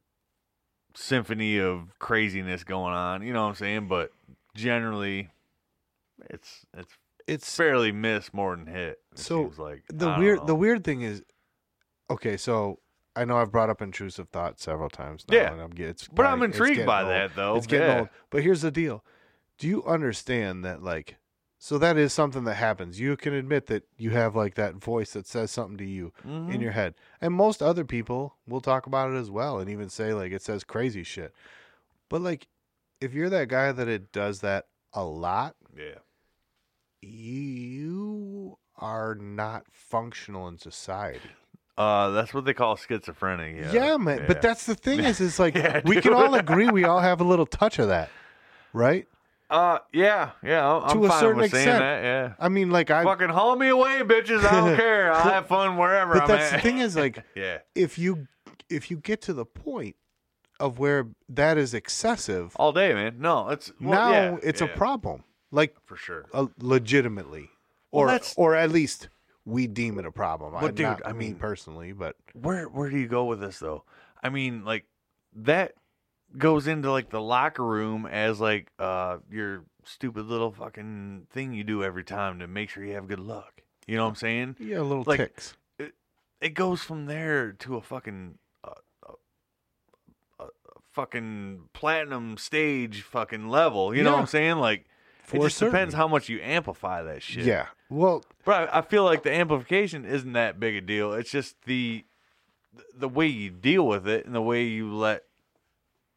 Speaker 2: symphony of craziness going on. You know what I'm saying? But generally, it's it's
Speaker 3: it's
Speaker 2: fairly miss more than hit. It
Speaker 3: So,
Speaker 2: seems like I
Speaker 3: the
Speaker 2: don't
Speaker 3: weird
Speaker 2: know.
Speaker 3: the weird thing is okay so i know i've brought up intrusive thought several times now
Speaker 2: Yeah.
Speaker 3: and i'm get- it's
Speaker 2: But I'm
Speaker 3: probably- it's
Speaker 2: intrigued by
Speaker 3: getting old.
Speaker 2: that though.
Speaker 3: it's getting
Speaker 2: Yeah.
Speaker 3: old but here's the deal do you understand that like so that is something that happens you can admit that you have like that voice that says something to you
Speaker 2: Mhm.
Speaker 3: in your head and most other people will talk about it as well and even say like it says crazy shit but like if you're that guy that it does that a lot
Speaker 2: Yeah.
Speaker 3: you are not functional in society
Speaker 2: Uh, that's what they call schizophrenia.
Speaker 3: yeah, man. But that's the thing is, is like
Speaker 2: Yeah,
Speaker 3: we can
Speaker 2: dude.
Speaker 3: all agree we all have a little touch of that, right?
Speaker 2: uh, yeah, yeah.
Speaker 3: To
Speaker 2: I'm, I'm
Speaker 3: a
Speaker 2: fine
Speaker 3: certain
Speaker 2: with saying
Speaker 3: extent.
Speaker 2: that. Yeah.
Speaker 3: I mean, like I.
Speaker 2: Fucking haul me away, bitches. I don't care. I'll have fun wherever
Speaker 3: but
Speaker 2: I'm
Speaker 3: that's
Speaker 2: at.
Speaker 3: the thing is, like
Speaker 2: yeah.
Speaker 3: if you if you get to the point of where that is excessive,
Speaker 2: All day, man. No, it's well,
Speaker 3: now
Speaker 2: yeah,
Speaker 3: it's
Speaker 2: yeah,
Speaker 3: a problem, like
Speaker 2: for sure.
Speaker 3: uh, legitimately,
Speaker 2: Well,
Speaker 3: or
Speaker 2: that's-
Speaker 3: or at least we deem it a problem.
Speaker 2: Well,
Speaker 3: I'm
Speaker 2: dude,
Speaker 3: not
Speaker 2: I
Speaker 3: me
Speaker 2: mean-
Speaker 3: personally, but
Speaker 2: where where do you go with this though? I mean, like that goes into like the locker room as like uh your stupid little fucking thing you do every time to make sure you have good luck. You know what I'm saying?
Speaker 3: yeah, little
Speaker 2: Like-
Speaker 3: ticks.
Speaker 2: It goes from there to a fucking uh, a, a- a fucking platinum stage fucking level. You know what
Speaker 3: Yeah.
Speaker 2: I'm saying? Like
Speaker 3: For
Speaker 2: it just depends
Speaker 3: certain.
Speaker 2: how much you amplify that shit.
Speaker 3: Yeah, Well,
Speaker 2: But I, I feel like the amplification isn't that big a deal. It's just the the way you deal with it and the way you let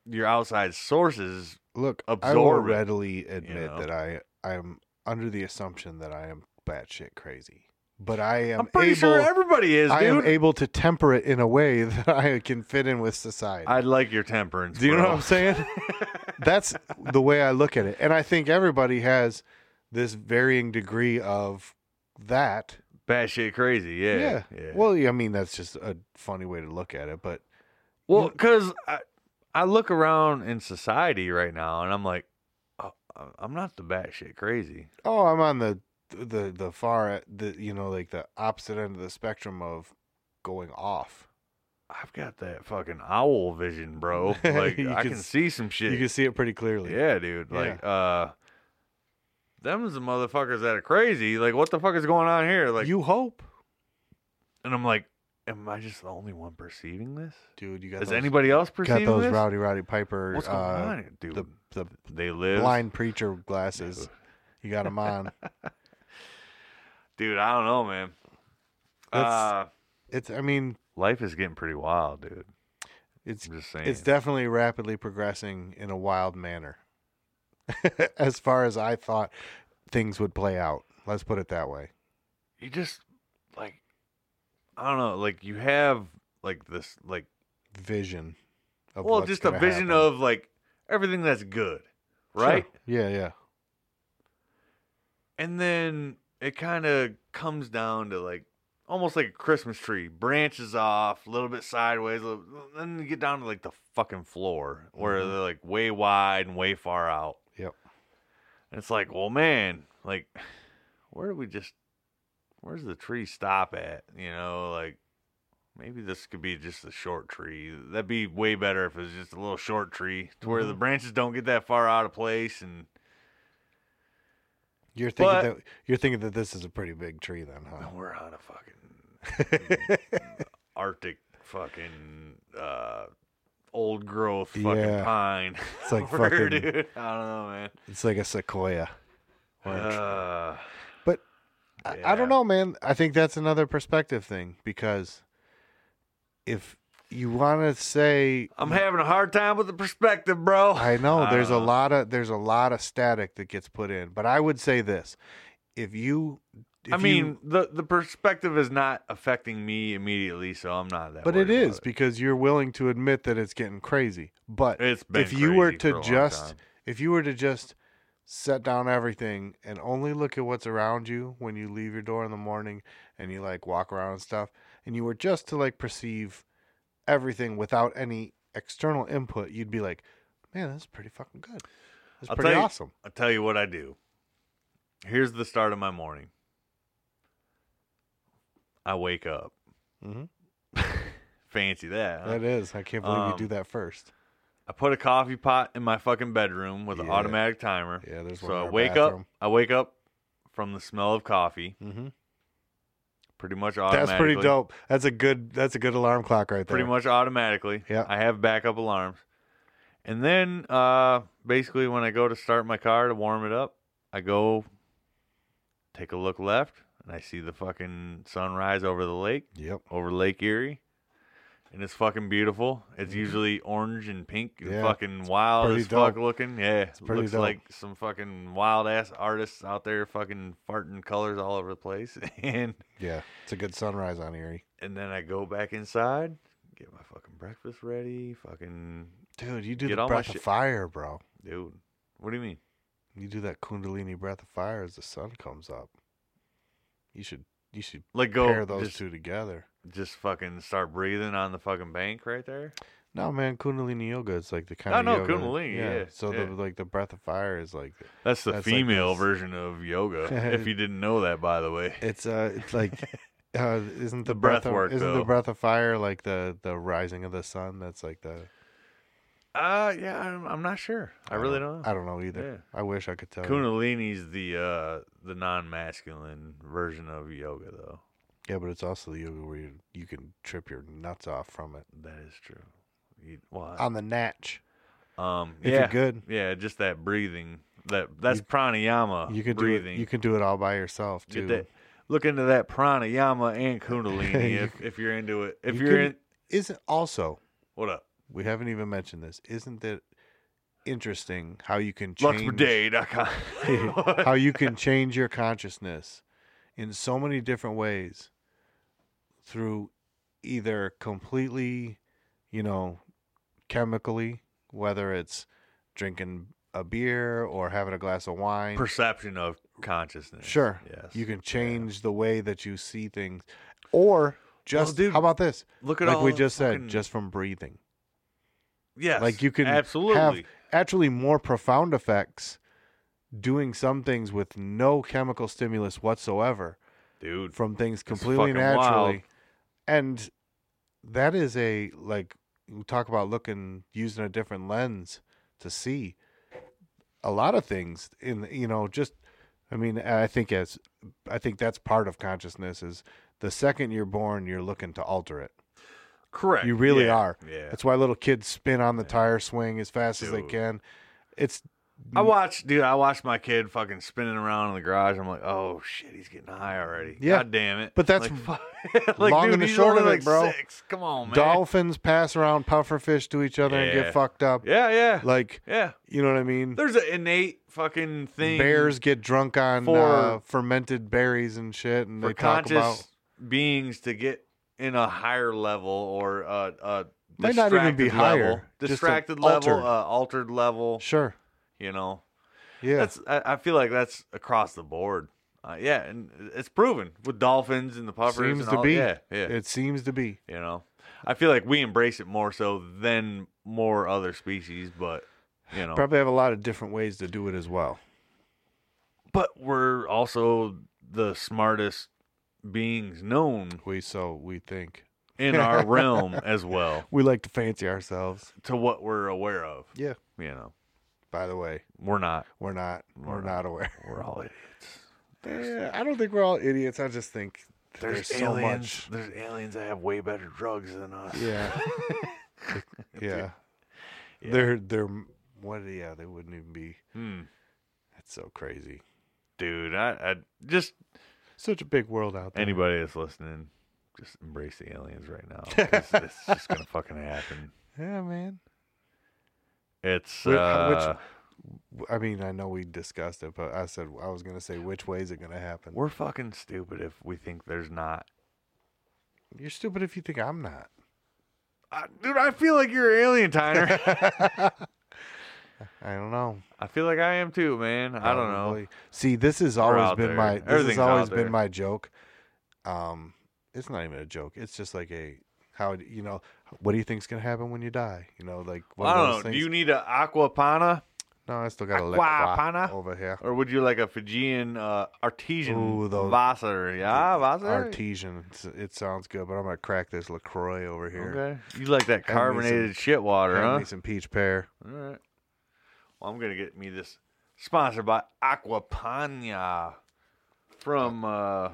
Speaker 2: your outside sources.
Speaker 3: look, I will
Speaker 2: Absorb it,
Speaker 3: readily admit
Speaker 2: know?
Speaker 3: that I I'm under the assumption that I am batshit crazy, but I am
Speaker 2: I'm pretty
Speaker 3: able.
Speaker 2: sure everybody is,
Speaker 3: I am
Speaker 2: dude.
Speaker 3: able to temper it in a way that I can fit in with society.
Speaker 2: I'd like your temperance.
Speaker 3: Do you know
Speaker 2: bro.
Speaker 3: what I'm saying? That's the way I look at it. And I think everybody has this varying degree of that.
Speaker 2: Batshit crazy. Yeah.
Speaker 3: Yeah. Well, yeah, I mean, that's just a funny way to look at it. But
Speaker 2: Well, because I, I look around in society right now and I'm like, oh, I'm not the batshit crazy.
Speaker 3: oh, I'm on the the the far the you know like the opposite end of the spectrum of going off.
Speaker 2: I've got that fucking owl vision, bro. Like
Speaker 3: You
Speaker 2: I
Speaker 3: can
Speaker 2: can
Speaker 3: s-
Speaker 2: see some shit.
Speaker 3: You can see it pretty clearly.
Speaker 2: yeah, dude. Like uh them's the motherfuckers that are crazy. Like what the fuck is going on here? Like
Speaker 3: you hope,
Speaker 2: and I'm like, am I just the only one perceiving this?
Speaker 3: dude. You got
Speaker 2: Is
Speaker 3: those,
Speaker 2: anybody else
Speaker 3: got
Speaker 2: perceiving
Speaker 3: those
Speaker 2: this?
Speaker 3: rowdy rowdy Piper?
Speaker 2: What's
Speaker 3: uh,
Speaker 2: going on, here, dude?
Speaker 3: The the
Speaker 2: they live
Speaker 3: blind preacher glasses. You got them on.
Speaker 2: Dude, I don't know, man.
Speaker 3: That's-
Speaker 2: Uh,
Speaker 3: It's. I mean,
Speaker 2: life is getting pretty wild, dude.
Speaker 3: it's
Speaker 2: I'm just saying.
Speaker 3: It's definitely rapidly progressing in a wild manner. as far as I thought things would play out. Let's put it that way.
Speaker 2: you just like I don't know, like you have like this like
Speaker 3: Vision of
Speaker 2: well,
Speaker 3: what's
Speaker 2: just a
Speaker 3: gonna
Speaker 2: vision
Speaker 3: happen.
Speaker 2: of like everything that's good,
Speaker 3: Sure.
Speaker 2: right?
Speaker 3: Yeah, yeah.
Speaker 2: And then it kind of comes down to like almost like a Christmas tree, branches off a little bit sideways, a little, then you get down to like the fucking floor where
Speaker 3: Mhm.
Speaker 2: they're like way wide and way far out.
Speaker 3: Yep.
Speaker 2: And it's like, well, man, like, where do we just, where's the tree stop at? You know, like, maybe this could be just a short tree. That'd be way better if it was just a little short tree to where the branches don't get that far out of place. And
Speaker 3: You're thinking
Speaker 2: But-
Speaker 3: that you're thinking that this is a pretty big tree then, huh?
Speaker 2: we're on a fucking Arctic fucking, uh, old growth fucking
Speaker 3: Yeah.
Speaker 2: pine.
Speaker 3: It's like
Speaker 2: Where,
Speaker 3: fucking-
Speaker 2: dude. I don't know, man.
Speaker 3: It's like a sequoia. Or a tr-
Speaker 2: Uh,
Speaker 3: But I, I
Speaker 2: yeah.
Speaker 3: don't know, man. I think that's another perspective thing because if you want to say
Speaker 2: I'm having a hard time with the perspective, bro.
Speaker 3: I know there's a
Speaker 2: Uh,
Speaker 3: lot of there's a lot of static that gets put in, but I would say this: if you, if
Speaker 2: I
Speaker 3: you-
Speaker 2: mean, the the perspective is not affecting me immediately, so I'm not that.
Speaker 3: but it
Speaker 2: worried about
Speaker 3: is because you're willing to admit that it's getting crazy. But
Speaker 2: It's been
Speaker 3: if you were
Speaker 2: crazy for a
Speaker 3: to
Speaker 2: long
Speaker 3: just
Speaker 2: time.
Speaker 3: if you were to just set down everything and only look at what's around you when you leave your door in the morning and you like walk around and stuff, and you were just to like perceive everything without any external input, you'd be like, man, that's pretty fucking good. That's
Speaker 2: I'll
Speaker 3: pretty
Speaker 2: tell you-
Speaker 3: awesome.
Speaker 2: I'll tell you what I do. Here's the start of my morning. I wake up.
Speaker 3: Mhm.
Speaker 2: Fancy that. huh?
Speaker 3: That is. I can't believe
Speaker 2: Um,
Speaker 3: you do that first.
Speaker 2: I put a coffee pot in my fucking bedroom with an
Speaker 3: Yeah.
Speaker 2: automatic timer.
Speaker 3: Yeah, there's one in
Speaker 2: so I
Speaker 3: our
Speaker 2: wake
Speaker 3: bathroom.
Speaker 2: up. I wake up from the smell of coffee.
Speaker 3: Mm-hmm.
Speaker 2: Pretty much
Speaker 3: That's
Speaker 2: automatically.
Speaker 3: pretty dope. That's a good. That's a good alarm clock right there.
Speaker 2: pretty much automatically.
Speaker 3: Yeah.
Speaker 2: I have backup alarms. And then uh basically when I go to start my car to warm it up, I go take a look left and I see the fucking sunrise over the lake,
Speaker 3: Yep.
Speaker 2: over Lake Erie. And it's fucking beautiful. It's usually orange and pink and
Speaker 3: Mm-hmm. Yeah.
Speaker 2: fucking wild
Speaker 3: pretty
Speaker 2: as fuck
Speaker 3: dope.
Speaker 2: looking. Yeah.
Speaker 3: pretty
Speaker 2: Looks
Speaker 3: dope.
Speaker 2: like some fucking wild ass artists out there fucking farting colors all over the place. And
Speaker 3: Yeah, it's a good sunrise on Erie.
Speaker 2: and then I go back inside, get my fucking breakfast ready, fucking
Speaker 3: Dude, you do
Speaker 2: Get
Speaker 3: the
Speaker 2: all my
Speaker 3: breath of
Speaker 2: shit-
Speaker 3: fire, bro.
Speaker 2: dude. What do you mean?
Speaker 3: You do that kundalini breath of fire as the sun comes up. You should. You should
Speaker 2: Like go
Speaker 3: pair those
Speaker 2: just,
Speaker 3: two together.
Speaker 2: just fucking start breathing on the fucking bank right there.
Speaker 3: No, man, kundalini yoga is like the kind
Speaker 2: I
Speaker 3: of
Speaker 2: know
Speaker 3: yoga.
Speaker 2: kundalini, yeah,
Speaker 3: So
Speaker 2: yeah.
Speaker 3: the like the breath of fire is like
Speaker 2: That's the
Speaker 3: That's like
Speaker 2: female
Speaker 3: this.
Speaker 2: version of yoga. if you didn't know that, by the way.
Speaker 3: it's uh it's like uh isn't the,
Speaker 2: The breath
Speaker 3: of,
Speaker 2: work,
Speaker 3: isn't the
Speaker 2: though.
Speaker 3: breath of fire like the the rising of the sun that's like the
Speaker 2: Uh, yeah, I'm, I'm not sure. I, really don't. know.
Speaker 3: I don't know either. I wish I could tell. you.
Speaker 2: Kundalini's the uh the non-masculine version of yoga, though.
Speaker 3: Yeah, but it's also the yoga where you, you can trip your nuts off from it
Speaker 2: That is true. You, well,
Speaker 3: on the natch.
Speaker 2: um,
Speaker 3: if
Speaker 2: yeah,
Speaker 3: you're good.
Speaker 2: Yeah, just that breathing. that that's pranayama.
Speaker 3: You can do
Speaker 2: uh, breathing.
Speaker 3: it, you can do it all by yourself
Speaker 2: Get
Speaker 3: too.
Speaker 2: that- Look into that pranayama and kundalini
Speaker 3: You
Speaker 2: if, if you're into it. If
Speaker 3: You
Speaker 2: you are
Speaker 3: can-
Speaker 2: in,
Speaker 3: Isn't also
Speaker 2: what up?
Speaker 3: we haven't even mentioned this. Isn't it interesting how you can change
Speaker 2: Luxperday.com.
Speaker 3: how you can change your consciousness in so many different ways through either completely, you know, chemically, whether it's drinking a beer or having a glass of wine.
Speaker 2: Perception of consciousness.
Speaker 3: Sure.
Speaker 2: Yes.
Speaker 3: You can change the way that you see things. Or just
Speaker 2: dude,
Speaker 3: how about this?
Speaker 2: Look at
Speaker 3: Like
Speaker 2: all
Speaker 3: we
Speaker 2: the
Speaker 3: just said,
Speaker 2: fucking-
Speaker 3: just from breathing.
Speaker 2: yes.
Speaker 3: Like you can
Speaker 2: absolutely
Speaker 3: have actually more profound effects doing some things with no chemical stimulus whatsoever
Speaker 2: dude.
Speaker 3: from things completely
Speaker 2: fucking
Speaker 3: naturally.
Speaker 2: wild.
Speaker 3: And that is a like we talk about looking using a different lens to see a lot of things in you know just I mean I think as I think that's part of consciousness is the second you're born you're looking to alter it.
Speaker 2: Correct.
Speaker 3: You really
Speaker 2: yeah,
Speaker 3: are.
Speaker 2: Yeah.
Speaker 3: That's why little kids spin on the tire swing as fast as they
Speaker 2: Dude.
Speaker 3: can. It's
Speaker 2: I watched, dude. I watched my kid fucking spinning around in the garage. I'm like, oh shit, he's getting high already.
Speaker 3: Yeah.
Speaker 2: God damn it.
Speaker 3: But that's
Speaker 2: like, fuck- like,
Speaker 3: long
Speaker 2: dude,
Speaker 3: and the
Speaker 2: he's
Speaker 3: short
Speaker 2: only
Speaker 3: of it,
Speaker 2: like
Speaker 3: bro.
Speaker 2: Six. Come on, man.
Speaker 3: dolphins pass around pufferfish to each other and
Speaker 2: Yeah.
Speaker 3: get fucked up.
Speaker 2: Yeah, yeah,
Speaker 3: Like
Speaker 2: yeah.
Speaker 3: you know what I mean?
Speaker 2: There's an innate fucking thing.
Speaker 3: Bears get drunk on
Speaker 2: for-
Speaker 3: uh, fermented berries and shit, and
Speaker 2: for
Speaker 3: they talk
Speaker 2: conscious
Speaker 3: about
Speaker 2: beings to get in a higher level or a, a
Speaker 3: Might not even be
Speaker 2: distracted
Speaker 3: higher,
Speaker 2: level,
Speaker 3: just a
Speaker 2: distracted level,
Speaker 3: altered.
Speaker 2: Uh, altered level.
Speaker 3: sure,
Speaker 2: You know,
Speaker 3: yeah,
Speaker 2: that's. I, I feel like that's across the board. Uh, yeah, and it's proven with dolphins and the puffers.
Speaker 3: seems
Speaker 2: and
Speaker 3: to
Speaker 2: all-
Speaker 3: be.
Speaker 2: Yeah, yeah.
Speaker 3: It seems to be.
Speaker 2: you know, I feel like we embrace it more so than more other species, but you know,
Speaker 3: Probably have a lot of different ways to do it as well.
Speaker 2: but we're also the smartest beings known
Speaker 3: We so we think
Speaker 2: in our realm as well
Speaker 3: we like to fancy ourselves.
Speaker 2: to what we're aware of.
Speaker 3: Yeah.
Speaker 2: You know,
Speaker 3: By the way,
Speaker 2: we're not.
Speaker 3: we're not we're,
Speaker 2: We're not.
Speaker 3: not, aware.
Speaker 2: We're all idiots.
Speaker 3: Yeah, Eh, I don't think we're all idiots. I just think that there's, so
Speaker 2: aliens.
Speaker 3: much.
Speaker 2: There's aliens that have way better drugs than us.
Speaker 3: Yeah. yeah.
Speaker 2: Yeah.
Speaker 3: They're they're what? Yeah, they wouldn't even be.
Speaker 2: Hmm.
Speaker 3: That's so crazy.
Speaker 2: Dude, I, I just
Speaker 3: Such a big world out there.
Speaker 2: anybody that's listening, just embrace the aliens right now. 'cause it's just gonna fucking happen.
Speaker 3: Yeah, man.
Speaker 2: It's
Speaker 3: Wh- how- which-
Speaker 2: uh,
Speaker 3: I mean, I know we discussed it, but I said I was gonna say which way is it gonna happen?
Speaker 2: we're fucking stupid if we think there's not.
Speaker 3: You're stupid if you think I'm not.
Speaker 2: I, dude, I feel like you're an alien tiner.
Speaker 3: I don't know.
Speaker 2: I feel like I am too, man. I don't know.
Speaker 3: Probably. See, this has
Speaker 2: out
Speaker 3: always been
Speaker 2: there.
Speaker 3: my this
Speaker 2: Everything's
Speaker 3: has always
Speaker 2: out there.
Speaker 3: been my joke. Um, it's not even a joke. It's just like a how do- you know what do you think's gonna happen when you die? You know, like one
Speaker 2: I
Speaker 3: of
Speaker 2: don't
Speaker 3: those
Speaker 2: know.
Speaker 3: things.
Speaker 2: Do you need an aquapana?
Speaker 3: no, I still got a
Speaker 2: Aquapana?
Speaker 3: liquor over here.
Speaker 2: Or would you like a Fijian uh, artesian
Speaker 3: Ooh, those-
Speaker 2: Vassar? Yeah, Vassar.
Speaker 3: Artesian. It's, it sounds good, but I'm gonna crack this Lacroix over here.
Speaker 2: Okay. You like that
Speaker 3: some-
Speaker 2: carbonated shit water,
Speaker 3: Hand
Speaker 2: huh?
Speaker 3: me some peach pear.
Speaker 2: All right. Well, I'm gonna get me this sponsored by Aquapana from uh,
Speaker 3: Oh.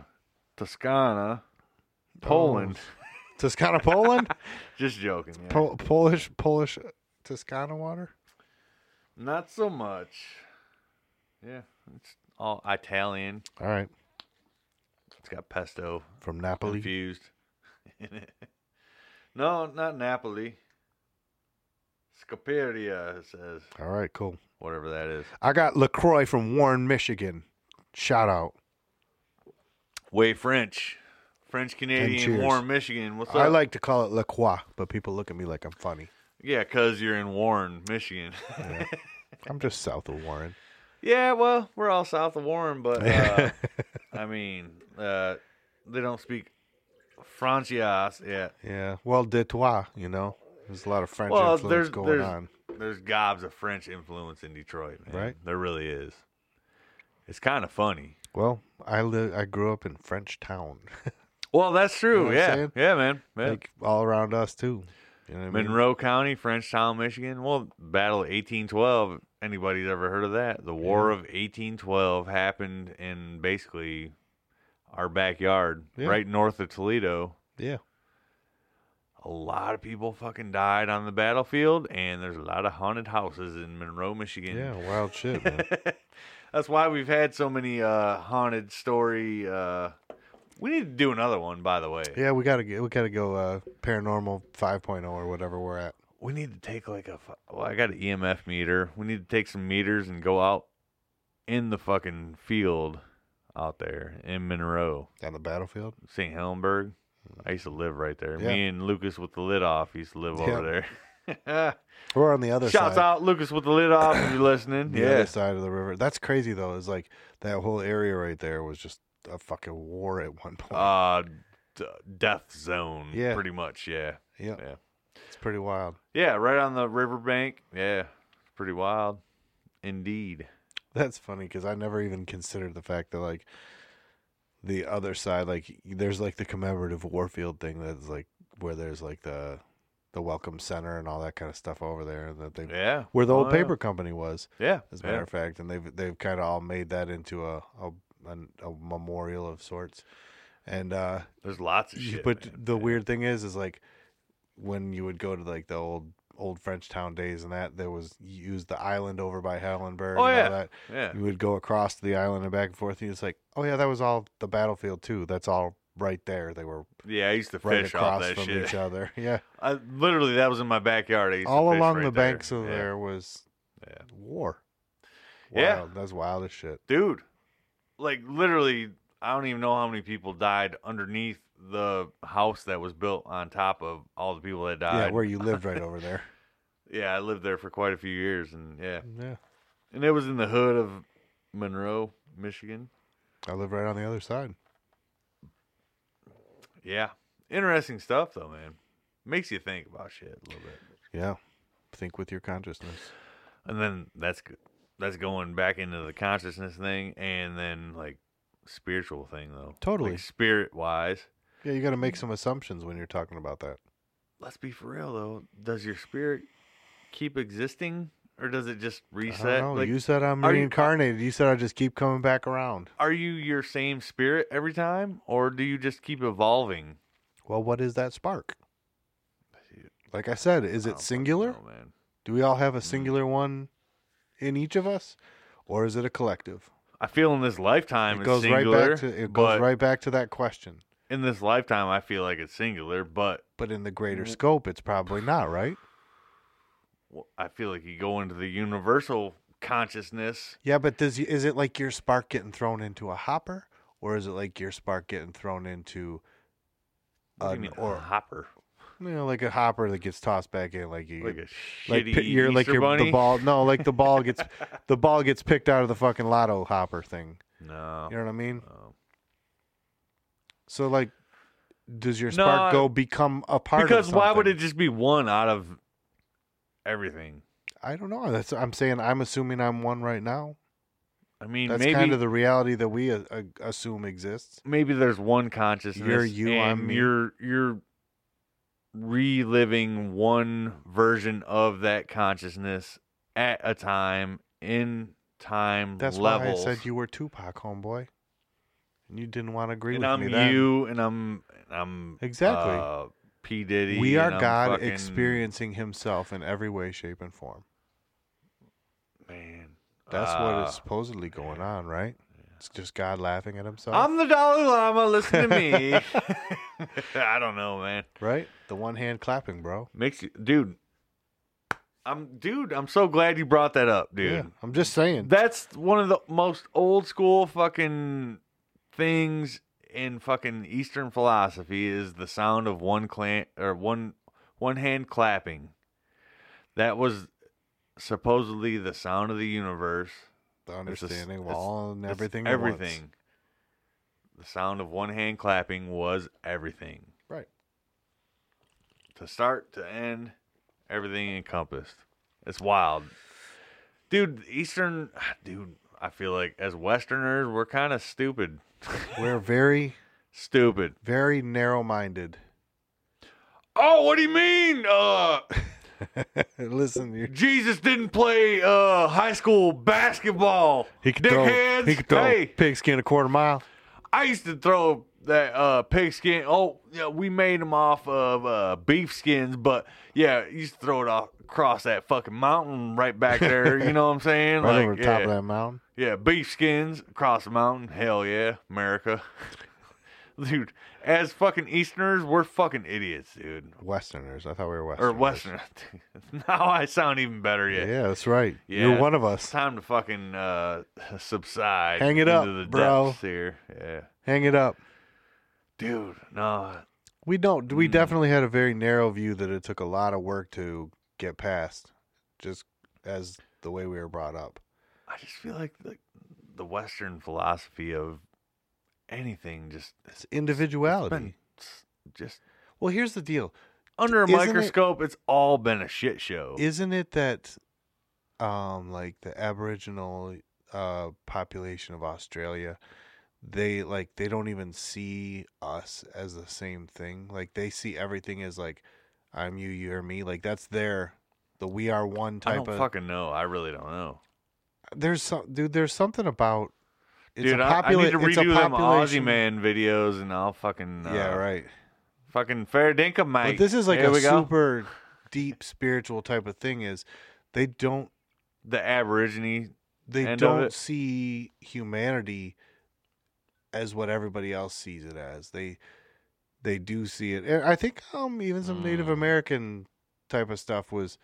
Speaker 2: Toscana, Poland.
Speaker 3: Toscana, Poland.
Speaker 2: Just joking. yeah.
Speaker 3: Pol- Polish Polish uh, Toscana water.
Speaker 2: Not so much. Yeah, it's all Italian.
Speaker 3: All right,
Speaker 2: It's got pesto
Speaker 3: from Napoli.
Speaker 2: infused in it. No, not Napoli. Scaperia it says
Speaker 3: All right, cool.
Speaker 2: whatever that is.
Speaker 3: I got Lacroix from Warren, Michigan. Shout out.
Speaker 2: Way French, French Canadian,
Speaker 3: cheers.
Speaker 2: Warren, Michigan. What's up?
Speaker 3: I like to call it Lacroix, but people look at me like I'm funny.
Speaker 2: Yeah, cause you're in Warren, Michigan.
Speaker 3: I'm just south of Warren.
Speaker 2: yeah, well, we're all south of Warren, but uh, I mean, uh, they don't speak Francias yet.
Speaker 3: Yeah. Well, de toi, you know. There's a lot of French
Speaker 2: Well,
Speaker 3: influence
Speaker 2: there's
Speaker 3: going
Speaker 2: there's
Speaker 3: on.
Speaker 2: there's gobs of French influence in Detroit, man.
Speaker 3: Right.
Speaker 2: There really is. It's kind of funny.
Speaker 3: Well, I li- I grew up in French town,
Speaker 2: Well, that's true.
Speaker 3: what I'm
Speaker 2: yeah,
Speaker 3: saying?
Speaker 2: yeah, man. Yeah.
Speaker 3: like all around us too. You know what I mean?
Speaker 2: Monroe County, Frenchtown, Michigan. Well, Battle of 1812. Anybody's ever heard of that? The War of 1812 happened in basically our backyard,
Speaker 3: Yeah.
Speaker 2: right north of Toledo.
Speaker 3: Yeah.
Speaker 2: a lot of people fucking died on the battlefield, and there's a lot of haunted houses in Monroe, Michigan.
Speaker 3: Yeah, wild shit, man.
Speaker 2: That's why we've had so many uh, haunted story. Uh, we need to do another one, by the way.
Speaker 3: yeah, we gotta get, we gotta go uh, paranormal 5.0 or whatever we're at.
Speaker 2: We need to take like a. fu- Well, I got an EMF meter. We need to take some meters and go out in the fucking field out there in Monroe,
Speaker 3: On the battlefield.
Speaker 2: St. Helenburg. I used to live right there.
Speaker 3: Yeah.
Speaker 2: Me and Lucas with the lid off used to live over there.
Speaker 3: We're on the other
Speaker 2: Shouts
Speaker 3: side.
Speaker 2: out Lucas with the lid off if you're listening.
Speaker 3: The
Speaker 2: Yeah.
Speaker 3: other side of the river. That's crazy though. Is like that whole area right there was just a fucking war at one point.
Speaker 2: Uh, d- death zone.
Speaker 3: Yeah.
Speaker 2: Pretty much. Yeah.
Speaker 3: yeah,
Speaker 2: yeah.
Speaker 3: it's pretty wild.
Speaker 2: Yeah, right on the riverbank. Yeah, it's pretty wild, indeed.
Speaker 3: That's funny because I never even considered the fact that like the other side, like there's like the commemorative Warfield thing that's like where there's like the the welcome center and all that kind of stuff over there that they
Speaker 2: Yeah,
Speaker 3: where the
Speaker 2: Oh,
Speaker 3: old
Speaker 2: yeah.
Speaker 3: paper company was.
Speaker 2: Yeah,
Speaker 3: As a
Speaker 2: yeah.
Speaker 3: matter of fact, and they've they've kind of all made that into a a, an a memorial of sorts, and uh,
Speaker 2: there's lots of
Speaker 3: you-
Speaker 2: shit.
Speaker 3: but
Speaker 2: man.
Speaker 3: the weird thing is, is like when you would go to like the old old French town days and that there was you used the island over by Hallenberg.
Speaker 2: Oh,
Speaker 3: and
Speaker 2: yeah.
Speaker 3: all that.
Speaker 2: Yeah.
Speaker 3: You would go across to the island and back and forth, and it's like, oh yeah, that was all the battlefield too. That's all right there. They were
Speaker 2: yeah, I used to
Speaker 3: right
Speaker 2: fish off
Speaker 3: across
Speaker 2: that
Speaker 3: from
Speaker 2: shit.
Speaker 3: each other. Yeah,
Speaker 2: I, literally, that was in my backyard. I used to
Speaker 3: all
Speaker 2: fish
Speaker 3: along
Speaker 2: right
Speaker 3: the
Speaker 2: there.
Speaker 3: banks of
Speaker 2: Yeah.
Speaker 3: there was
Speaker 2: Yeah.
Speaker 3: war.
Speaker 2: Yeah.
Speaker 3: Wild. that's wild as shit.
Speaker 2: dude. Like literally, I don't even know how many people died underneath the house that was built on top of all the people that died.
Speaker 3: Yeah, where you lived right over there.
Speaker 2: yeah, I lived there for quite a few years, and yeah,
Speaker 3: Yeah.
Speaker 2: and it was in the hood of Monroe, Michigan.
Speaker 3: I live right on the other side.
Speaker 2: Yeah. Interesting stuff though, man. Makes you think about shit a little bit.
Speaker 3: Yeah. Think with your consciousness.
Speaker 2: And then that's g- that's going back into the consciousness thing and then like spiritual thing though.
Speaker 3: Totally.
Speaker 2: spirit wise.
Speaker 3: Yeah, you got to make some assumptions when you're talking about that.
Speaker 2: Let's be for real though. Does your spirit keep existing or does it just
Speaker 3: I
Speaker 2: reset?
Speaker 3: don't know.
Speaker 2: Like
Speaker 3: you said I'm
Speaker 2: are you-
Speaker 3: reincarnated. You, said I just keep coming back around.
Speaker 2: are you your same spirit every time or do you just keep evolving?
Speaker 3: Well, what is that spark? Like I said, is it singular?
Speaker 2: Oh man.
Speaker 3: Do we all have a singular one in each of us, or is it a collective?
Speaker 2: I feel in this lifetime
Speaker 3: It
Speaker 2: it's
Speaker 3: goes
Speaker 2: singular,
Speaker 3: right back to it goes
Speaker 2: but
Speaker 3: right back to that question.
Speaker 2: in this lifetime I feel like it's singular, but
Speaker 3: But in the greater scope, it's probably not right.
Speaker 2: Well, I feel like you go into the universal consciousness.
Speaker 3: Yeah, but does is it like your spark getting thrown into a hopper, or is it like your spark getting thrown into
Speaker 2: What do you
Speaker 3: an
Speaker 2: mean,
Speaker 3: or
Speaker 2: a hopper?
Speaker 3: you know, like a hopper that gets tossed back in, like you
Speaker 2: Like a
Speaker 3: like
Speaker 2: shitty
Speaker 3: pi- you're like
Speaker 2: Easter
Speaker 3: your
Speaker 2: bunny?
Speaker 3: the ball. No, like the ball gets the ball gets picked out of the fucking lotto hopper thing.
Speaker 2: No.
Speaker 3: You know what I mean?
Speaker 2: no.
Speaker 3: So like, does your
Speaker 2: No,
Speaker 3: spark
Speaker 2: I-
Speaker 3: go become a part? of
Speaker 2: Because why would it
Speaker 3: something?
Speaker 2: just be one out of everything?
Speaker 3: I don't know. That's I'm saying. I'm assuming I'm one right now.
Speaker 2: I mean,
Speaker 3: That's
Speaker 2: maybe
Speaker 3: kind of the reality that we uh, uh, assume exists.
Speaker 2: maybe there's one consciousness.
Speaker 3: You're you,
Speaker 2: and
Speaker 3: I'm me.
Speaker 2: you're you're reliving one version of that consciousness at a time in time
Speaker 3: That's
Speaker 2: levels.
Speaker 3: why I said you were Tupac, homeboy. And you didn't want to agree
Speaker 2: and
Speaker 3: with
Speaker 2: I'm
Speaker 3: me. then.
Speaker 2: you, and I'm and I'm
Speaker 3: Exactly.
Speaker 2: uh, P Diddy.
Speaker 3: We are
Speaker 2: and I'm
Speaker 3: God
Speaker 2: fucking-
Speaker 3: experiencing Himself in every way, shape, and form.
Speaker 2: Man,
Speaker 3: That's what
Speaker 2: Uh,
Speaker 3: is supposedly going on, right? It's just God laughing at Himself,
Speaker 2: I'm the Dalai Lama. Listen to me. I don't know, man.
Speaker 3: right? The one hand clapping, bro.
Speaker 2: Makes you, dude. I'm, dude. I'm so glad you brought that up, dude.
Speaker 3: Yeah, I'm just saying.
Speaker 2: That's one of the most old school fucking things in fucking Eastern philosophy is the sound of one clan or one one hand clapping. That was supposedly the sound of the universe.
Speaker 3: the
Speaker 2: It's a s-
Speaker 3: understanding of
Speaker 2: it's-
Speaker 3: all and
Speaker 2: it's
Speaker 3: everything. at once.
Speaker 2: Everything. The sound of one hand clapping was everything.
Speaker 3: Right.
Speaker 2: To start to end, everything encompassed. It's wild. Dude, Eastern dude, I feel like as Westerners, we're kind of stupid.
Speaker 3: We're very,
Speaker 2: Stupid.
Speaker 3: very narrow-minded.
Speaker 2: Oh, what do you mean? Uh
Speaker 3: Listen, you
Speaker 2: Jesus didn't play uh high school basketball.
Speaker 3: he could throw,
Speaker 2: Dickheads.
Speaker 3: he could throw
Speaker 2: hey,
Speaker 3: pigskin a quarter mile.
Speaker 2: I used to throw that uh, pigskin. Oh, yeah, we made them off of uh, beef skins, but yeah, you just throw it off, across that fucking mountain right back there. You know what I'm saying?
Speaker 3: Right
Speaker 2: like,
Speaker 3: over the
Speaker 2: yeah,
Speaker 3: top of that mountain.
Speaker 2: yeah, beef skins across the mountain. Hell yeah, America, dude. As fucking Easterners, we're fucking idiots, dude.
Speaker 3: Westerners. I thought we were
Speaker 2: Or
Speaker 3: Westerners.
Speaker 2: Westerners. now I sound even better.
Speaker 3: Yeah,
Speaker 2: Yet.
Speaker 3: that's right.
Speaker 2: Yeah.
Speaker 3: You're one of
Speaker 2: It's
Speaker 3: us.
Speaker 2: time to fucking uh, subside.
Speaker 3: Hang it
Speaker 2: into
Speaker 3: up,
Speaker 2: the
Speaker 3: bro.
Speaker 2: depths here. Yeah,
Speaker 3: Hang it up.
Speaker 2: dude. No,
Speaker 3: We don't.
Speaker 2: Hmm.
Speaker 3: We definitely had a very narrow view that it took a lot of work to get past, just as the way we were brought up.
Speaker 2: I just feel like the, the Western philosophy of anything just it's
Speaker 3: It's individuality.
Speaker 2: been s- just
Speaker 3: well, here's the deal.
Speaker 2: under a
Speaker 3: Isn't it-
Speaker 2: microscope. it's all been a shit show.
Speaker 3: Isn't it that, um, like the Aboriginal uh population of Australia, they like they don't even see us as the same thing. Like they see everything as like, I'm you, you're me. Like that's their. The we are one
Speaker 2: I
Speaker 3: type
Speaker 2: don't
Speaker 3: of
Speaker 2: fucking know. I really don't know,
Speaker 3: there's some dude. There's something about it's
Speaker 2: dude.
Speaker 3: a
Speaker 2: I- I need
Speaker 3: popula-
Speaker 2: to
Speaker 3: it's a
Speaker 2: redo them Aussie
Speaker 3: population-
Speaker 2: man videos, and I'll fucking uh,
Speaker 3: Yeah, right.
Speaker 2: Fucking fair dinkum,
Speaker 3: But
Speaker 2: mate.
Speaker 3: this is like
Speaker 2: Here
Speaker 3: a
Speaker 2: we go.
Speaker 3: super deep spiritual type of thing. Is they don't
Speaker 2: the Aborigine.
Speaker 3: they
Speaker 2: End of
Speaker 3: don't
Speaker 2: it.
Speaker 3: see humanity as what everybody else sees it as. They they do see it. And I think um even some
Speaker 2: Mm.
Speaker 3: Native American type of stuff was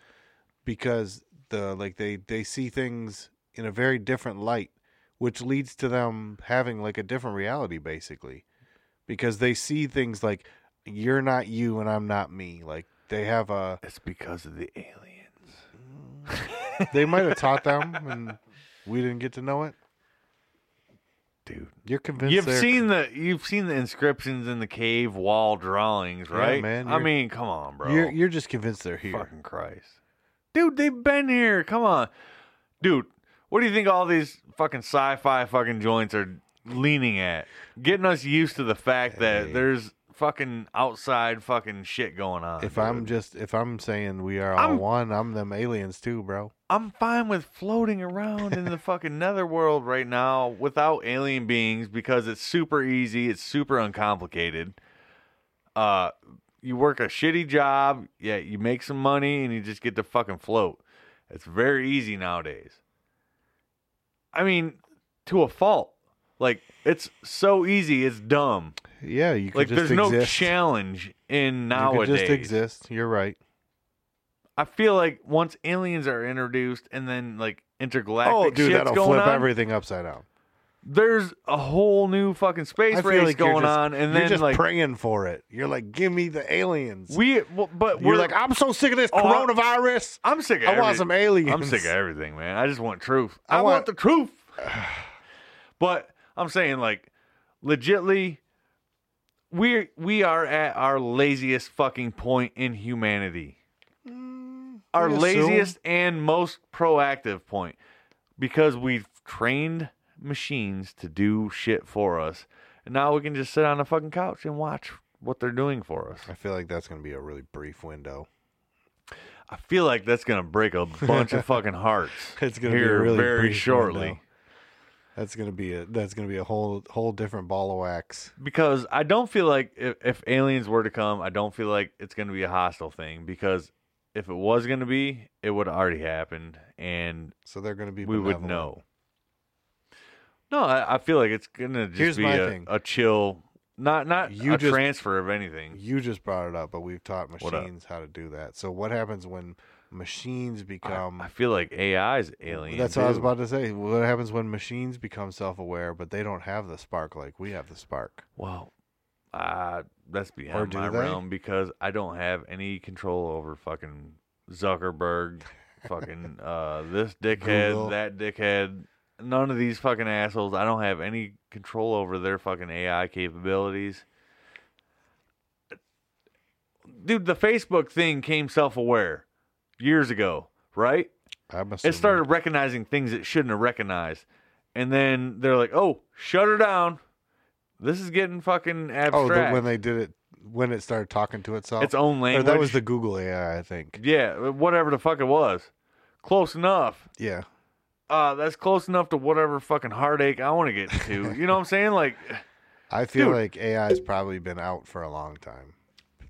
Speaker 3: because the like they they see things in a very different light, which leads to them having like a different reality basically. Because they see things like you're not you and I'm not me. Like they have a
Speaker 2: It's because of the aliens.
Speaker 3: they might have taught them and we didn't get to know it.
Speaker 2: Dude.
Speaker 3: You're convinced
Speaker 2: you've
Speaker 3: they're-
Speaker 2: seen the you've seen the inscriptions in the cave wall drawings,
Speaker 3: Yeah,
Speaker 2: right?
Speaker 3: man,
Speaker 2: I
Speaker 3: you're-
Speaker 2: mean, come on, bro.
Speaker 3: You're you're just convinced they're here.
Speaker 2: Fucking Christ. Dude, they've been here. Come on. Dude, what do you think all these fucking sci fi fucking joints are leaning at? Getting us used to the fact that
Speaker 3: Hey.
Speaker 2: there's fucking outside fucking shit going on.
Speaker 3: If I'm
Speaker 2: dude.
Speaker 3: just if I'm saying we are all
Speaker 2: I'm-
Speaker 3: one, I'm them aliens too, bro.
Speaker 2: I'm fine with floating around in the fucking netherworld right now without alien beings because it's super easy, it's super uncomplicated. Uh you work a shitty job, yeah, you make some money and you just get to fucking float. It's very easy nowadays. I mean, to a fault. Like it's so easy, it's dumb.
Speaker 3: Yeah, you could
Speaker 2: Like
Speaker 3: just
Speaker 2: there's
Speaker 3: exist.
Speaker 2: no challenge in
Speaker 3: you could
Speaker 2: nowadays.
Speaker 3: just exist. You're right.
Speaker 2: I feel like once aliens are introduced and then like intergalactic
Speaker 3: Oh, dude,
Speaker 2: shit's
Speaker 3: that'll
Speaker 2: going
Speaker 3: flip
Speaker 2: on,
Speaker 3: everything upside down.
Speaker 2: there's a whole new fucking space
Speaker 3: I feel
Speaker 2: race
Speaker 3: like you're
Speaker 2: going
Speaker 3: just-
Speaker 2: on, and
Speaker 3: you're
Speaker 2: then
Speaker 3: just
Speaker 2: like
Speaker 3: praying for it. You're like, give me the aliens.
Speaker 2: we, well, but
Speaker 3: you're
Speaker 2: we're
Speaker 3: like, I'm so sick of this
Speaker 2: Oh, I-
Speaker 3: coronavirus.
Speaker 2: I'm sick of.
Speaker 3: I want
Speaker 2: every-
Speaker 3: some aliens.
Speaker 2: I'm sick of everything, man. I just want truth. I,
Speaker 3: I
Speaker 2: want,
Speaker 3: want-
Speaker 2: the truth. but I'm saying like, legitly, we we are at our laziest fucking point in humanity. our
Speaker 3: Mm, we assume.
Speaker 2: laziest and most proactive point because we've trained machines to do shit for us. And now we can just sit on a fucking couch and watch what they're doing for us.
Speaker 3: I feel like that's gonna be a really brief window.
Speaker 2: I feel like that's going to break a bunch of fucking hearts
Speaker 3: It's gonna be a
Speaker 2: here
Speaker 3: really
Speaker 2: very
Speaker 3: brief
Speaker 2: shortly
Speaker 3: window. That's gonna be a that's gonna be a whole whole different ball of wax.
Speaker 2: because I don't feel like if, if aliens were to come, I don't feel like it's going to be a hostile thing because if it was going to be, it would have already happened and
Speaker 3: So they're gonna be
Speaker 2: we would
Speaker 3: benevolent.
Speaker 2: know. No, I, I feel like it's gonna just
Speaker 3: Here's
Speaker 2: be
Speaker 3: my
Speaker 2: a,
Speaker 3: thing.
Speaker 2: a chill, not not
Speaker 3: You
Speaker 2: a
Speaker 3: just-
Speaker 2: transfer of anything.
Speaker 3: You just brought it up, but we've taught
Speaker 2: What up?
Speaker 3: machines how to do that. So what happens when machines
Speaker 2: I-
Speaker 3: become?
Speaker 2: I, feel like AI's alien.
Speaker 3: that's what I was
Speaker 2: too.
Speaker 3: about to say. What happens when machines become self-aware, but they don't have the spark like we have the spark?
Speaker 2: Well, uh, that's beyond
Speaker 3: do
Speaker 2: my
Speaker 3: they?
Speaker 2: realm because I don't have any control over fucking Zuckerberg, fucking uh, this dickhead,
Speaker 3: Google.
Speaker 2: that dickhead. None of these fucking assholes. I don't have any control over their fucking AI capabilities. Dude, the Facebook thing came self aware years ago, right?
Speaker 3: I'm assuming.
Speaker 2: it started recognizing things it shouldn't have recognized. And then they're like, oh, shut her down. This is getting
Speaker 3: Oh,
Speaker 2: fucking
Speaker 3: the,
Speaker 2: abstract.
Speaker 3: when they did it, when it started talking to itself,
Speaker 2: its own
Speaker 3: Or
Speaker 2: language.
Speaker 3: that was the Google AI, I think.
Speaker 2: yeah, whatever the fuck it was. Close enough.
Speaker 3: Yeah,
Speaker 2: Uh, that's close enough to whatever fucking heartache I want to get to. You know what I'm saying? Like,
Speaker 3: I feel
Speaker 2: Dude.
Speaker 3: like AI's probably been out for a long time.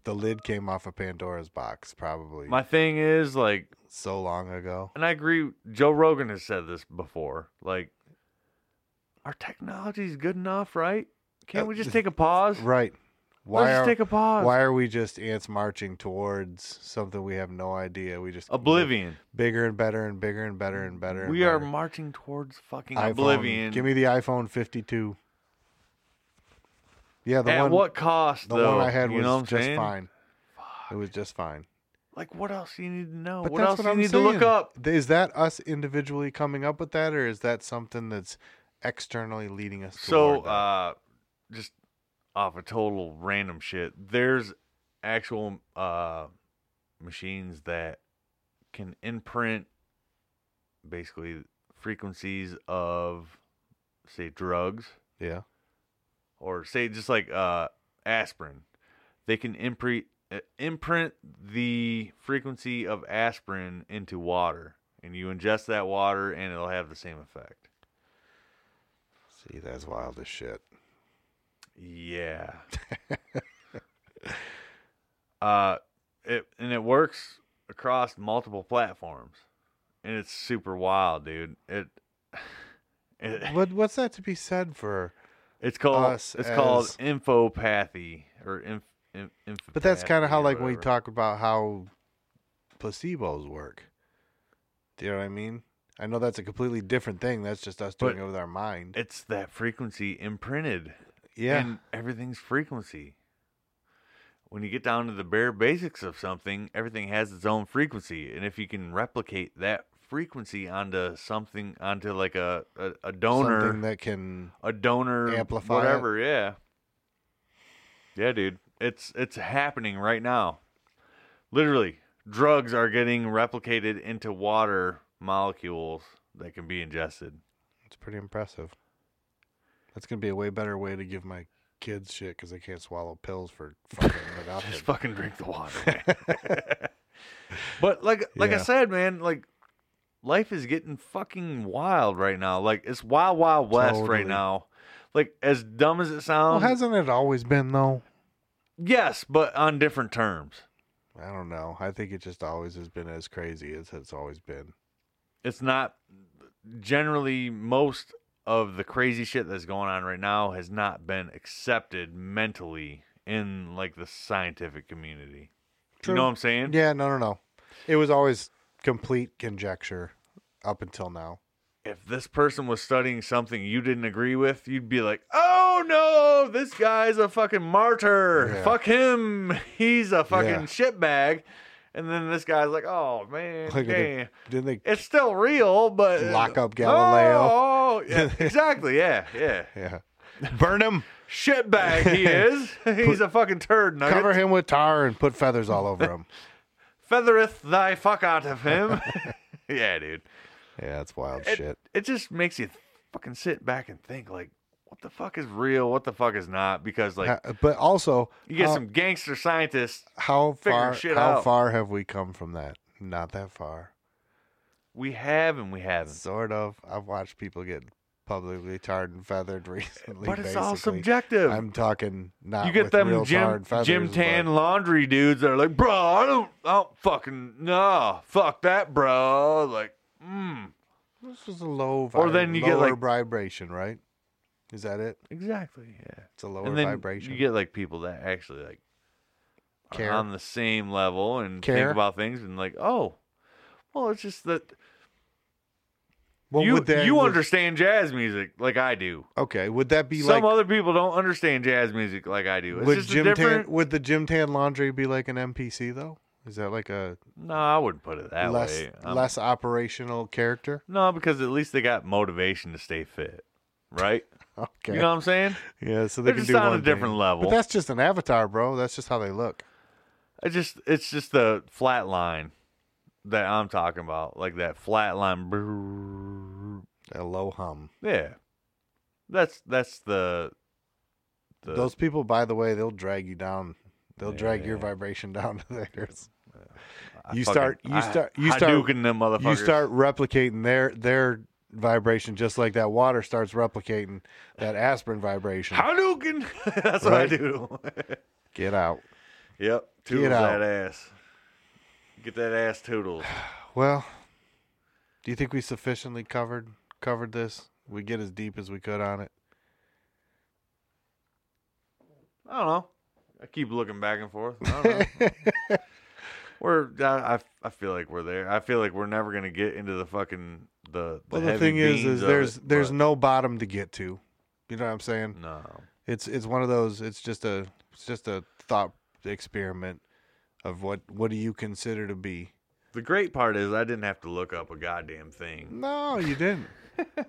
Speaker 3: The lid came off of Pandora's box probably
Speaker 2: My thing is like
Speaker 3: so long ago.
Speaker 2: and I agree. Joe Rogan has said this before. Like, our technology's good enough, right? Can't we just take a pause?
Speaker 3: Uh, Right. Why
Speaker 2: Let's
Speaker 3: are,
Speaker 2: just take a pause.
Speaker 3: why are we just ants marching towards something we have no idea? We just
Speaker 2: Oblivion.
Speaker 3: bigger and better and bigger and better and better. and
Speaker 2: We are
Speaker 3: better.
Speaker 2: marching towards fucking
Speaker 3: iPhone-
Speaker 2: oblivion.
Speaker 3: Give me the iPhone 52. Yeah, the
Speaker 2: At
Speaker 3: one
Speaker 2: what cost,
Speaker 3: the
Speaker 2: though?
Speaker 3: one I had
Speaker 2: you
Speaker 3: was
Speaker 2: know what I'm
Speaker 3: just
Speaker 2: saying?
Speaker 3: fine. It was just fine.
Speaker 2: Like, what else do you need to know?
Speaker 3: But
Speaker 2: what
Speaker 3: that's
Speaker 2: else
Speaker 3: what
Speaker 2: do you
Speaker 3: I'm
Speaker 2: need
Speaker 3: saying.
Speaker 2: to look up?
Speaker 3: Is that us individually coming up with that, or is that something that's externally leading us?
Speaker 2: So,
Speaker 3: toward that?
Speaker 2: uh, just off a total random shit, there's actual uh, machines that can imprint basically frequencies of, say, drugs
Speaker 3: yeah,
Speaker 2: or say just like uh, aspirin. They can imprint uh, imprint the frequency of aspirin into water, and you ingest that water, and it'll have the same effect.
Speaker 3: see, that's wild as shit.
Speaker 2: Yeah. uh it and it works across multiple platforms. And it's super wild, dude. It, it
Speaker 3: What what's that to be said for?
Speaker 2: it's called
Speaker 3: us
Speaker 2: it's called
Speaker 3: as-
Speaker 2: infopathy or inf, inf,
Speaker 3: But that's kind of how,
Speaker 2: infopathy or
Speaker 3: like, when we
Speaker 2: whatever.
Speaker 3: talk about how placebos work. Do you know what I mean? I know that's a completely different thing. That's just us doing
Speaker 2: But-
Speaker 3: it with our mind.
Speaker 2: it's that frequency imprinted
Speaker 3: yeah,
Speaker 2: and everything's frequency. When you get down to the bare basics of something, everything has its own frequency, and if you can replicate that frequency onto something, onto like a a, a donor,
Speaker 3: something that can
Speaker 2: a donor,
Speaker 3: Amplify it.
Speaker 2: whatever, yeah, yeah, dude, it's it's happening right now. Literally, drugs are getting replicated into water molecules that can be ingested.
Speaker 3: It's pretty impressive. That's gonna be a way better way to give my kids shit because they can't swallow pills for fucking without
Speaker 2: Just
Speaker 3: it.
Speaker 2: fucking drink the water. man. but like like I
Speaker 3: Yeah.
Speaker 2: said, man, like life is getting fucking wild right now. Like it's wild wild west
Speaker 3: Totally.
Speaker 2: right now. Like as dumb as it
Speaker 3: Well,
Speaker 2: sounds,
Speaker 3: hasn't it always been though?
Speaker 2: yes, but on different terms.
Speaker 3: I don't know. I think it just always has been as crazy as it's always been.
Speaker 2: It's not generally most of the crazy shit that's going on right now has not been accepted mentally in like the scientific community.
Speaker 3: True.
Speaker 2: You know what I'm saying?
Speaker 3: Yeah, no, no, no. It was always complete conjecture up until now.
Speaker 2: if this person was studying something you didn't agree with, you'd be like, "Oh no, this guy's a fucking martyr.
Speaker 3: Yeah.
Speaker 2: Fuck him. He's a fucking
Speaker 3: Yeah.
Speaker 2: shitbag." And then this guy's like, "Oh man,
Speaker 3: Like,
Speaker 2: damn.
Speaker 3: Didn't they?
Speaker 2: it's still real, but uh,
Speaker 3: Lock up Galileo.
Speaker 2: Oh, yeah, exactly. Yeah, yeah.
Speaker 3: Yeah. Burn him.
Speaker 2: Shitbag he is. He's a fucking turd nugget.
Speaker 3: Cover him with tar and put feathers all over him.
Speaker 2: Feathereth thy fuck out of him. yeah, dude.
Speaker 3: yeah, that's wild
Speaker 2: it,
Speaker 3: shit.
Speaker 2: It just makes you fucking sit back and think like, what the fuck is real? What the fuck is not? Because like
Speaker 3: Ha- but also,
Speaker 2: you get
Speaker 3: how,
Speaker 2: some gangster scientists,
Speaker 3: how
Speaker 2: figure
Speaker 3: far
Speaker 2: shit
Speaker 3: how
Speaker 2: out.
Speaker 3: far have we come from that? Not that far.
Speaker 2: we have and we haven't.
Speaker 3: Sort of. I've watched people get publicly tarred and feathered recently.
Speaker 2: But it's all
Speaker 3: basically.
Speaker 2: subjective.
Speaker 3: I'm talking not.
Speaker 2: you get
Speaker 3: with
Speaker 2: them
Speaker 3: real tar
Speaker 2: Jim
Speaker 3: and feathers,
Speaker 2: Jim Tan
Speaker 3: but-
Speaker 2: laundry dudes that are like, bro, I don't, I don't fucking no, fuck that, bro. Like, mm,
Speaker 3: This is a low.
Speaker 2: Or
Speaker 3: vib-
Speaker 2: then you get,
Speaker 3: lower
Speaker 2: like-
Speaker 3: vibration, right? Is that it?
Speaker 2: exactly, yeah.
Speaker 3: It's a lower
Speaker 2: and then
Speaker 3: vibration.
Speaker 2: you get like people that actually like are
Speaker 3: Care.
Speaker 2: on the same level and
Speaker 3: Care.
Speaker 2: think about things and like, oh, well, it's just that
Speaker 3: well,
Speaker 2: you
Speaker 3: would that,
Speaker 2: you
Speaker 3: would-
Speaker 2: understand jazz music like I do.
Speaker 3: Okay, would that be
Speaker 2: Some
Speaker 3: like?
Speaker 2: other people don't understand jazz music like I do. It's
Speaker 3: would
Speaker 2: just
Speaker 3: Jim
Speaker 2: a different.
Speaker 3: Tan? Would the Jim Tan laundry be like an MPC though? Is that like a
Speaker 2: No, I wouldn't put it that
Speaker 3: less
Speaker 2: way. Um,
Speaker 3: less operational character?
Speaker 2: No, because at least they got motivation to stay fit, right?
Speaker 3: Okay.
Speaker 2: You know what I'm saying?
Speaker 3: yeah, so they
Speaker 2: They're
Speaker 3: can
Speaker 2: just
Speaker 3: do
Speaker 2: on a
Speaker 3: one thing.
Speaker 2: different level.
Speaker 3: But that's just an avatar, bro. That's just how they look.
Speaker 2: I just it's just the flat line that I'm talking about, like that flat line. brrrr.
Speaker 3: A low hum.
Speaker 2: Yeah, that's that's the. the
Speaker 3: Those people, by the way, they'll drag you down. They'll drag your vibration down to theirs.
Speaker 2: I
Speaker 3: you
Speaker 2: fucking-
Speaker 3: start- you
Speaker 2: I-
Speaker 3: start- you
Speaker 2: I
Speaker 3: start-
Speaker 2: Hadouken them motherfuckers.
Speaker 3: You start replicating their their vibration just like that water starts replicating that aspirin vibration.
Speaker 2: Hadouken. That's what I
Speaker 3: Right?
Speaker 2: do. to 'em.
Speaker 3: Get out.
Speaker 2: yep. Toodles
Speaker 3: out.
Speaker 2: that ass. Get that ass toodles.
Speaker 3: Well, do you think we sufficiently covered covered this? We get as deep as we could on it.
Speaker 2: I don't know. I keep looking back and forth. I don't know. we're I, I I feel like we're there. I feel like we're never gonna get into the fucking the the,
Speaker 3: Well, the
Speaker 2: heavy
Speaker 3: thing is,
Speaker 2: beans
Speaker 3: is
Speaker 2: of
Speaker 3: there's
Speaker 2: it,
Speaker 3: there's
Speaker 2: but Mm.
Speaker 3: no bottom to get to. You know what I'm saying?
Speaker 2: no
Speaker 3: It's it's one of those. It's just a it's just a thought experiment of what what do you consider to be?
Speaker 2: The great part is I didn't have to look up a goddamn thing.
Speaker 3: No, you didn't.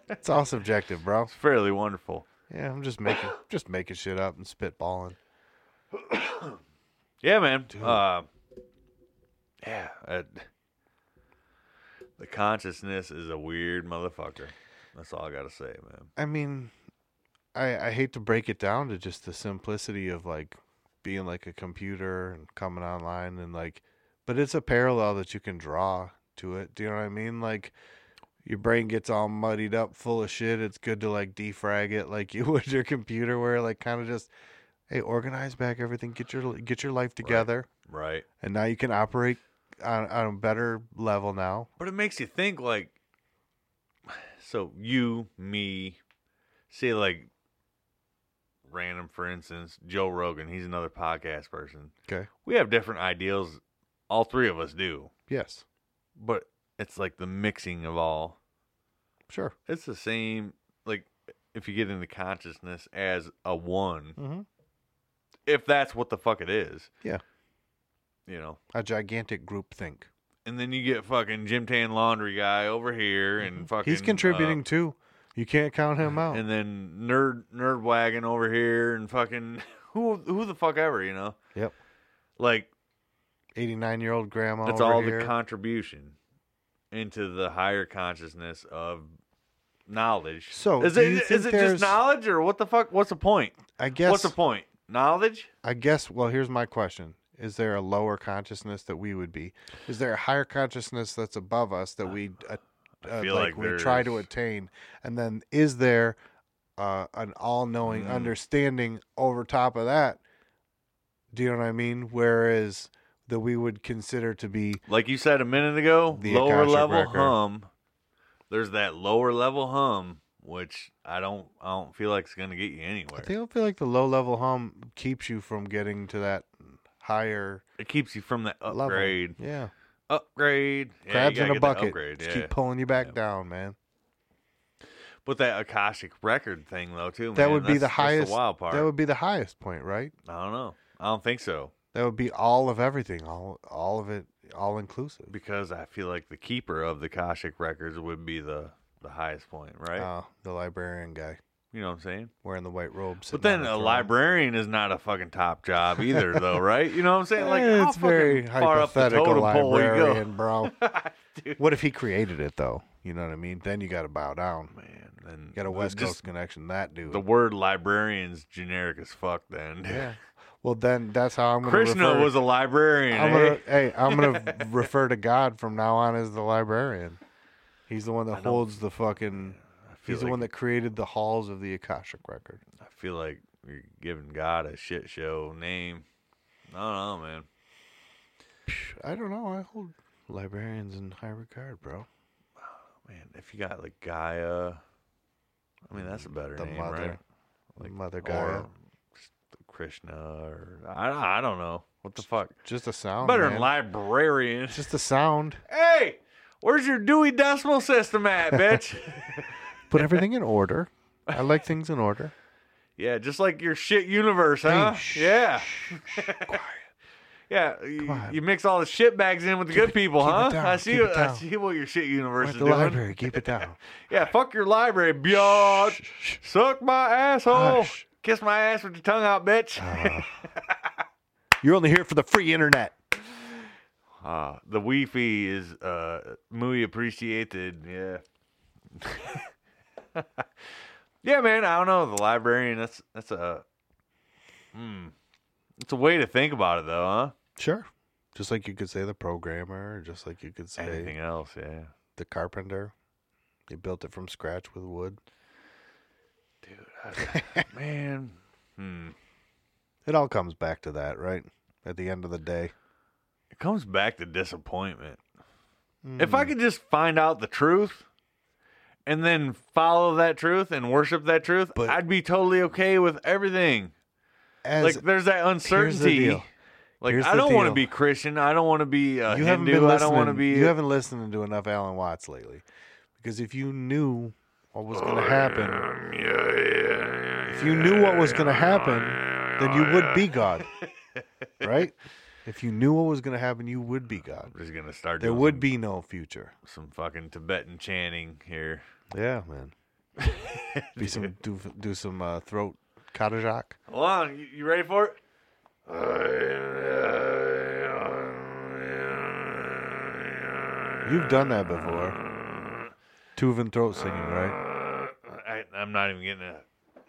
Speaker 3: it's all subjective, bro.
Speaker 2: It's fairly wonderful.
Speaker 3: Yeah, I'm just making just making shit up and spitballing.
Speaker 2: Yeah, man. Uh, yeah. uh, the consciousness is a weird motherfucker. That's all I gotta say, man.
Speaker 3: I mean, I I hate to break it down to just the simplicity of like being like a computer and coming online and like, but it's a parallel that you can draw to it. Do you know what I mean? Like, your brain gets all muddied up, full of shit. It's good to like defrag it, like you would your computer, where like kind of just, hey, organize back everything, get your get your life together,
Speaker 2: Right.
Speaker 3: and now you can operate on on a better level now.
Speaker 2: But it makes you think like so you, me, say like random for instance, Joe Rogan, he's another podcast person.
Speaker 3: Okay.
Speaker 2: We have different ideals, all three of us do.
Speaker 3: Yes.
Speaker 2: But it's like the mixing of all
Speaker 3: Sure.
Speaker 2: it's the same like if you get into consciousness as a one
Speaker 3: Mm-hmm.
Speaker 2: if that's what the fuck it is
Speaker 3: Yeah.
Speaker 2: you know
Speaker 3: A gigantic group think.
Speaker 2: and then you get fucking jim tan laundry guy over here and fucking
Speaker 3: Mm-hmm. He's contributing too. You can't count him
Speaker 2: uh,
Speaker 3: out.
Speaker 2: and then nerd nerd wagon over here and fucking who who the fuck ever you know
Speaker 3: Yep.
Speaker 2: like
Speaker 3: Eighty-nine year old grandma.
Speaker 2: that's
Speaker 3: over
Speaker 2: all
Speaker 3: here.
Speaker 2: the contribution into the higher consciousness of knowledge
Speaker 3: So,
Speaker 2: is
Speaker 3: do
Speaker 2: it
Speaker 3: you
Speaker 2: is
Speaker 3: think
Speaker 2: it
Speaker 3: there's-
Speaker 2: just knowledge or what the fuck what's the point
Speaker 3: I guess.
Speaker 2: what's the point knowledge
Speaker 3: I guess. Well, here's my question: Is there a lower consciousness that we would be? Is there a higher consciousness that's above us that we, uh, uh,
Speaker 2: feel
Speaker 3: like,
Speaker 2: like
Speaker 3: we try to
Speaker 2: there's-
Speaker 3: attain? And then is there uh, an
Speaker 2: Mm.
Speaker 3: all-knowing understanding over top of that? Do you know what I mean? Whereas that we would consider to be
Speaker 2: like you said a minute ago,
Speaker 3: The
Speaker 2: lower
Speaker 3: Akashic
Speaker 2: level
Speaker 3: Record.
Speaker 2: hum. There's that lower level hum, which I don't, I don't feel like it's gonna get you
Speaker 3: I
Speaker 2: anywhere.
Speaker 3: think I feel like the low level hum keeps you from getting to that higher
Speaker 2: It keeps you from that
Speaker 3: level.
Speaker 2: upgrade,
Speaker 3: Yeah.
Speaker 2: upgrade. Yeah, you
Speaker 3: Crabs
Speaker 2: gotta
Speaker 3: in a
Speaker 2: get that
Speaker 3: bucket.
Speaker 2: Upgrade,
Speaker 3: Just
Speaker 2: yeah.
Speaker 3: keep pulling you back down, man.
Speaker 2: But that akashic record thing though, too.
Speaker 3: That
Speaker 2: Oh, man,
Speaker 3: would be
Speaker 2: that's-
Speaker 3: the
Speaker 2: that's
Speaker 3: highest
Speaker 2: wild part.
Speaker 3: That would be the highest point, right?
Speaker 2: I don't know. I don't think so
Speaker 3: That would be all of everything, all all of it, all inclusive.
Speaker 2: because I feel like the keeper of the akashic records would be the the highest point, right?
Speaker 3: Uh, the librarian guy
Speaker 2: you know what I'm saying?
Speaker 3: wearing the white robe.
Speaker 2: But
Speaker 3: sitting on
Speaker 2: then
Speaker 3: the
Speaker 2: a
Speaker 3: throne.
Speaker 2: librarian is not a fucking top job either, though, right? You know what I'm saying? Like,
Speaker 3: Eh,
Speaker 2: how
Speaker 3: it's very
Speaker 2: fucking far up the
Speaker 3: hypothetical
Speaker 2: totem pole you go?
Speaker 3: librarian, bro. what if he created it though? You know what I mean? Then you got to bow down.
Speaker 2: Man, then
Speaker 3: You got a
Speaker 2: the-
Speaker 3: West
Speaker 2: just
Speaker 3: Coast connection. That dude.
Speaker 2: The word librarian's generic as fuck. Then
Speaker 3: yeah. Well, then that's how I'm going to
Speaker 2: Krishna
Speaker 3: refer.
Speaker 2: was a librarian.
Speaker 3: I'm
Speaker 2: eh?
Speaker 3: gonna, hey, I'm gonna refer to God from now on as the librarian. He's the one that holds the fucking.
Speaker 2: feel
Speaker 3: He's the
Speaker 2: like-
Speaker 3: one that created the halls of the Akashic record.
Speaker 2: I feel like you're giving God a shit show name. I don't know, man.
Speaker 3: I don't know. I hold librarians in high regard, bro.
Speaker 2: Man, if you got like Gaia, I mean that's a better
Speaker 3: Mm, The
Speaker 2: name,
Speaker 3: mother,
Speaker 2: right?
Speaker 3: Like Mother Gaia.
Speaker 2: Or just Krishna, or I, I don't know what the fuck.
Speaker 3: Just a sound.
Speaker 2: better
Speaker 3: man.
Speaker 2: than librarian.
Speaker 3: Just a sound.
Speaker 2: Hey, where's your Dewey Decimal System at, bitch?
Speaker 3: Put everything in order. I like things in order.
Speaker 2: yeah, just like your shit universe, huh?
Speaker 3: shh,
Speaker 2: Uh, yeah. yeah, you,
Speaker 3: on.
Speaker 2: you mix all the shit bags in with the good people,
Speaker 3: keep it
Speaker 2: huh?
Speaker 3: down,
Speaker 2: I see.
Speaker 3: keep it
Speaker 2: I
Speaker 3: down.
Speaker 2: see what your shit universe
Speaker 3: We're
Speaker 2: is
Speaker 3: at the
Speaker 2: doing.
Speaker 3: library. Keep it down.
Speaker 2: Yeah, fuck your library, biatch. Suck my asshole.
Speaker 3: Hush.
Speaker 2: Kiss my ass with your tongue out, bitch.
Speaker 3: You're only here for the free internet.
Speaker 2: Ah, the Wi-Fi is uh, muy appreciated. Yeah. yeah, man. I don't know the librarian. That's that's a. Hmm. It's a way to think about it, though, huh?
Speaker 3: Sure. Just like you could say the programmer, just like you could say
Speaker 2: Anything else? Yeah.
Speaker 3: the carpenter. They built it from scratch with wood.
Speaker 2: man.
Speaker 3: It all comes back to that, right? At the end of the day.
Speaker 2: It comes back to disappointment. If
Speaker 3: Hmm.
Speaker 2: I could just find out the truth and then follow that truth and worship that truth,
Speaker 3: But-
Speaker 2: I'd be totally okay with everything.
Speaker 3: As
Speaker 2: like there's that uncertainty.
Speaker 3: deal.
Speaker 2: Like
Speaker 3: Here's
Speaker 2: I
Speaker 3: the
Speaker 2: don't want to
Speaker 3: deal.
Speaker 2: be Christian. I don't want to be uh,
Speaker 3: you haven't
Speaker 2: Hindu.
Speaker 3: been
Speaker 2: I
Speaker 3: listening.
Speaker 2: don't want to be.
Speaker 3: You haven't listened to enough Alan Watts lately, because if you knew what was going to happen, if you knew what was going to happen, then you would be God, right? If you knew what was going to happen, you would be God.
Speaker 2: I'm just gonna start.
Speaker 3: There
Speaker 2: doing
Speaker 3: would
Speaker 2: some-
Speaker 3: be no future.
Speaker 2: some fucking Tibetan chanting here.
Speaker 3: Yeah, man. be some do do some uh, throat katajak.
Speaker 2: Hold on, you, you ready for it?
Speaker 3: You've done that before. Tuvan throat singing, right?
Speaker 2: I, I'm not even getting a,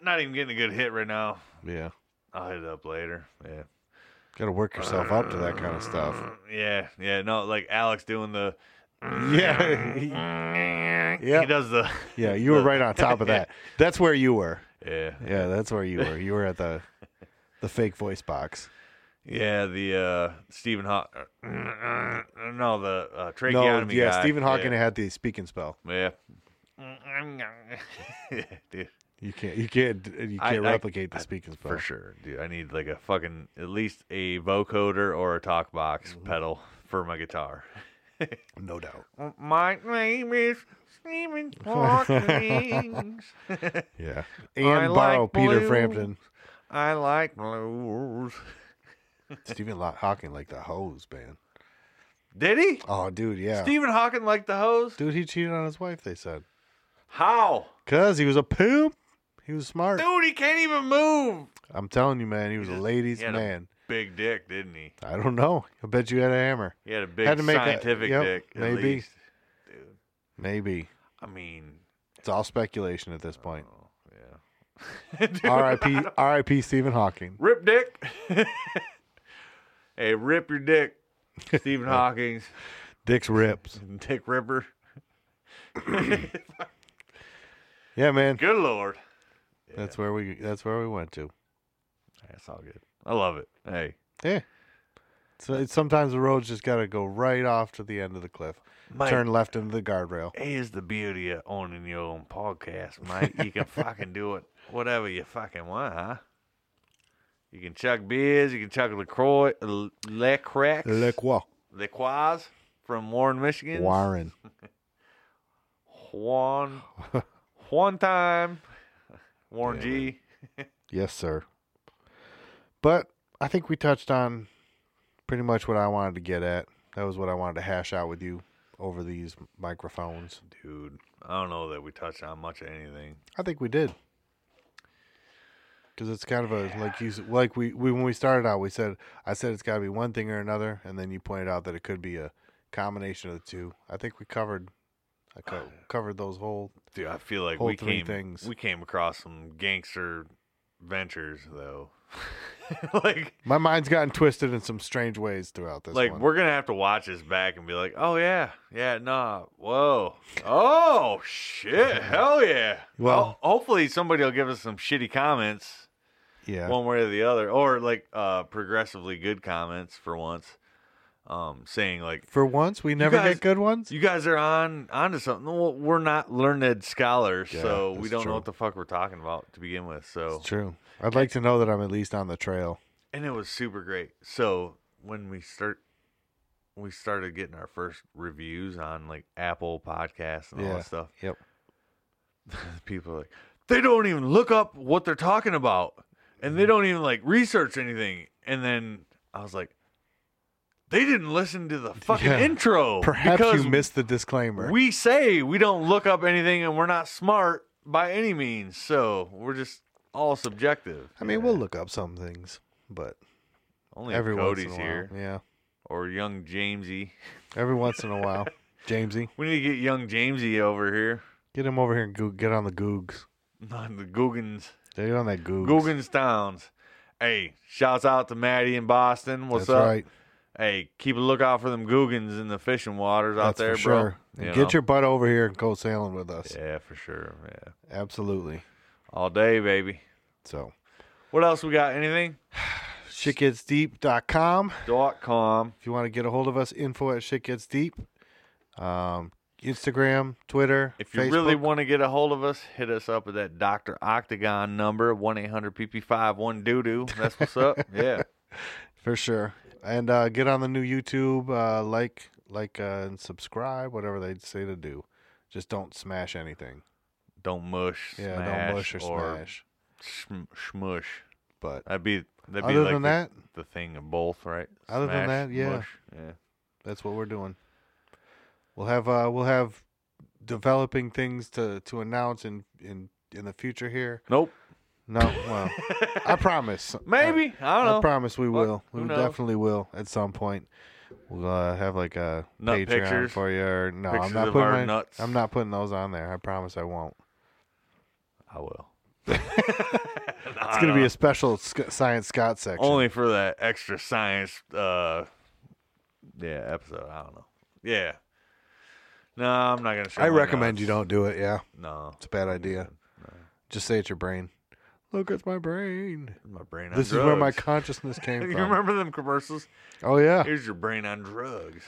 Speaker 2: not even getting a good hit right now.
Speaker 3: Yeah.
Speaker 2: I'll hit it up later. Yeah.
Speaker 3: Got to work yourself up to that kind of stuff.
Speaker 2: Yeah, yeah, no, like Alex doing the
Speaker 3: Yeah. yeah.
Speaker 2: he does the
Speaker 3: Yeah, you were right on top of that. That's where you were.
Speaker 2: yeah
Speaker 3: Yeah, that's where you were. You were at the the fake voice box.
Speaker 2: yeah the uh Stephen Haw uh, no the uh,
Speaker 3: No,
Speaker 2: tracheotomy
Speaker 3: yeah,
Speaker 2: guy.
Speaker 3: Stephen Hawking
Speaker 2: yeah.
Speaker 3: had the speaking spell.
Speaker 2: yeah. dude,
Speaker 3: You can't you can't you can't
Speaker 2: I- I-
Speaker 3: replicate the
Speaker 2: I-
Speaker 3: speaking spell.
Speaker 2: for sure, dude. I need like a fucking at least a vocoder or a talk box
Speaker 3: Mm-hmm.
Speaker 2: pedal for my guitar.
Speaker 3: No doubt.
Speaker 2: My name is Stephen Hawking.
Speaker 3: Yeah. And
Speaker 2: I like
Speaker 3: borrow Peter
Speaker 2: blue.
Speaker 3: Frampton.
Speaker 2: I like blues.
Speaker 3: Stephen Lo- Hawking like the hose, man.
Speaker 2: Did he?
Speaker 3: Oh, dude, yeah.
Speaker 2: Stephen Hawking liked the hose?
Speaker 3: Dude, he cheated on his wife, they said.
Speaker 2: How?
Speaker 3: Cuz he was a poop. He was smart.
Speaker 2: Dude, he can't even move.
Speaker 3: I'm telling you, man, he was a
Speaker 2: just-
Speaker 3: ladies'
Speaker 2: he had a-
Speaker 3: man.
Speaker 2: Big dick, didn't he?
Speaker 3: I I don't know. I bet you had a hammer.
Speaker 2: He had a big
Speaker 3: Had to make that-
Speaker 2: scientific
Speaker 3: yep,
Speaker 2: dick. At
Speaker 3: maybe.
Speaker 2: least.
Speaker 3: Maybe.
Speaker 2: I mean,
Speaker 3: It's all speculation at this point.
Speaker 2: Oh, yeah. Dude,
Speaker 3: R.I.P. R.I.P. Stephen Hawking.
Speaker 2: Rip dick. hey, rip your dick. Stephen Hawking's
Speaker 3: Dick's rips.
Speaker 2: dick ripper.
Speaker 3: Yeah, man.
Speaker 2: Good lord.
Speaker 3: That's where we. That's where we went to.
Speaker 2: That's all good. I love it. Hey,
Speaker 3: Yeah. So it's, sometimes the road's just got to go right off to the end of the cliff.
Speaker 2: Mike.
Speaker 3: Turn left into the guardrail.
Speaker 2: here's the beauty of owning your own podcast, mate. You can fucking do it whatever you fucking want, huh? You can chuck beers, you can chuck LaCroix, L- LaCrax,
Speaker 3: Le quoi?
Speaker 2: LaCroix from Warren, Michigan.
Speaker 3: Warren.
Speaker 2: Juan, Juan time, Warren G.
Speaker 3: Yes, sir. But I think we touched on pretty much what I wanted to get at. That was what I wanted to hash out with you over these microphones.
Speaker 2: Dude, I don't know that we touched on much of anything.
Speaker 3: I think we did. Because it's kind of a like you s- like we, we when we started out we said I said it's got to be one thing or another and then you pointed out that it could be a combination of the two. I think we covered I co- covered those whole
Speaker 2: Dude, I feel like
Speaker 3: Whole
Speaker 2: we
Speaker 3: three
Speaker 2: came
Speaker 3: things.
Speaker 2: we came across some gangster ventures though. like
Speaker 3: My mind's gotten twisted in some strange ways throughout this
Speaker 2: like
Speaker 3: one.
Speaker 2: we're gonna have to watch this back and be like, oh yeah, yeah, nah, whoa, oh shit, hell yeah.
Speaker 3: Well-
Speaker 2: Ho- hopefully somebody will give us some shitty comments
Speaker 3: yeah.
Speaker 2: one way or the other, or like uh progressively good comments for once, um, saying like.
Speaker 3: For once we never
Speaker 2: guys-
Speaker 3: get good ones.
Speaker 2: You guys are on onto something. Well, we're not learned scholars,
Speaker 3: Yeah,
Speaker 2: so we
Speaker 3: that's
Speaker 2: don't
Speaker 3: true.
Speaker 2: know what the fuck we're talking about to begin with. So,
Speaker 3: It's true. I'd like to know that I'm at least on the trail.
Speaker 2: and it was super great. So when we start, we started getting our first reviews on like Apple Podcasts and all
Speaker 3: Yeah.
Speaker 2: that stuff.
Speaker 3: Yep.
Speaker 2: People are like, they don't even look up what they're talking about, and
Speaker 3: Mm-hmm.
Speaker 2: they don't even like research anything. And then I was like, they didn't listen to the fucking
Speaker 3: Yeah.
Speaker 2: intro.
Speaker 3: Perhaps
Speaker 2: because
Speaker 3: you missed the disclaimer.
Speaker 2: We say we don't look up anything, and we're not smart by any means. So we're just all subjective.
Speaker 3: I mean,
Speaker 2: Yeah.
Speaker 3: we'll look up some things, but
Speaker 2: only if
Speaker 3: every once in
Speaker 2: Cody's
Speaker 3: a while,
Speaker 2: here.
Speaker 3: yeah.
Speaker 2: or young Jamesy.
Speaker 3: Every once in a while, Jamesy,
Speaker 2: We need to get young Jamesy over here
Speaker 3: get him over here and go- get on the Googs.
Speaker 2: on the Googans,
Speaker 3: Get on that Googs.
Speaker 2: Googans towns. Hey, shouts out to Maddie in Boston. What's
Speaker 3: That's
Speaker 2: up?
Speaker 3: right.
Speaker 2: hey, keep a lookout for them Googans in the fishing waters out
Speaker 3: That's
Speaker 2: there,
Speaker 3: for sure.
Speaker 2: bro.
Speaker 3: And
Speaker 2: You
Speaker 3: get
Speaker 2: know?
Speaker 3: your butt over here and go sailing with us.
Speaker 2: yeah, for sure. Yeah,
Speaker 3: Absolutely.
Speaker 2: all day, baby.
Speaker 3: So,
Speaker 2: What else we got? Anything?
Speaker 3: shitgetsdeep.com.
Speaker 2: Dot com.
Speaker 3: If you want to get a hold of us, info at shitgetsdeep. Um, Instagram, Twitter,
Speaker 2: If you
Speaker 3: Facebook.
Speaker 2: really want to get a hold of us, hit us up at that Dr. Octagon number, 1 800 PP5 1 doo doo. That's what's up. Yeah.
Speaker 3: For sure. And uh, get on the new YouTube, uh, like, like, uh, and subscribe, whatever they say to do. Just don't smash anything.
Speaker 2: Don't mush.
Speaker 3: Yeah,
Speaker 2: smash,
Speaker 3: don't mush or smash.
Speaker 2: Shm- shmush.
Speaker 3: But
Speaker 2: That'd be, that'd be
Speaker 3: Other
Speaker 2: like
Speaker 3: than
Speaker 2: the,
Speaker 3: that-
Speaker 2: the thing of both, right?
Speaker 3: Other than that, yeah.
Speaker 2: mush, Yeah.
Speaker 3: that's what we're doing. We'll have uh, we'll have developing things to to announce in in in the future here.
Speaker 2: Nope.
Speaker 3: No, well, I promise.
Speaker 2: Maybe. I,
Speaker 3: I,
Speaker 2: don't know.
Speaker 3: I promise we will.
Speaker 2: who
Speaker 3: we
Speaker 2: knows?
Speaker 3: definitely will at some point. We'll uh, have like a
Speaker 2: Nut
Speaker 3: Patreon
Speaker 2: pictures.
Speaker 3: for you. Or, no,
Speaker 2: Pictures
Speaker 3: I'm not
Speaker 2: of
Speaker 3: putting
Speaker 2: our
Speaker 3: my,
Speaker 2: nuts.
Speaker 3: I'm not putting those on there. I promise I won't.
Speaker 2: I will.
Speaker 3: It's gonna be a special sc- science Scott section.
Speaker 2: Only for that extra science, uh, yeah, episode. I don't know. Yeah. No, I'm not gonna. Show
Speaker 3: I
Speaker 2: my
Speaker 3: recommend
Speaker 2: nuts.
Speaker 3: you don't do it. Yeah,
Speaker 2: No,
Speaker 3: it's a bad idea. Just say it's your brain. Look, it's my brain.
Speaker 2: my brain. On
Speaker 3: This is where my
Speaker 2: drugs.
Speaker 3: consciousness came from.
Speaker 2: you remember them commercials?
Speaker 3: Oh yeah,
Speaker 2: Here's your brain on drugs.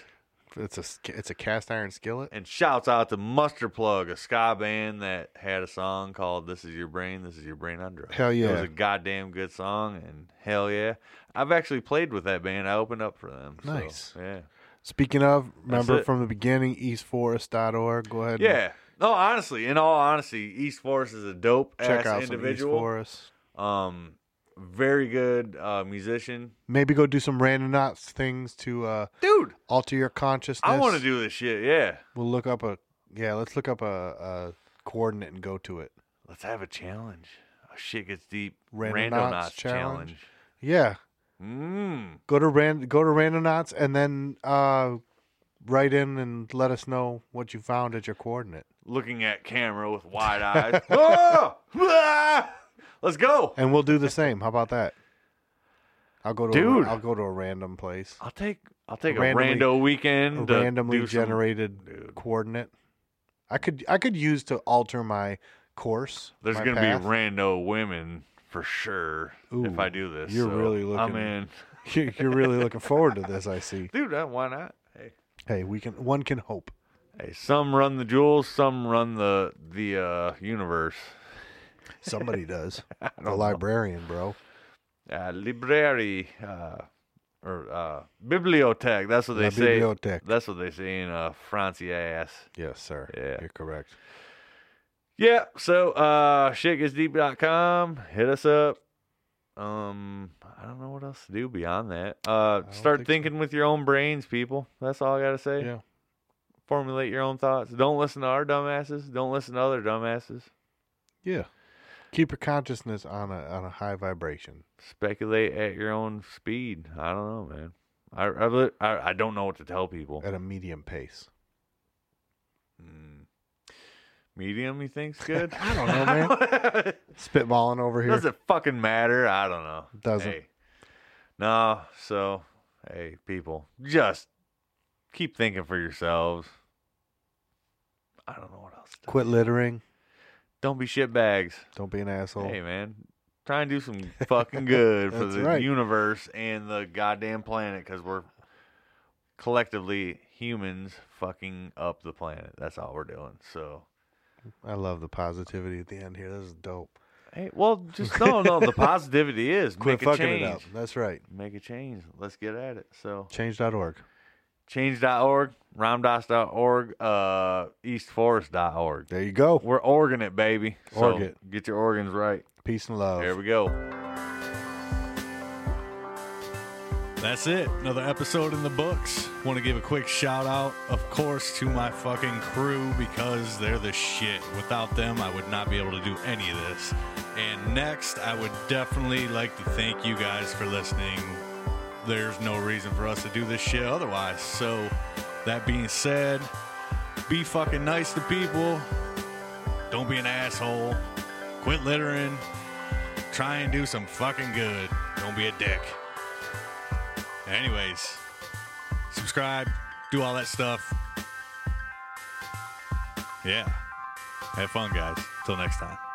Speaker 3: it's a sk- it's a cast iron skillet.
Speaker 2: And shouts out to Muster Plug, a ska band that had a song called "This Is Your Brain, This Is Your Brain on Drugs."
Speaker 3: Hell
Speaker 2: It was
Speaker 3: yeah.
Speaker 2: a goddamn good song, and hell yeah, I've actually played with that band. I opened up for them. so,
Speaker 3: Nice.
Speaker 2: yeah.
Speaker 3: Speaking of, remember
Speaker 2: it.
Speaker 3: from the beginning, eastforest.org. Go ahead.
Speaker 2: Yeah. No, honestly, in all honesty, East Forest is a dope
Speaker 3: and check
Speaker 2: ass
Speaker 3: out some East
Speaker 2: individual.
Speaker 3: Forest.
Speaker 2: Um, very good uh, musician,
Speaker 3: Maybe go do some random knots things to uh,
Speaker 2: dude.
Speaker 3: alter your consciousness.
Speaker 2: I want to do this shit. Yeah,
Speaker 3: We'll look up a yeah. Let's look up a, a coordinate and go to it.
Speaker 2: let's have a challenge. Oh, shit gets deep.
Speaker 3: Randonauts
Speaker 2: Randonauts
Speaker 3: challenge. Yeah,
Speaker 2: Mm.
Speaker 3: go to ran go to random knots and then uh, write in and let us know what you found at your coordinate.
Speaker 2: Looking at camera with wide eyes. Oh! Ah! Let's go.
Speaker 3: and we'll do the same. How about that? I'll go to
Speaker 2: Dude.
Speaker 3: A, I'll go to a random place,
Speaker 2: I'll take I'll take
Speaker 3: Randomly-
Speaker 2: a rando weekend.
Speaker 3: a
Speaker 2: to
Speaker 3: randomly
Speaker 2: do some-
Speaker 3: generated
Speaker 2: Dude.
Speaker 3: coordinate. I could I could use to alter my course.
Speaker 2: There's
Speaker 3: my
Speaker 2: gonna
Speaker 3: path.
Speaker 2: be rando women for sure if
Speaker 3: Ooh,
Speaker 2: I do this.
Speaker 3: you're
Speaker 2: so
Speaker 3: really
Speaker 2: I'm
Speaker 3: looking-
Speaker 2: in.
Speaker 3: You're- You're really looking forward to this. I see.
Speaker 2: dude. uh, Why not? Hey,
Speaker 3: Hey, we can one can hope.
Speaker 2: hey, some run the jewels, some run the the uh, universe.
Speaker 3: Somebody does. The librarian, bro.
Speaker 2: Uh, library uh, or uh, bibliothèque. That's what they
Speaker 3: La
Speaker 2: say.
Speaker 3: bibliothèque.
Speaker 2: That's what they say in uh, Francie ass.
Speaker 3: Yes, sir.
Speaker 2: Yeah.
Speaker 3: You're correct.
Speaker 2: Yeah. So uh, shitgetsdeep.com. Hit us up. Um, I don't know what else to do beyond that. Uh,
Speaker 3: don't
Speaker 2: start
Speaker 3: think so.
Speaker 2: thinking with your own brains, people. That's all I gotta say.
Speaker 3: Yeah.
Speaker 2: Formulate your own thoughts. Don't listen to our dumbasses. Don't listen to other dumbasses.
Speaker 3: Yeah. Keep your consciousness on a on a high vibration.
Speaker 2: speculate at your own speed. I don't know, man. I I li- I, I don't know what to tell people.
Speaker 3: At a medium pace.
Speaker 2: Mm. Medium, you think's good?
Speaker 3: I don't know, man. Spitballing over here.
Speaker 2: Does it fucking matter? I don't know.
Speaker 3: Doesn't.
Speaker 2: Hey. No. So, hey, people, just keep thinking for yourselves. I don't know what else. To
Speaker 3: Quit littering.
Speaker 2: Don't be shit bags.
Speaker 3: Don't be an asshole.
Speaker 2: Hey, man. Try and do some fucking good for
Speaker 3: That's
Speaker 2: the
Speaker 3: right.
Speaker 2: universe and the goddamn planet because we're collectively humans fucking up the planet. That's all we're doing. So,
Speaker 3: I love the positivity at the end here. This is dope.
Speaker 2: hey, well, just no, no. The positivity is
Speaker 3: Quit
Speaker 2: make a
Speaker 3: fucking
Speaker 2: change.
Speaker 3: it up. That's right.
Speaker 2: Make a change. Let's get at it. So,
Speaker 3: Change.org.
Speaker 2: change.org, rhymedos.org, uh, eastforest.org.
Speaker 3: There you go.
Speaker 2: We're organ it, baby. So
Speaker 3: Org it.
Speaker 2: Get your organs right.
Speaker 3: Peace and love.
Speaker 2: There we go.
Speaker 6: That's it. Another episode in the books. Want to give a quick shout out, of course, to my fucking crew because they're the shit. Without them, I would not be able to do any of this. And next, I would definitely like to thank you guys for listening. There's no reason for us to do this shit otherwise. So, that being said, be fucking nice to people. Don't be an asshole. Quit littering. Try and do some fucking good. Don't be a dick. Anyways,
Speaker 1: subscribe, do all that stuff. Yeah. Have fun, guys. Till next time.